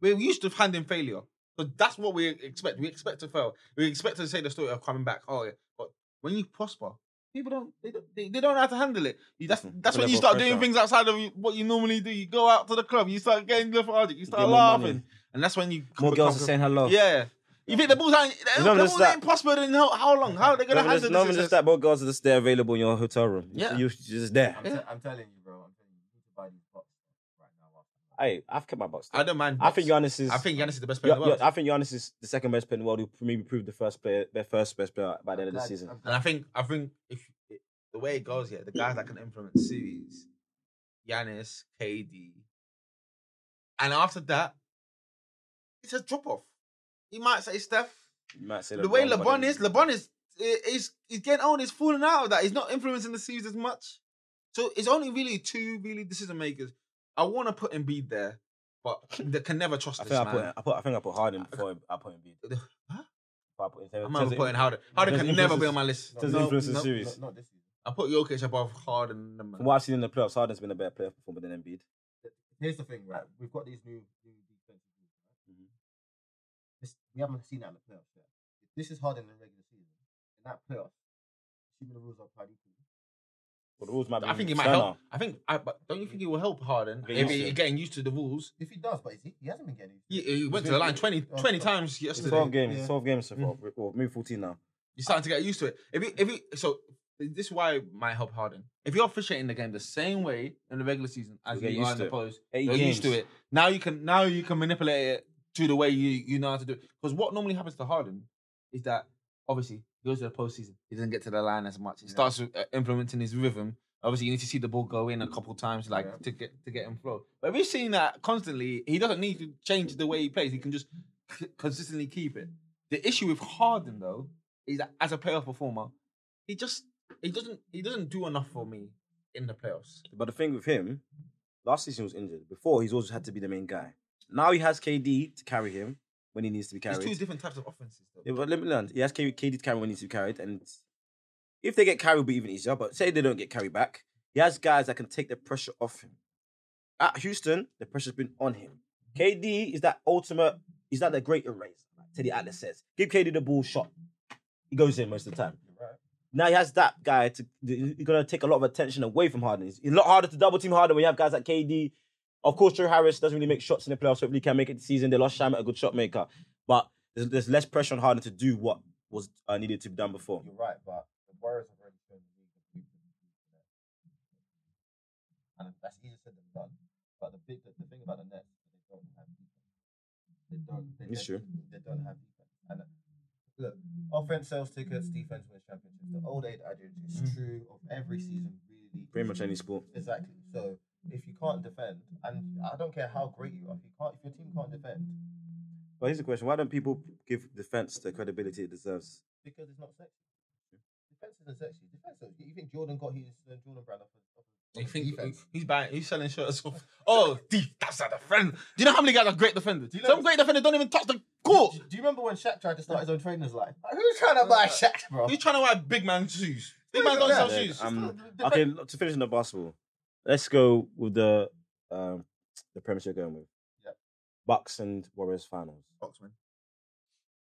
Speaker 2: We're used to handling failure. But that's what we expect. We expect to fail. We expect to say the story of coming back. Oh, yeah. But when you prosper, people don't they don't they, they don't know how to handle it. You, that's
Speaker 3: Mhm.
Speaker 2: that's
Speaker 3: The
Speaker 2: when you
Speaker 3: level of
Speaker 2: start doing
Speaker 3: pressure.
Speaker 2: things outside of you- what you normally do. You go out to the club, you start getting lethargic, you start
Speaker 3: Get more money.
Speaker 2: laughing. And that's when you
Speaker 3: More
Speaker 2: become-
Speaker 3: girls are saying hello.
Speaker 2: Yeah. You think the Bulls ain't, the,
Speaker 3: It's not
Speaker 2: the
Speaker 3: just
Speaker 2: Bulls
Speaker 3: that.
Speaker 2: ain't prospered in how, how long? How are they going
Speaker 3: Not
Speaker 2: to
Speaker 3: even
Speaker 2: handle
Speaker 3: just, not
Speaker 2: this?
Speaker 3: even just
Speaker 2: success?
Speaker 3: that, but girls are just there available in your hotel room.
Speaker 2: Yeah.
Speaker 3: You're just there.
Speaker 4: I'm, t- I'm telling you, bro. I'm telling you, you need to buy these boxes right now.
Speaker 3: Hey, I've kept my box.
Speaker 2: I don't mind.
Speaker 3: I think Giannis is.
Speaker 2: I think Giannis is the best player
Speaker 3: Yo-
Speaker 2: in the
Speaker 3: yo-
Speaker 2: world.
Speaker 3: I think Giannis is the second best player in the world who maybe proved the first player, their first best player by the end of the
Speaker 4: Glad-
Speaker 3: season.
Speaker 4: I'm
Speaker 2: And I
Speaker 4: glad-
Speaker 2: think I think if it, the way it goes, yeah, the guys that can influence series, Giannis, KD, and after that, it's a drop off. You might say Steph.
Speaker 3: You might say
Speaker 2: the way
Speaker 3: but
Speaker 2: LeBron
Speaker 3: then-
Speaker 2: is, LeBron is i- is he's getting old. He's falling out of that. He's not influencing the series as much. So it's only really two really decision makers. I want to put Embiid there, but they can never trust
Speaker 3: I
Speaker 2: this
Speaker 3: think I
Speaker 2: man.
Speaker 3: put, I put, I think I put Harden before I put Embiid.
Speaker 2: Huh?
Speaker 3: Before I put, in terms
Speaker 2: I'm
Speaker 3: of-
Speaker 2: not putting Harden. Harden
Speaker 3: does
Speaker 2: can
Speaker 3: it
Speaker 2: never be
Speaker 3: influence-
Speaker 2: on my list.
Speaker 3: does it
Speaker 2: No,
Speaker 3: influence the
Speaker 2: no.
Speaker 3: series?
Speaker 4: Not, not this season.
Speaker 2: I put Jokic above Harden. than
Speaker 3: From
Speaker 2: Man.
Speaker 3: what I've seen in the playoffs, Harden's been a better player performer than Embiid.
Speaker 4: Here's the thing, right? We've got these new new defensive rules, right?
Speaker 3: Mhm.
Speaker 4: This, we haven't seen that in the playoffs yet. If this is hard in the regular season, in that playoffs, assuming the rules are applied equally,
Speaker 3: Well, the rules might be
Speaker 2: I think it might
Speaker 3: sterner.
Speaker 2: help. I think, I, but don't you think it will help Harden
Speaker 3: Get
Speaker 2: if
Speaker 3: used to
Speaker 2: he
Speaker 3: it.
Speaker 2: getting used to the rules?
Speaker 4: if he does, but is he? He hasn't been getting. it.
Speaker 2: He, he went
Speaker 4: He's
Speaker 2: to the
Speaker 4: been-
Speaker 2: line 20,
Speaker 4: oh,
Speaker 2: 20
Speaker 4: oh,
Speaker 2: times
Speaker 3: It's
Speaker 2: yesterday.
Speaker 3: 12 games,
Speaker 4: Yeah.
Speaker 3: 12 games so far,
Speaker 2: Mm.
Speaker 3: or maybe 14 now.
Speaker 2: You're starting to get used to it. If you, if you, so this is why it might help Harden. If you're officiating the game the same way in the regular season as
Speaker 3: You get
Speaker 2: you are
Speaker 3: used
Speaker 2: in
Speaker 3: to
Speaker 2: the
Speaker 3: it.
Speaker 2: post,
Speaker 3: Eight
Speaker 2: you're used to
Speaker 3: games.
Speaker 2: it. Now you can now you can manipulate it to the way you you know how to do it. Because what normally happens to Harden is that obviously he goes to the postseason, he doesn't get to the line as much. He
Speaker 4: Yeah.
Speaker 2: starts uh, implementing his rhythm. Obviously, you need to see the ball go in a couple times, like
Speaker 4: Yeah.
Speaker 2: to get to get him flow. But we've seen that constantly. He doesn't need to change the way he plays. He can just c- consistently keep it. The issue with Harden though is that as a playoff performer, he just he doesn't he doesn't do enough for me in the playoffs.
Speaker 3: But the thing with him, last season he was injured. Before, he's always had to be the main guy. Now he has KD to carry him when he needs to be
Speaker 2: There's
Speaker 3: carried.
Speaker 2: two different types of offenses though.
Speaker 3: Yeah, but let me learn. He has K- KD to carry when he needs to be carried, and if they get carried, it'll be even easier. But say they don't get carried back, he has guys that can take the pressure off him. At Houston, the pressure's been on him. KD is that ultimate. He's that the great eraser. Like Teddy Atlas says, give KD the ball shot. He goes in most of the time. Now he has that guy to. He's gonna take a lot of attention away from Harden. It's a lot harder to double team Harden when you have guys like KD. Of course, Joe Harris doesn't really make shots in the playoffs. Hopefully, he can make it this season. They lost Sham a good shot maker, but there's, there's less pressure on Harden to do what was uh, needed to be done before.
Speaker 4: You're right, but the Warriors have already shown the league that we can do that. And that's easier said than done. But the big the, the thing about the Nets is they don't have defense. They don't. They,
Speaker 3: It's
Speaker 4: they,
Speaker 3: true.
Speaker 4: They don't have defense. And uh, look, offense sells tickets, defense wins championships. The old age adage is
Speaker 3: Mm.
Speaker 4: true of every season, really.
Speaker 3: Pretty much any sport.
Speaker 4: Exactly. So if you can't defend, and I don't care how great you are, if you can't, if your team can't defend,
Speaker 3: But here's the question: Why don't people give defense the credibility it deserves?
Speaker 4: because it's not sexy. Defense isn't sexy. Defense. is- You think Jordan got his uh, Jordan brand off of, off of
Speaker 2: You think
Speaker 4: defense?
Speaker 2: he's buying, he's selling shirts off. Oh, thief, that's a defender. Do you know how many guys are great defenders?
Speaker 4: you know-
Speaker 2: Some great defenders don't even touch the court.
Speaker 4: Do you remember when Shaq tried to start his own trainer's line? Like, who's trying to buy Shaq, bro?
Speaker 2: He's trying to wear big man shoes. Big man don't
Speaker 4: Yeah.
Speaker 2: sell
Speaker 4: Yeah,
Speaker 2: shoes.
Speaker 3: Um,
Speaker 4: The
Speaker 3: okay, look, to finish on the basketball, let's go with the um, the premise you're going with.
Speaker 4: Yep.
Speaker 3: Bucks and Warriors finals.
Speaker 2: Boxman,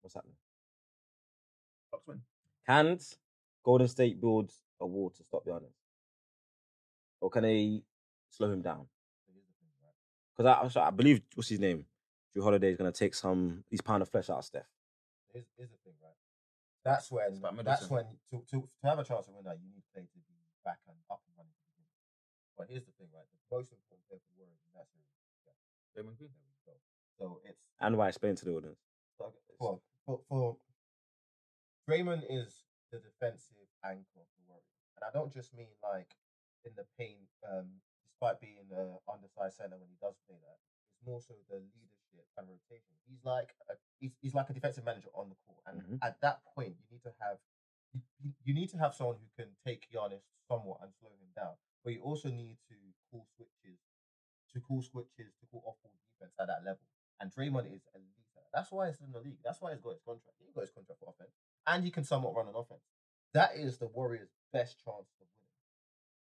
Speaker 3: What's happening?
Speaker 2: Boxman.
Speaker 3: Can Golden State build a wall to stop Giannis, or can they slow him down? Because I, I'm sorry, I believe what's his name, Drew Holiday is going to take some his pound of flesh out of Steph.
Speaker 4: Here's, here's the thing, right? That's when.
Speaker 2: about
Speaker 4: That's
Speaker 2: Middleton.
Speaker 4: when to, to to have a chance to win that, you need Clay to be back and up and running. But here's the thing, right? The most important player for the Warriors in that series is Steph.
Speaker 2: Draymond Green.
Speaker 4: So it's
Speaker 3: And why explain to the audience?
Speaker 4: for for, for Draymond is the defensive anchor of the Warriors, and I don't just mean like in the paint, um, despite being an undersized center when he does play that. It's more so the leadership and rotation. He's like a, he's, he's like a defensive manager on the court, and
Speaker 3: Mhm.
Speaker 4: at that point, you need to have you, you- you need to have someone who can take Giannis somewhat and slow him down, but you also need to call switches, to call switches, to call off ball defense at that level. And Draymond is a leader. That's why it's in the league. That's why he's got his contract. He got his contract for offense, and he can somewhat run an offense. That is the Warriors' best chance of winning.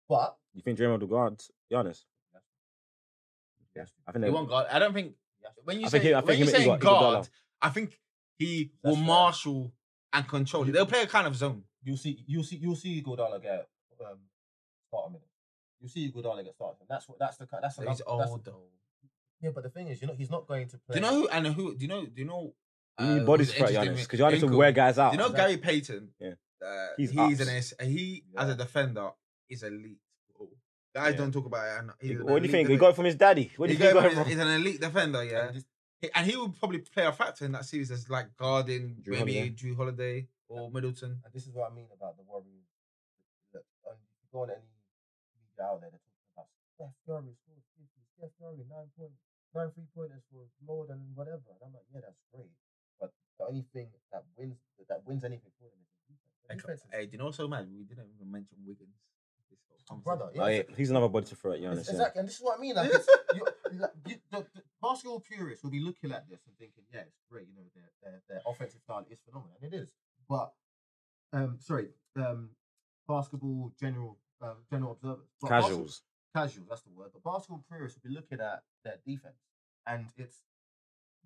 Speaker 4: But
Speaker 3: You think Draymond will guard Giannis? I think
Speaker 2: He
Speaker 3: they,
Speaker 2: won't guard. I don't think when you
Speaker 3: I
Speaker 2: say
Speaker 3: think he- I
Speaker 2: when
Speaker 3: think
Speaker 2: you
Speaker 3: he- he
Speaker 2: say
Speaker 3: got- he got
Speaker 2: guard,
Speaker 3: Dalo.
Speaker 2: I think he
Speaker 4: That's
Speaker 2: will
Speaker 4: fair.
Speaker 2: marshal and control. it. They'll play a kind of zone.
Speaker 4: You'll see, you'll see, you'll see Iguodala get um, start a minute. You see Iguodala get started. That's what. That's the. ki- That's
Speaker 2: So
Speaker 4: another-
Speaker 2: he's
Speaker 4: that's-
Speaker 2: old though.
Speaker 4: Yeah, but the thing is, you know, he's not going to play.
Speaker 2: Do you know who and who? Do you know? Do you know?
Speaker 3: you need
Speaker 2: uh,
Speaker 3: body
Speaker 2: who's
Speaker 3: spray,
Speaker 2: interesting
Speaker 3: Giannis,
Speaker 2: with
Speaker 3: because Giannis will
Speaker 2: Ingram?
Speaker 3: wear guys out.
Speaker 2: Do you know
Speaker 3: Oh, Exactly.
Speaker 2: Gary Payton?
Speaker 3: Yeah.
Speaker 2: Uh,
Speaker 3: He's
Speaker 2: he's
Speaker 3: ups.
Speaker 2: an S- he as a defender is elite. Guys
Speaker 3: Yeah.
Speaker 2: don't talk about it. and he's an
Speaker 3: What do you
Speaker 2: elite
Speaker 3: think? He
Speaker 2: defender.
Speaker 3: got it from his daddy. What do
Speaker 2: He
Speaker 3: you think? he
Speaker 2: got-
Speaker 3: got it from?
Speaker 2: he's an elite defender, yeah.
Speaker 4: And this-
Speaker 2: He- And he would probably play a factor in that series as like guarding
Speaker 3: Drew
Speaker 2: maybe
Speaker 3: Holiday.
Speaker 2: Drew Holiday or Middleton.
Speaker 4: And this is what I mean about the Warriors. Look, on, if you go on any media out there, they're talking about Steph Curry scored 50, Steph Curry nine point, nine three pointers was more than whatever. And I'm like, yeah, that's great. But the only thing that wins that wins anything for them is the defense. The
Speaker 2: Like,
Speaker 4: defense is-
Speaker 2: Hey, do you know what's so mad? We didn't even mention Wiggins. This whole conversation.
Speaker 4: brother, yeah,
Speaker 3: Oh, yeah, he's another body to throw at
Speaker 4: It's-
Speaker 3: Giannis. yeah.
Speaker 4: Exactly, and this is what I mean. Like, it's, you, like you, the, the basketball purists will be looking at this and thinking, "Yeah, it's great. You know, their their, their offensive style is phenomenal, and it is." But, um, sorry, um, basketball general uh, general observers, but basketball-
Speaker 3: Casuals.
Speaker 4: casual, that's the word. But basketball purists will be looking at their defense, and it's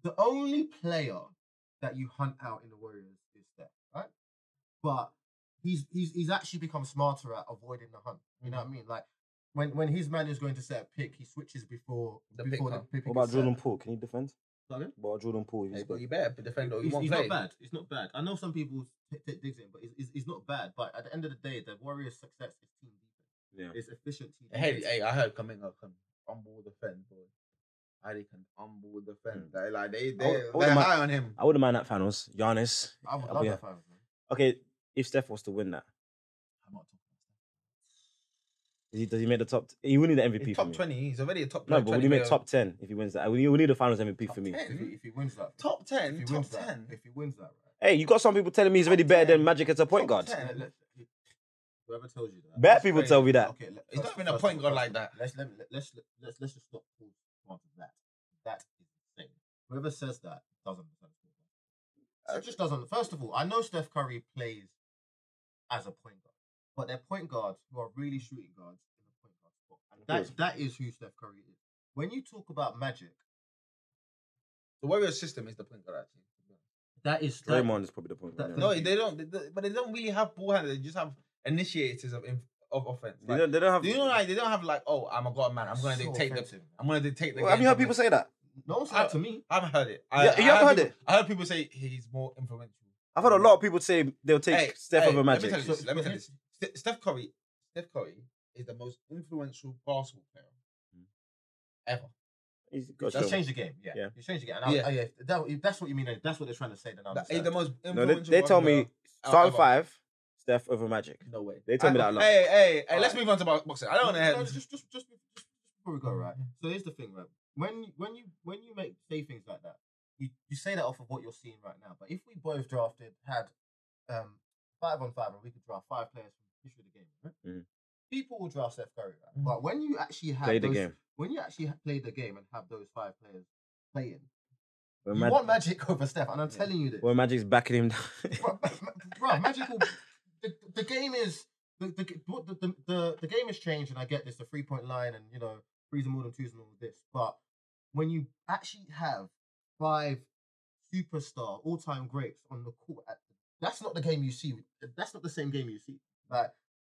Speaker 4: the only player that you hunt out in the Warriors is Steph, right? But he's he's he's actually become smarter at avoiding the hunt. You know what I
Speaker 2: Mm-hmm.
Speaker 4: mean? Like when when his man is going to set a pick, he switches before
Speaker 2: The pick
Speaker 4: before
Speaker 2: up.
Speaker 4: the pick.
Speaker 3: What
Speaker 4: is
Speaker 3: about
Speaker 4: set.
Speaker 3: Jordan Poole? Can he defend?
Speaker 4: Pardon?
Speaker 3: What about Jordan Poole? If
Speaker 2: Hey,
Speaker 3: he's
Speaker 2: but
Speaker 3: good?
Speaker 2: you better defend or you
Speaker 4: He's,
Speaker 2: won't
Speaker 4: he's
Speaker 2: play.
Speaker 4: not bad. It's not bad. I know some people t- t- digs him, but it's, it's, it's not bad. But at the end of the day, the Warriors' success is team defense.
Speaker 3: Yeah.
Speaker 4: It's efficient team.
Speaker 2: Hey,
Speaker 4: defense.
Speaker 2: hey, I heard Kaminga can humble defend, boy. I they can humble defend.
Speaker 3: Hmm.
Speaker 2: They like they they
Speaker 3: I would- I
Speaker 2: they're
Speaker 3: wouldn't
Speaker 2: high
Speaker 3: mind-
Speaker 2: on him.
Speaker 3: I wouldn't mind that finals. Giannis.
Speaker 4: I would
Speaker 3: I'll
Speaker 4: love
Speaker 3: be-
Speaker 4: that five. man.
Speaker 3: Okay, if Steph was to win that,
Speaker 4: I'm not talking.
Speaker 3: does he, does he make the top? He will need the MVP
Speaker 2: He's
Speaker 3: for
Speaker 2: top
Speaker 3: me.
Speaker 2: twenty. He's already a top.
Speaker 3: No,
Speaker 2: player,
Speaker 3: but will
Speaker 2: 20
Speaker 3: he make
Speaker 2: player.
Speaker 3: top ten if he wins that? We need, we need the finals MVP for me.
Speaker 2: 10?
Speaker 4: If he, if he wins that,
Speaker 2: Top
Speaker 4: if he
Speaker 2: ten. Top
Speaker 4: wins that,
Speaker 2: ten.
Speaker 4: if he wins that, right?
Speaker 3: Hey, you got some people telling me he's already better than Magic as a point
Speaker 2: Top
Speaker 3: guard.
Speaker 2: 10.
Speaker 4: Let- let- whoever tells you that,
Speaker 3: Better
Speaker 4: let's-
Speaker 3: people
Speaker 2: crazy.
Speaker 3: tell me that.
Speaker 4: Okay, let,
Speaker 2: He's not
Speaker 4: first-
Speaker 2: even a
Speaker 4: first
Speaker 2: point
Speaker 4: of all,
Speaker 2: guard
Speaker 4: first
Speaker 2: like
Speaker 4: of all,
Speaker 2: that.
Speaker 4: Let's let, let- let's let, let's let's just stop Paul's part of that. That is insane. Whoever says that doesn't understand football. So it just doesn't. First of all, I know Steph Curry plays as a point guard, but they're point guards who are really shooting guards in the point guard spot, and that that is who Steph Curry is. When you talk about magic,
Speaker 2: The Warriors system is the point guard actually.
Speaker 4: that is that-
Speaker 3: Draymond is probably the point.
Speaker 4: that-
Speaker 3: guard, yeah.
Speaker 2: No,
Speaker 4: that-
Speaker 2: they don't. They, they- but they don't really have ball handlers. They just have initiators of inf- of offense.
Speaker 3: They
Speaker 2: Like,
Speaker 3: don't, they don't have.
Speaker 2: do you know like they don't have like oh I'm a god man. I'm gonna
Speaker 4: So
Speaker 2: dictate the.
Speaker 4: offensive, man.
Speaker 2: I'm gonna dictate the.
Speaker 3: Well, have
Speaker 2: game
Speaker 3: you heard
Speaker 2: from
Speaker 3: people
Speaker 2: the-
Speaker 3: say that?
Speaker 4: No one said that to me.
Speaker 2: I haven't heard it. I,
Speaker 3: Yeah,
Speaker 2: I
Speaker 3: you haven't heard
Speaker 2: people-
Speaker 3: it?
Speaker 2: I heard people say he's more influential.
Speaker 3: I've heard a lot of people say they'll take
Speaker 2: Hey,
Speaker 3: Steph
Speaker 2: hey,
Speaker 3: over Magic.
Speaker 2: Let me tell you this.
Speaker 4: So-
Speaker 2: Let me tell you this. Ste- Steph Curry, Steph Curry is the most influential basketball player
Speaker 3: Hmm.
Speaker 2: ever.
Speaker 3: He's got
Speaker 4: He's
Speaker 3: show.
Speaker 4: changed the game. Yeah,
Speaker 3: Yeah.
Speaker 4: he's changed the game. And I,
Speaker 2: Yeah.
Speaker 4: yeah. I, yeah if that, if that's what you mean. If that's what they're trying to say. Then I
Speaker 2: That- he's the
Speaker 4: understand.
Speaker 2: most
Speaker 3: No,
Speaker 2: influential.
Speaker 3: they, they tell me
Speaker 2: basketball
Speaker 3: starting
Speaker 2: ever.
Speaker 3: five, Steph over Magic.
Speaker 2: No way.
Speaker 3: They told me that a lot.
Speaker 2: Hey, hey, hey!
Speaker 4: All
Speaker 2: Let's
Speaker 4: right.
Speaker 2: move on to bo- boxing. I don't want to
Speaker 4: No,
Speaker 2: hear.
Speaker 4: just, just, just, just before we
Speaker 2: Mm-hmm.
Speaker 4: go, right? So here's the thing, right? When you- when you when you make say things like that, you, you say that off of what you're seeing right now. But if we both drafted had um five on five, and we could draft five players from the history of the game, right?
Speaker 3: Mhm.
Speaker 4: People will draft Steph Curry, right?
Speaker 2: Mm-hmm.
Speaker 4: But when you actually have
Speaker 3: Play the
Speaker 4: those-
Speaker 3: game.
Speaker 4: when you actually ha- play the game and have those five players playing,
Speaker 3: When,
Speaker 4: you
Speaker 3: Mag-
Speaker 4: want Magic over Steph, and I'm telling you this.
Speaker 3: when Magic's backing him down.
Speaker 4: bro, bro, magical. The, the game is the the, what the, the the the game has changed, and I get this. The three point line, and you know, threes are more than twos, and all of this. But when you actually have five superstar all time greats on the court, at, that's not the game you see. That's not the same game you see. Like,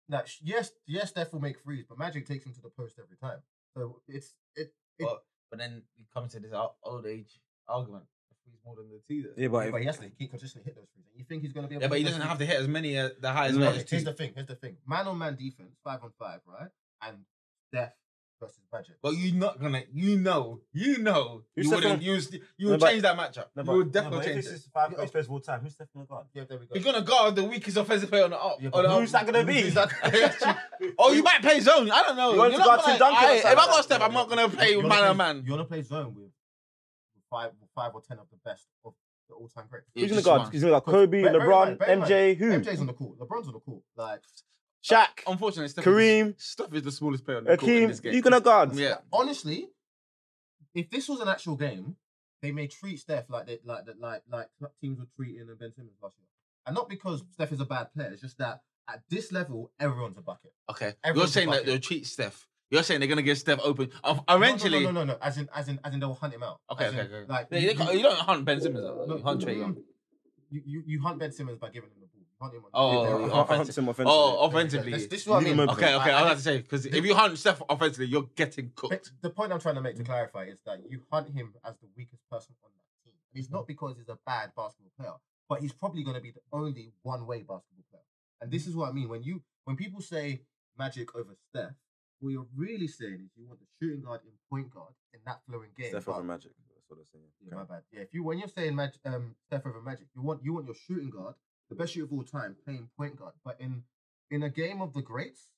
Speaker 4: like yes, yes, Steph will make threes, but Magic takes him to the post every time. So it's it. it
Speaker 2: But, but then it comes to this o- old age argument. He's more than the two. then.
Speaker 3: yeah, but,
Speaker 4: but he has to keep consistently hit those threes. And you think he's going to be able?
Speaker 2: Yeah,
Speaker 4: to
Speaker 2: but
Speaker 4: hit
Speaker 2: he
Speaker 4: those
Speaker 2: doesn't
Speaker 4: threes?
Speaker 2: have to hit as many uh, the highest
Speaker 3: No,
Speaker 2: no,
Speaker 4: Here's-
Speaker 2: two.
Speaker 4: Here's the thing. Here's the thing. Man on man defense, five on five, right? And death versus budget.
Speaker 2: But you're not gonna. You know. You know. You
Speaker 3: Who's Steph
Speaker 2: wouldn't
Speaker 3: gonna-
Speaker 2: use. You
Speaker 3: No,
Speaker 2: would
Speaker 3: but-
Speaker 2: change that matchup.
Speaker 3: No, but-
Speaker 2: you would
Speaker 3: no,
Speaker 2: definitely change it.
Speaker 3: five
Speaker 4: Yeah.
Speaker 3: players of all time, who's Steph going to guard?
Speaker 4: yeah, there we go.
Speaker 2: You're gonna guard the weakest offensive player on the up.
Speaker 4: Yeah,
Speaker 2: on
Speaker 4: but
Speaker 2: the
Speaker 3: Who's
Speaker 2: up.
Speaker 3: that going to be?
Speaker 2: Who's that- oh, you might play zone. I don't know.
Speaker 3: You want
Speaker 2: You're
Speaker 3: to
Speaker 2: not
Speaker 3: guard
Speaker 2: gonna-
Speaker 3: Tim Duncan or
Speaker 2: Aye, if I
Speaker 3: something?
Speaker 2: got Steph, I'm not gonna play
Speaker 4: You're
Speaker 2: with
Speaker 4: gonna
Speaker 2: man
Speaker 4: play-
Speaker 2: on man.
Speaker 4: You're gonna play zone with with five, with five or ten of the best of the all-time greats.
Speaker 3: Who's going to
Speaker 2: just
Speaker 3: guard?
Speaker 2: one.
Speaker 3: He's going to guard Kobe,
Speaker 4: Bear- bear in
Speaker 3: LeBron,
Speaker 4: mind- bear in mind,
Speaker 3: MJ, who?
Speaker 4: MJ's on the court. LeBron's on the court. Like
Speaker 3: Shaq,
Speaker 2: Unfortunately, Steph
Speaker 3: Kareem,
Speaker 2: Is, Steph is the smallest player on the court in this
Speaker 3: Akeem.
Speaker 2: game.
Speaker 3: Who's going to guard?
Speaker 2: Yeah.
Speaker 4: honestly, if this was an actual game, they may treat Steph like they like that like like teams were treating Ben Simmons last year. And not because Steph is a bad player, it's just that at this level, everyone's a bucket.
Speaker 2: Okay.
Speaker 4: Everyone's
Speaker 2: You're saying
Speaker 4: a
Speaker 2: that
Speaker 4: bucket.
Speaker 2: they'll treat Steph You're saying they're gonna get Steph open Of-
Speaker 4: No, no,
Speaker 2: eventually.
Speaker 4: No, no, no, no. As in, as in, as in, they'll hunt him out.
Speaker 2: Okay,
Speaker 4: As in,
Speaker 2: okay, okay.
Speaker 4: Like
Speaker 2: Yeah, you, can't- you don't hunt Ben Simmons. though.
Speaker 4: No,
Speaker 2: you hunt Trey
Speaker 4: mm,
Speaker 2: Young.
Speaker 4: You, you, you hunt Ben Simmons by giving him the ball. You hunt him on
Speaker 2: Oh,
Speaker 4: the
Speaker 2: oh,
Speaker 4: ball.
Speaker 2: oh, offensive.
Speaker 3: Hunt him offensively.
Speaker 2: Oh, offensively.
Speaker 4: This, this is what I
Speaker 3: Leave
Speaker 4: mean.
Speaker 3: him open.
Speaker 2: okay, okay. I
Speaker 4: I-
Speaker 2: was about to say because if you hunt Steph offensively, you're getting
Speaker 4: But
Speaker 2: cooked.
Speaker 4: the point I'm trying to make to clarify is that you hunt him as the weakest person on that team. And it's not because he's a bad basketball player, but he's probably going to be the only one-way basketball player. And this is what I mean when you when people say Magic over Steph, what you're really saying is you want the shooting guard and point guard in that flowing game.
Speaker 3: Steph
Speaker 4: but-
Speaker 3: over Magic. That's what I'm saying.
Speaker 4: Yeah, my bad. Yeah, if you when you're saying mag- um, Steph over Magic, you want you want your shooting guard, the best shooter of all time, playing point guard. But in in a game of the greats,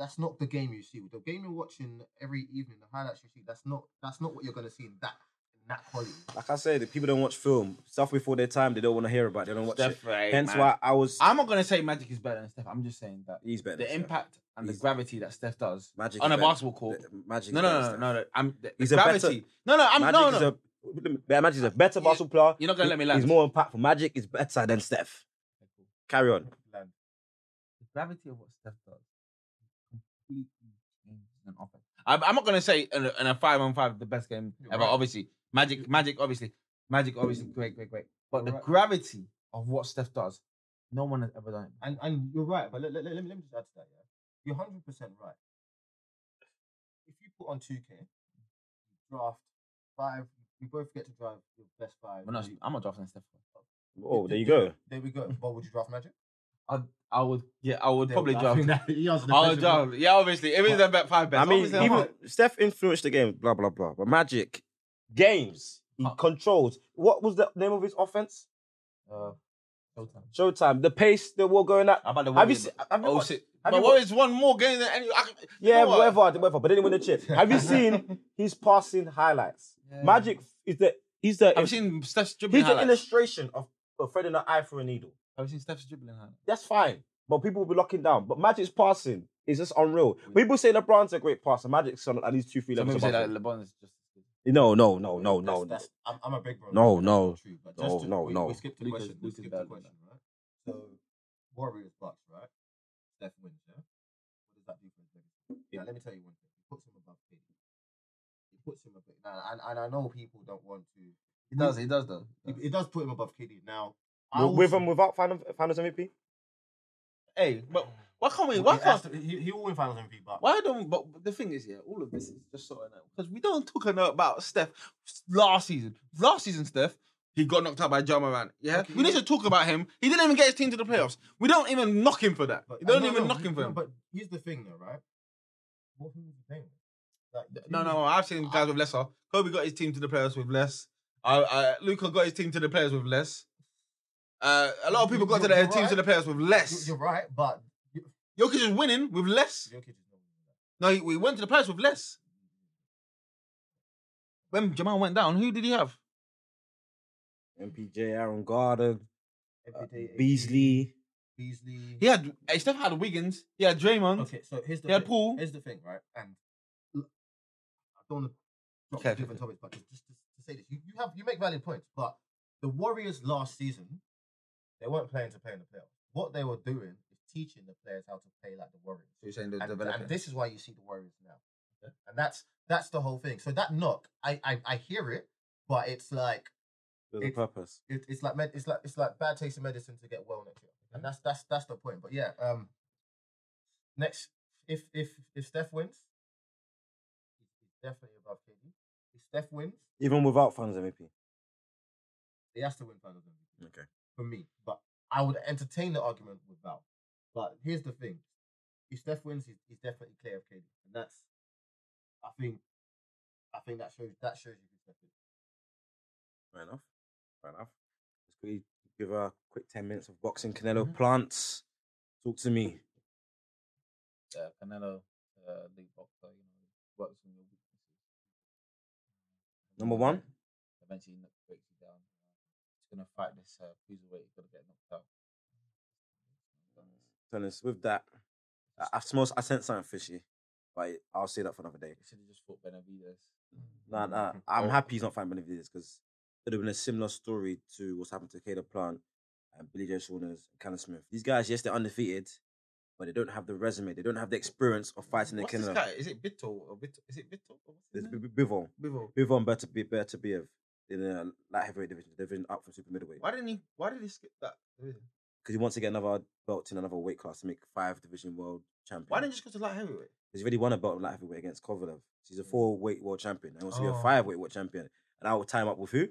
Speaker 4: that's not the game you see. The game you're watching every evening, the highlights you see, that's not that's not what you're gonna see in that in that quality.
Speaker 3: Like I said, the people don't watch film. Stuff before their time, they don't want to hear about. it. They don't watch
Speaker 2: Steph,
Speaker 3: it.
Speaker 2: right,
Speaker 3: Hence
Speaker 2: man.
Speaker 3: why I was.
Speaker 2: I'm not gonna say Magic is better than Steph. I'm just saying that
Speaker 3: he's better. than
Speaker 2: the
Speaker 3: Steph.
Speaker 2: impact and the
Speaker 3: He's-
Speaker 2: gravity that Steph does
Speaker 3: Magic
Speaker 2: on
Speaker 3: is
Speaker 2: a
Speaker 3: better.
Speaker 2: basketball court.
Speaker 3: The- Magic.
Speaker 2: No, no,
Speaker 3: is better
Speaker 2: no,
Speaker 3: than
Speaker 2: no, no.
Speaker 3: Steph.
Speaker 2: I'm the,
Speaker 3: He's
Speaker 2: the
Speaker 3: a better-
Speaker 2: gravity. no, no, I'm
Speaker 3: Magic
Speaker 2: no,
Speaker 3: is
Speaker 2: no.
Speaker 3: a. Magic is a better
Speaker 2: You-
Speaker 3: basketball player.
Speaker 2: you're not gonna let me land.
Speaker 3: He's more impactful. Magic is better than Steph. Carry on.
Speaker 2: the gravity of what Steph does completely changes an offense. I'm, I'm not gonna say in a, in a five on five the best game
Speaker 4: You're
Speaker 2: ever.
Speaker 4: right.
Speaker 2: Obviously, Magic, Magic, obviously, Magic, obviously, great, great, great. But the gravity of what Steph does, no one has ever done it.
Speaker 4: And and you're right, but let, let, let, me, let me just add to that, yeah. You're hundred percent right. If you put on two K, draft five you both get to drive your best five.
Speaker 2: But no, I'm not drafting Steph.
Speaker 3: Oh, there you go.
Speaker 4: There we go. But would you draft Magic?
Speaker 2: I, I would, yeah, I would probably
Speaker 4: I think
Speaker 2: draft.
Speaker 4: that- he answered the
Speaker 2: I would
Speaker 4: question.
Speaker 2: draft. Yeah, obviously, if it's the bet five best.
Speaker 3: I mean,
Speaker 2: obviously I'm
Speaker 3: even
Speaker 2: not-
Speaker 3: Steph influenced the game, blah blah blah. But Magic games he controls. What was the name of his offense?
Speaker 2: uh, Showtime.
Speaker 3: Showtime. The pace that we're going at.
Speaker 2: How about the
Speaker 3: Have you
Speaker 2: Warriors?
Speaker 3: seen? Have you
Speaker 2: Oh
Speaker 3: watched-
Speaker 2: shit!
Speaker 3: have
Speaker 2: But
Speaker 3: you
Speaker 2: what is one more game than any? I, can- you
Speaker 3: Yeah,
Speaker 2: know what?
Speaker 3: whatever, whatever. But they didn't win the chip. Have you seen his passing highlights? Magic is the he's the
Speaker 2: I've seen Steph's dribbling.
Speaker 3: he's the
Speaker 2: highlights.
Speaker 3: illustration of of threading an eye through a needle.
Speaker 2: Have you seen Steph's dribbling? highlights?
Speaker 3: That's fine, but people will be locking down. But Magic's passing is just unreal. People say LeBron's a great passer. Magic's on at least two, three
Speaker 2: Some
Speaker 3: levels
Speaker 2: people say
Speaker 3: above.
Speaker 2: that
Speaker 3: him.
Speaker 2: LeBron is just.
Speaker 3: No, no, no, no,
Speaker 4: That's-
Speaker 3: no.
Speaker 4: that's- I'm, I'm a big bro.
Speaker 3: No,
Speaker 4: That's
Speaker 3: no,
Speaker 4: not true, but
Speaker 3: no,
Speaker 4: just to-
Speaker 3: no,
Speaker 4: we,
Speaker 3: no.
Speaker 4: We skipped the
Speaker 2: Lucas-
Speaker 4: question. We
Speaker 2: Lucas
Speaker 4: skipped the
Speaker 2: Ballard.
Speaker 4: question, right? So Warriors Bucks, right? Steph wins, yeah. What does that do for his legacy? Yeah, let me tell you one thing. It puts him above KD. It puts him a bit. Now, and, and I know people don't want to.
Speaker 2: He does. He does though.
Speaker 4: It, it does put him above KD. Now, I
Speaker 3: With
Speaker 4: also-
Speaker 3: and without final, finals MVP.
Speaker 2: Hey, but why can't we? Why
Speaker 4: he has
Speaker 2: can't?
Speaker 4: to- He, he will win Finals MVP, but
Speaker 2: Why don't? But the thing is, yeah, all of this is just sort of because we don't talk enough about Steph last season. Last season, Steph. He got knocked out by John Moran. Yeah, we need to talk about him. He didn't even get his team to the playoffs. We don't even knock him for that.
Speaker 4: but-
Speaker 2: We don't
Speaker 4: no,
Speaker 2: even
Speaker 4: no,
Speaker 2: knock him for
Speaker 4: no,
Speaker 2: him.
Speaker 4: But here's the thing, though, right? What who was he playing with? Like,
Speaker 2: No,
Speaker 4: who-
Speaker 2: no, I've seen guys with lesser. Kobe got his team to the players with less. Uh, uh, Luca got his team to the players with less. Uh, a lot of people got to
Speaker 4: You're-
Speaker 2: their
Speaker 4: you're
Speaker 2: teams to
Speaker 4: right.
Speaker 2: the players with
Speaker 4: you-
Speaker 2: less.
Speaker 4: You're right, but
Speaker 2: Jokic is winning with less.
Speaker 4: Jokic is not winning.
Speaker 2: No, he, we went to the players with less. When Jamal went down, who did he have?
Speaker 3: MPJ, Aaron Garden,
Speaker 4: Every day,
Speaker 3: Beasley.
Speaker 4: Beasley.
Speaker 2: He had eh, Steph had Wiggins. He had Draymond.
Speaker 4: Okay, so here's the
Speaker 2: Yeah,
Speaker 4: thing.
Speaker 2: Paul.
Speaker 4: Here's the thing, right? And l- I don't want to drop
Speaker 2: Okay,
Speaker 4: to
Speaker 2: okay,
Speaker 4: different topics, but just, just, to say this, you, you have you make valid points, but the Warriors last season, they weren't playing to play in the playoffs. What they were doing is teaching the players how to play like the Warriors,
Speaker 2: So you're saying they're
Speaker 4: and,
Speaker 2: developing.
Speaker 4: and this is why you see the Warriors now. And that's that's the whole thing. So that knock, I I, I hear it, but it's like
Speaker 3: There's a
Speaker 4: It's-
Speaker 3: purpose.
Speaker 4: it, it's like med- it's like it's like bad taste in medicine to get well next year, and that's that's that's the point. But yeah, um, next if if if Steph wins, he's definitely above KD. If Steph wins,
Speaker 3: Even without finals MVP.
Speaker 4: he has to win Finals MVP.
Speaker 3: Okay.
Speaker 4: for me, but I would entertain the argument without. But here's the thing: if Steph wins, he's, he's definitely clear of KD, and that's I think I think that shows that shows you who Steph is.
Speaker 3: Fair enough. Fair enough. Let's quickly give a quick 10 minutes of boxing. Canelo plants. Talk to me.
Speaker 10: uh, Canelo, uh, the boxer, you know, works on your weaknesses. Um,
Speaker 3: Number one?
Speaker 10: uh, Eventually, knock- breaks you down. He's gonna fight this uh, cruiserweight. He's gonna get knocked out.
Speaker 3: Tennis, with that, I, I, smell, I sense something fishy, but I'll say that for another day.
Speaker 10: He should have just fought Benavides.
Speaker 3: Nah,
Speaker 2: Mm-hmm.
Speaker 3: nah.
Speaker 2: Oh.
Speaker 3: I'm happy he's not fighting Benavides because it would have been a similar story to what's happened to Caleb Plant and Billy Joe Saunders and Callum Smith. These guys, yes, they're undefeated, but they don't have the resume. They don't have the experience of fighting
Speaker 2: What's
Speaker 3: the
Speaker 2: this
Speaker 3: killer.
Speaker 2: guy? Is it Bito or Bito? Is it Bito? Or what's his
Speaker 3: There's
Speaker 2: name?
Speaker 3: B- B- Bivol.
Speaker 2: Bivol.
Speaker 3: Bivol better be better be in a light heavyweight division, division up from super middleweight
Speaker 2: Why didn't he? Why did he skip that? division?
Speaker 3: because he wants to get another belt in another weight class to make five division world champion.
Speaker 2: Why didn't you just go to light heavyweight?
Speaker 3: Because he already won a belt in light heavyweight against Kovalev. He's a four weight world champion. I wants to be
Speaker 2: Oh.
Speaker 3: a five weight world champion, and I will tie him up with who?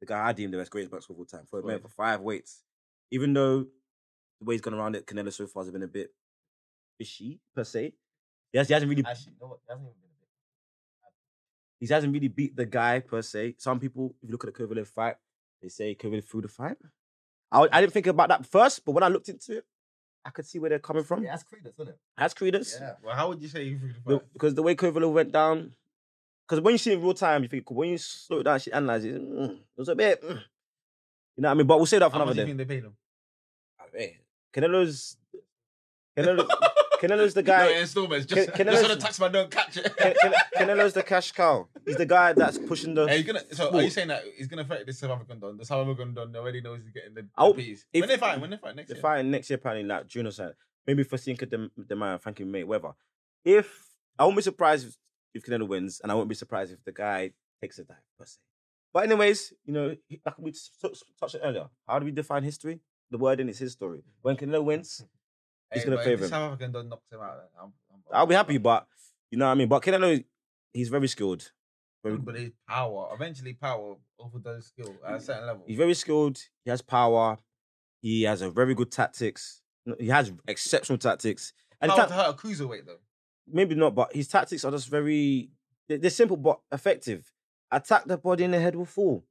Speaker 3: The guy I deem the best greatest boxer of all time for a man
Speaker 2: Floyd.
Speaker 3: for five weights. Even though the way he's gone around it, Canelo so far has been a bit fishy per se. He, has, he hasn't really
Speaker 4: Actually, no, it hasn't even been a bit.
Speaker 3: he hasn't really beat the guy per se. Some people, if you look at the Kovalev fight, they say Kovalev threw the fight. I, I didn't think about that first, but when I looked into it, I could see where they're coming from.
Speaker 4: Yeah, that's credence, isn't it?
Speaker 3: That's credence.
Speaker 4: Yeah.
Speaker 2: Well, how would you say you threw the
Speaker 3: The-
Speaker 2: fight?
Speaker 3: because the way Kovalev went down, because when you see it in real time, you think when you slow it down, she analyze it. mm, it was a bit, mm. you know what I mean. But we'll say that for
Speaker 2: How much
Speaker 3: another
Speaker 2: do you
Speaker 3: day.
Speaker 2: think they paid him?
Speaker 3: Canelo's, Canelo, Canelo's the guy.
Speaker 2: No, installments. Just,
Speaker 3: Can-
Speaker 2: just
Speaker 3: Canelo's-
Speaker 2: so the taxman don't catch it.
Speaker 3: Can- Can- Canelo's the cash cow. He's the guy that's pushing the.
Speaker 2: Are you gonna, so are you
Speaker 3: sport.
Speaker 2: saying that he's gonna fight this South African don? The South African don already knows he's getting the,
Speaker 3: I
Speaker 2: the
Speaker 3: hope-
Speaker 2: piece.
Speaker 3: Oh, if-
Speaker 2: when they fight, when they fight next
Speaker 3: They're
Speaker 2: year.
Speaker 3: fighting next year, apparently, like June or something. Maybe for Cinco de, de Mayo, Frankie Mayweather. If I won't be surprised if, if Canelo wins, and I won't be surprised if the guy takes a dive per se. But anyways, you know, he- like we s- s- touched on earlier, how do we define history? The word in is his story. When Canelo wins, he's gonna
Speaker 2: but if
Speaker 3: favour
Speaker 2: the
Speaker 3: him.
Speaker 2: South African don knocks him out. then I'm, I'm,
Speaker 3: I'll be happy, but you know what I mean. But Canelo, he's very skilled. Very,
Speaker 2: But his power, eventually, power overdoes skill at a certain level.
Speaker 3: he's very skilled. He has power. He has a very good tactics. No, He has exceptional tactics. And
Speaker 2: Power
Speaker 3: ta-
Speaker 2: to hurt a cruiserweight though.
Speaker 3: maybe not, but his tactics are just very they're, they're simple but effective. Attack the body and the head will fall.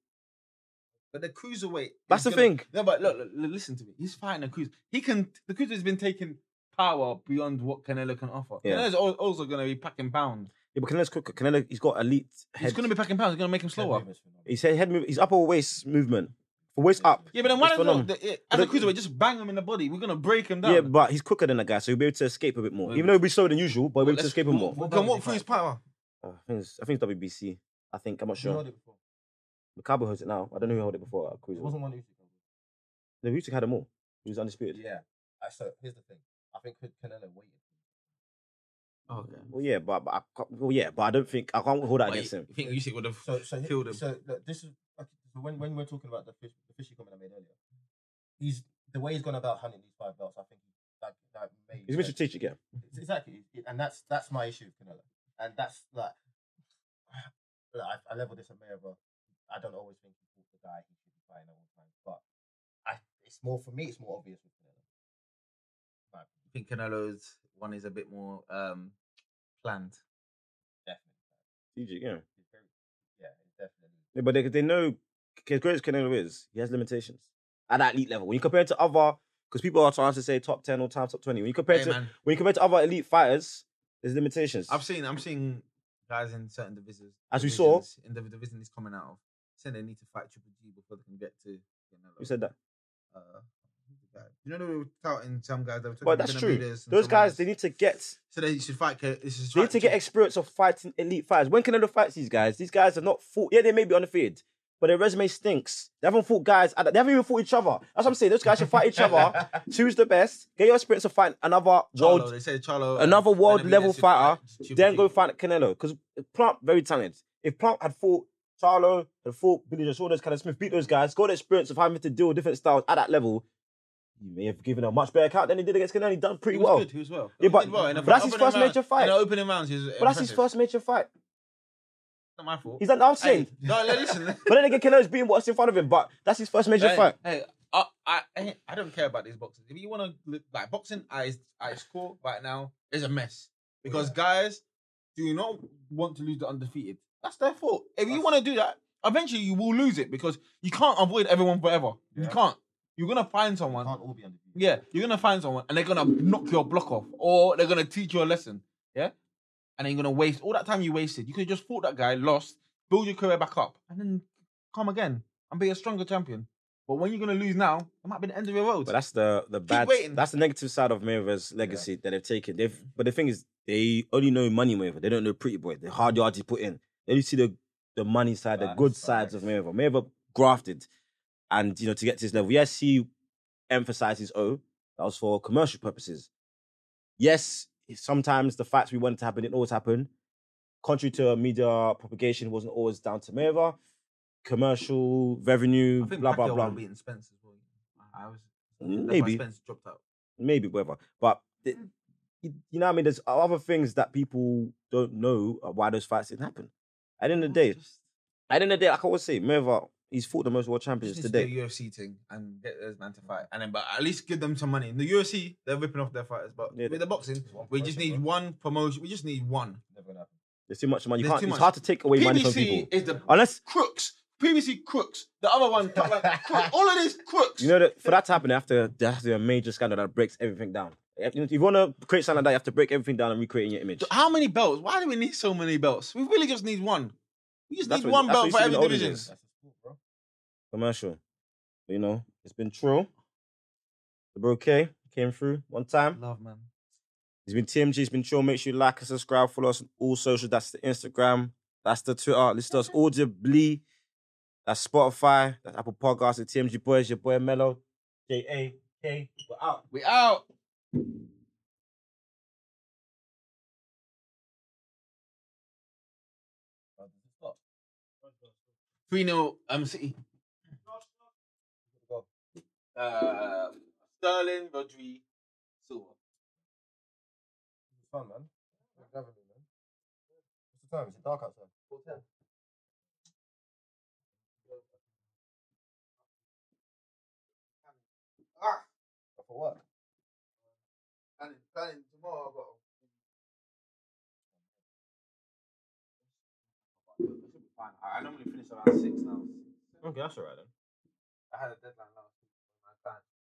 Speaker 2: But the cruiserweight. is
Speaker 3: That's the
Speaker 2: gonna-
Speaker 3: thing.
Speaker 2: No, but look, look, look, listen to me. He's fighting a cruiser. He can. The cruiser's been taking power beyond what Canelo can offer.
Speaker 3: Yeah.
Speaker 2: Canelo's al- also going to be packing pounds.
Speaker 3: Yeah, but Canelo's quicker. Canelo, he's got elite head.
Speaker 2: He's going to be packing pounds. He's going to make him slower.
Speaker 3: His head, head move, his upper waist movement, for waist up.
Speaker 2: Yeah, but then why
Speaker 3: It's
Speaker 2: don't look,
Speaker 3: phenomenal.
Speaker 2: the, it- as a
Speaker 3: But-
Speaker 2: cruiserweight just bang him in the body? We're going to break him down.
Speaker 3: Yeah, but he's quicker than the guy, so he'll be able to escape a bit more.
Speaker 2: Well,
Speaker 3: Even though he'll be slower than usual, but he'll be able to
Speaker 2: Let's-
Speaker 3: escape him
Speaker 2: we-
Speaker 3: more.
Speaker 2: We can walk through his power.
Speaker 3: Uh, I, think it's, I think it's WBC. I think I'm not
Speaker 4: Sure.
Speaker 3: sure.
Speaker 4: it before.
Speaker 3: Macabo holds it now. I don't know who held it before. Uh,
Speaker 4: It
Speaker 3: Cruiser.
Speaker 4: wasn't one Usyk.
Speaker 3: No, Usyk had them all. He was undisputed.
Speaker 4: Yeah. Uh, so here's the thing. I think Canelo waited.
Speaker 2: Okay.
Speaker 3: Well, yeah, but, but I, can't- well, yeah, but I don't think I can't hold that against him.
Speaker 2: You think Usyk would have
Speaker 4: So, so, he-
Speaker 2: killed him?
Speaker 4: so look, this is okay, so when when we're talking about the fish, the fishy comment I made earlier. He's the way he's gone about hunting these five belts. I think he, that that made
Speaker 3: He's been strategic, yeah.
Speaker 4: It's exactly, it- and that's that's my issue with Canelo, and that's like, like I, I level this at Mayweather. I don't always think he's the guy he should be fighting at all times, but I it's more for me. It's more obvious with Canelo.
Speaker 2: I think Canelo's one is a bit more um, planned.
Speaker 4: Definitely,
Speaker 3: Strategic, yeah.
Speaker 4: He's very, yeah, he's definitely.
Speaker 3: Yeah, but they, they know as great as Canelo is, he has limitations at that elite level. When you compare it to other, because people are trying to say top ten all time, top twenty. When you compare
Speaker 2: Hey,
Speaker 3: to
Speaker 2: man.
Speaker 3: when you compare to other elite fighters, there's limitations.
Speaker 2: I've seen I'm seeing guys in certain divisions
Speaker 3: As we saw.
Speaker 2: divisions, in the division he's coming out of saying they need to fight Triple G before they can get to Canelo.
Speaker 3: Who said that?
Speaker 2: Uh, who's the guy? you know they were touting some guys that were talking
Speaker 3: But that's true.
Speaker 2: Benavidez and
Speaker 3: Those
Speaker 2: someone
Speaker 3: guys,
Speaker 2: else.
Speaker 3: they need to get
Speaker 2: so they should fight. Ca- They should
Speaker 3: they
Speaker 2: fight
Speaker 3: need to get experience of fighting elite fighters. When Canelo fights these guys, these guys are not fought. Yeah, they may be undefeated, but their resume stinks. They haven't fought guys. They haven't even fought each other. That's what I'm saying. Those guys should fight each other. Choose the best. Get your experience of fighting another
Speaker 2: Charlo.
Speaker 3: world
Speaker 2: They said Charlo,
Speaker 3: another
Speaker 2: and
Speaker 3: world
Speaker 2: Benavidez
Speaker 3: level
Speaker 2: should
Speaker 3: fighter,
Speaker 2: fight Triple
Speaker 3: then
Speaker 2: G.
Speaker 3: go fight Canelo. Because Plant very talented. If Plant had fought Charlo, had fought Billy Joe, all those kind of Smith, beat those guys, got the experience of having to deal with different styles at that level, you may have given a much better account than he did against Canelo. He done pretty
Speaker 2: He was
Speaker 3: well.
Speaker 2: good. He was well.
Speaker 3: Yeah,
Speaker 2: He
Speaker 3: but-
Speaker 2: did well in the
Speaker 3: but that's his
Speaker 2: opening
Speaker 3: first
Speaker 2: round-
Speaker 3: major fight.
Speaker 2: In the opening rounds, he was
Speaker 3: But that's his
Speaker 2: impressive.
Speaker 3: first major fight.
Speaker 2: Not my fault.
Speaker 3: He's done.
Speaker 2: Hey,
Speaker 3: I'm saying.
Speaker 2: no, listen.
Speaker 3: But then again, Canelo's beating what's in front of him. But that's his first major
Speaker 2: hey,
Speaker 3: fight.
Speaker 2: Hey, I, I, I- I don't care about these boxers. If you want to like boxing, at its, at its core right now is a mess because guys do not want to lose the undefeated. That's their fault. If you want to do that, eventually you will lose it because you can't avoid everyone forever. You
Speaker 4: Yeah.
Speaker 2: can't. You're gonna find someone.
Speaker 4: Can't all be under.
Speaker 2: Yeah, you're gonna find someone and they're gonna knock your block off or they're gonna teach you a lesson. Yeah? And then you're gonna waste all that time you wasted. You could just fought that guy, lost, build your career back up, and then come again and be a stronger champion. But when you're gonna lose now, it might be the end of your road.
Speaker 3: But that's the the bad.
Speaker 2: waiting.
Speaker 3: That's the negative side of Mayweather's legacy that they've taken. They've but the thing is, they only know money Mayweather. They don't know Pretty Boy. The hard yards he put in. They only see the the money side, the
Speaker 4: Facts,
Speaker 3: good sides of Mayweather. Mayweather grafted, and you know to get to his level. Yes, he emphasized his O. That was for commercial purposes. yes, sometimes the facts we wanted to happen didn't always happen. Contrary to media propagation, wasn't always down to Meva. Commercial revenue,
Speaker 2: I think
Speaker 3: blah blah
Speaker 2: Pacquiao
Speaker 3: blah.
Speaker 2: would've beaten Spence as well. I was that's why
Speaker 3: Maybe,
Speaker 2: Spence dropped out.
Speaker 3: maybe, whatever. But it,
Speaker 2: Mm.
Speaker 3: you you know, what I mean, there's other things that people don't know of why those fights didn't happen. At the end of
Speaker 2: Oh,
Speaker 3: the day, at the end of the day, like I always say, Meva, he's fought the most world champions
Speaker 2: Just need to
Speaker 3: today.
Speaker 2: do a UFC thing and get those man to fight, and then but at least give them some money. In the UFC, they're ripping off their fighters, but
Speaker 3: Yeah.
Speaker 2: with the boxing, we just need one promotion. We just need one.
Speaker 3: There's too much money. You
Speaker 2: There's
Speaker 3: can't,
Speaker 2: too
Speaker 3: it's
Speaker 2: much.
Speaker 3: hard to take away money from
Speaker 2: PBC
Speaker 3: people.
Speaker 2: is the
Speaker 3: Unless
Speaker 2: crooks. PBC crooks. The other one, like, crook. all of these crooks.
Speaker 3: You know that for that to happen, they have to there has to be a major scandal that breaks everything down. If you, if you want to create something like that, you have to break everything down and recreate in your image.
Speaker 2: How many belts? Why do we need so many belts? We really just need one. We just
Speaker 3: That's
Speaker 2: need
Speaker 3: what-
Speaker 2: one
Speaker 3: that's
Speaker 2: belt
Speaker 3: what
Speaker 2: for
Speaker 3: you see in
Speaker 2: every
Speaker 3: the olden
Speaker 2: division.
Speaker 3: days. Commercial, you know, it's been true. The bouquet came through one time.
Speaker 2: Love, man.
Speaker 3: It's been TMG. It's been true. Make sure you like and subscribe. Follow us on all social. That's the Instagram. That's the Twitter. Listen to us audibly. That's Spotify. That's Apple Podcasts. The TMG Boys. Your boy Mello. J A K. We're out.
Speaker 2: We out. Three 0 um City. Uh, Sterling, Rodri, Silva.
Speaker 4: fun, man. Thanks for having me, man. What's the time? Is it dark outside? Ah! For what?
Speaker 2: Planning, planning tomorrow. I normally finish around six now.
Speaker 5: Okay, that's alright then.
Speaker 2: I had a deadline last week. I planned.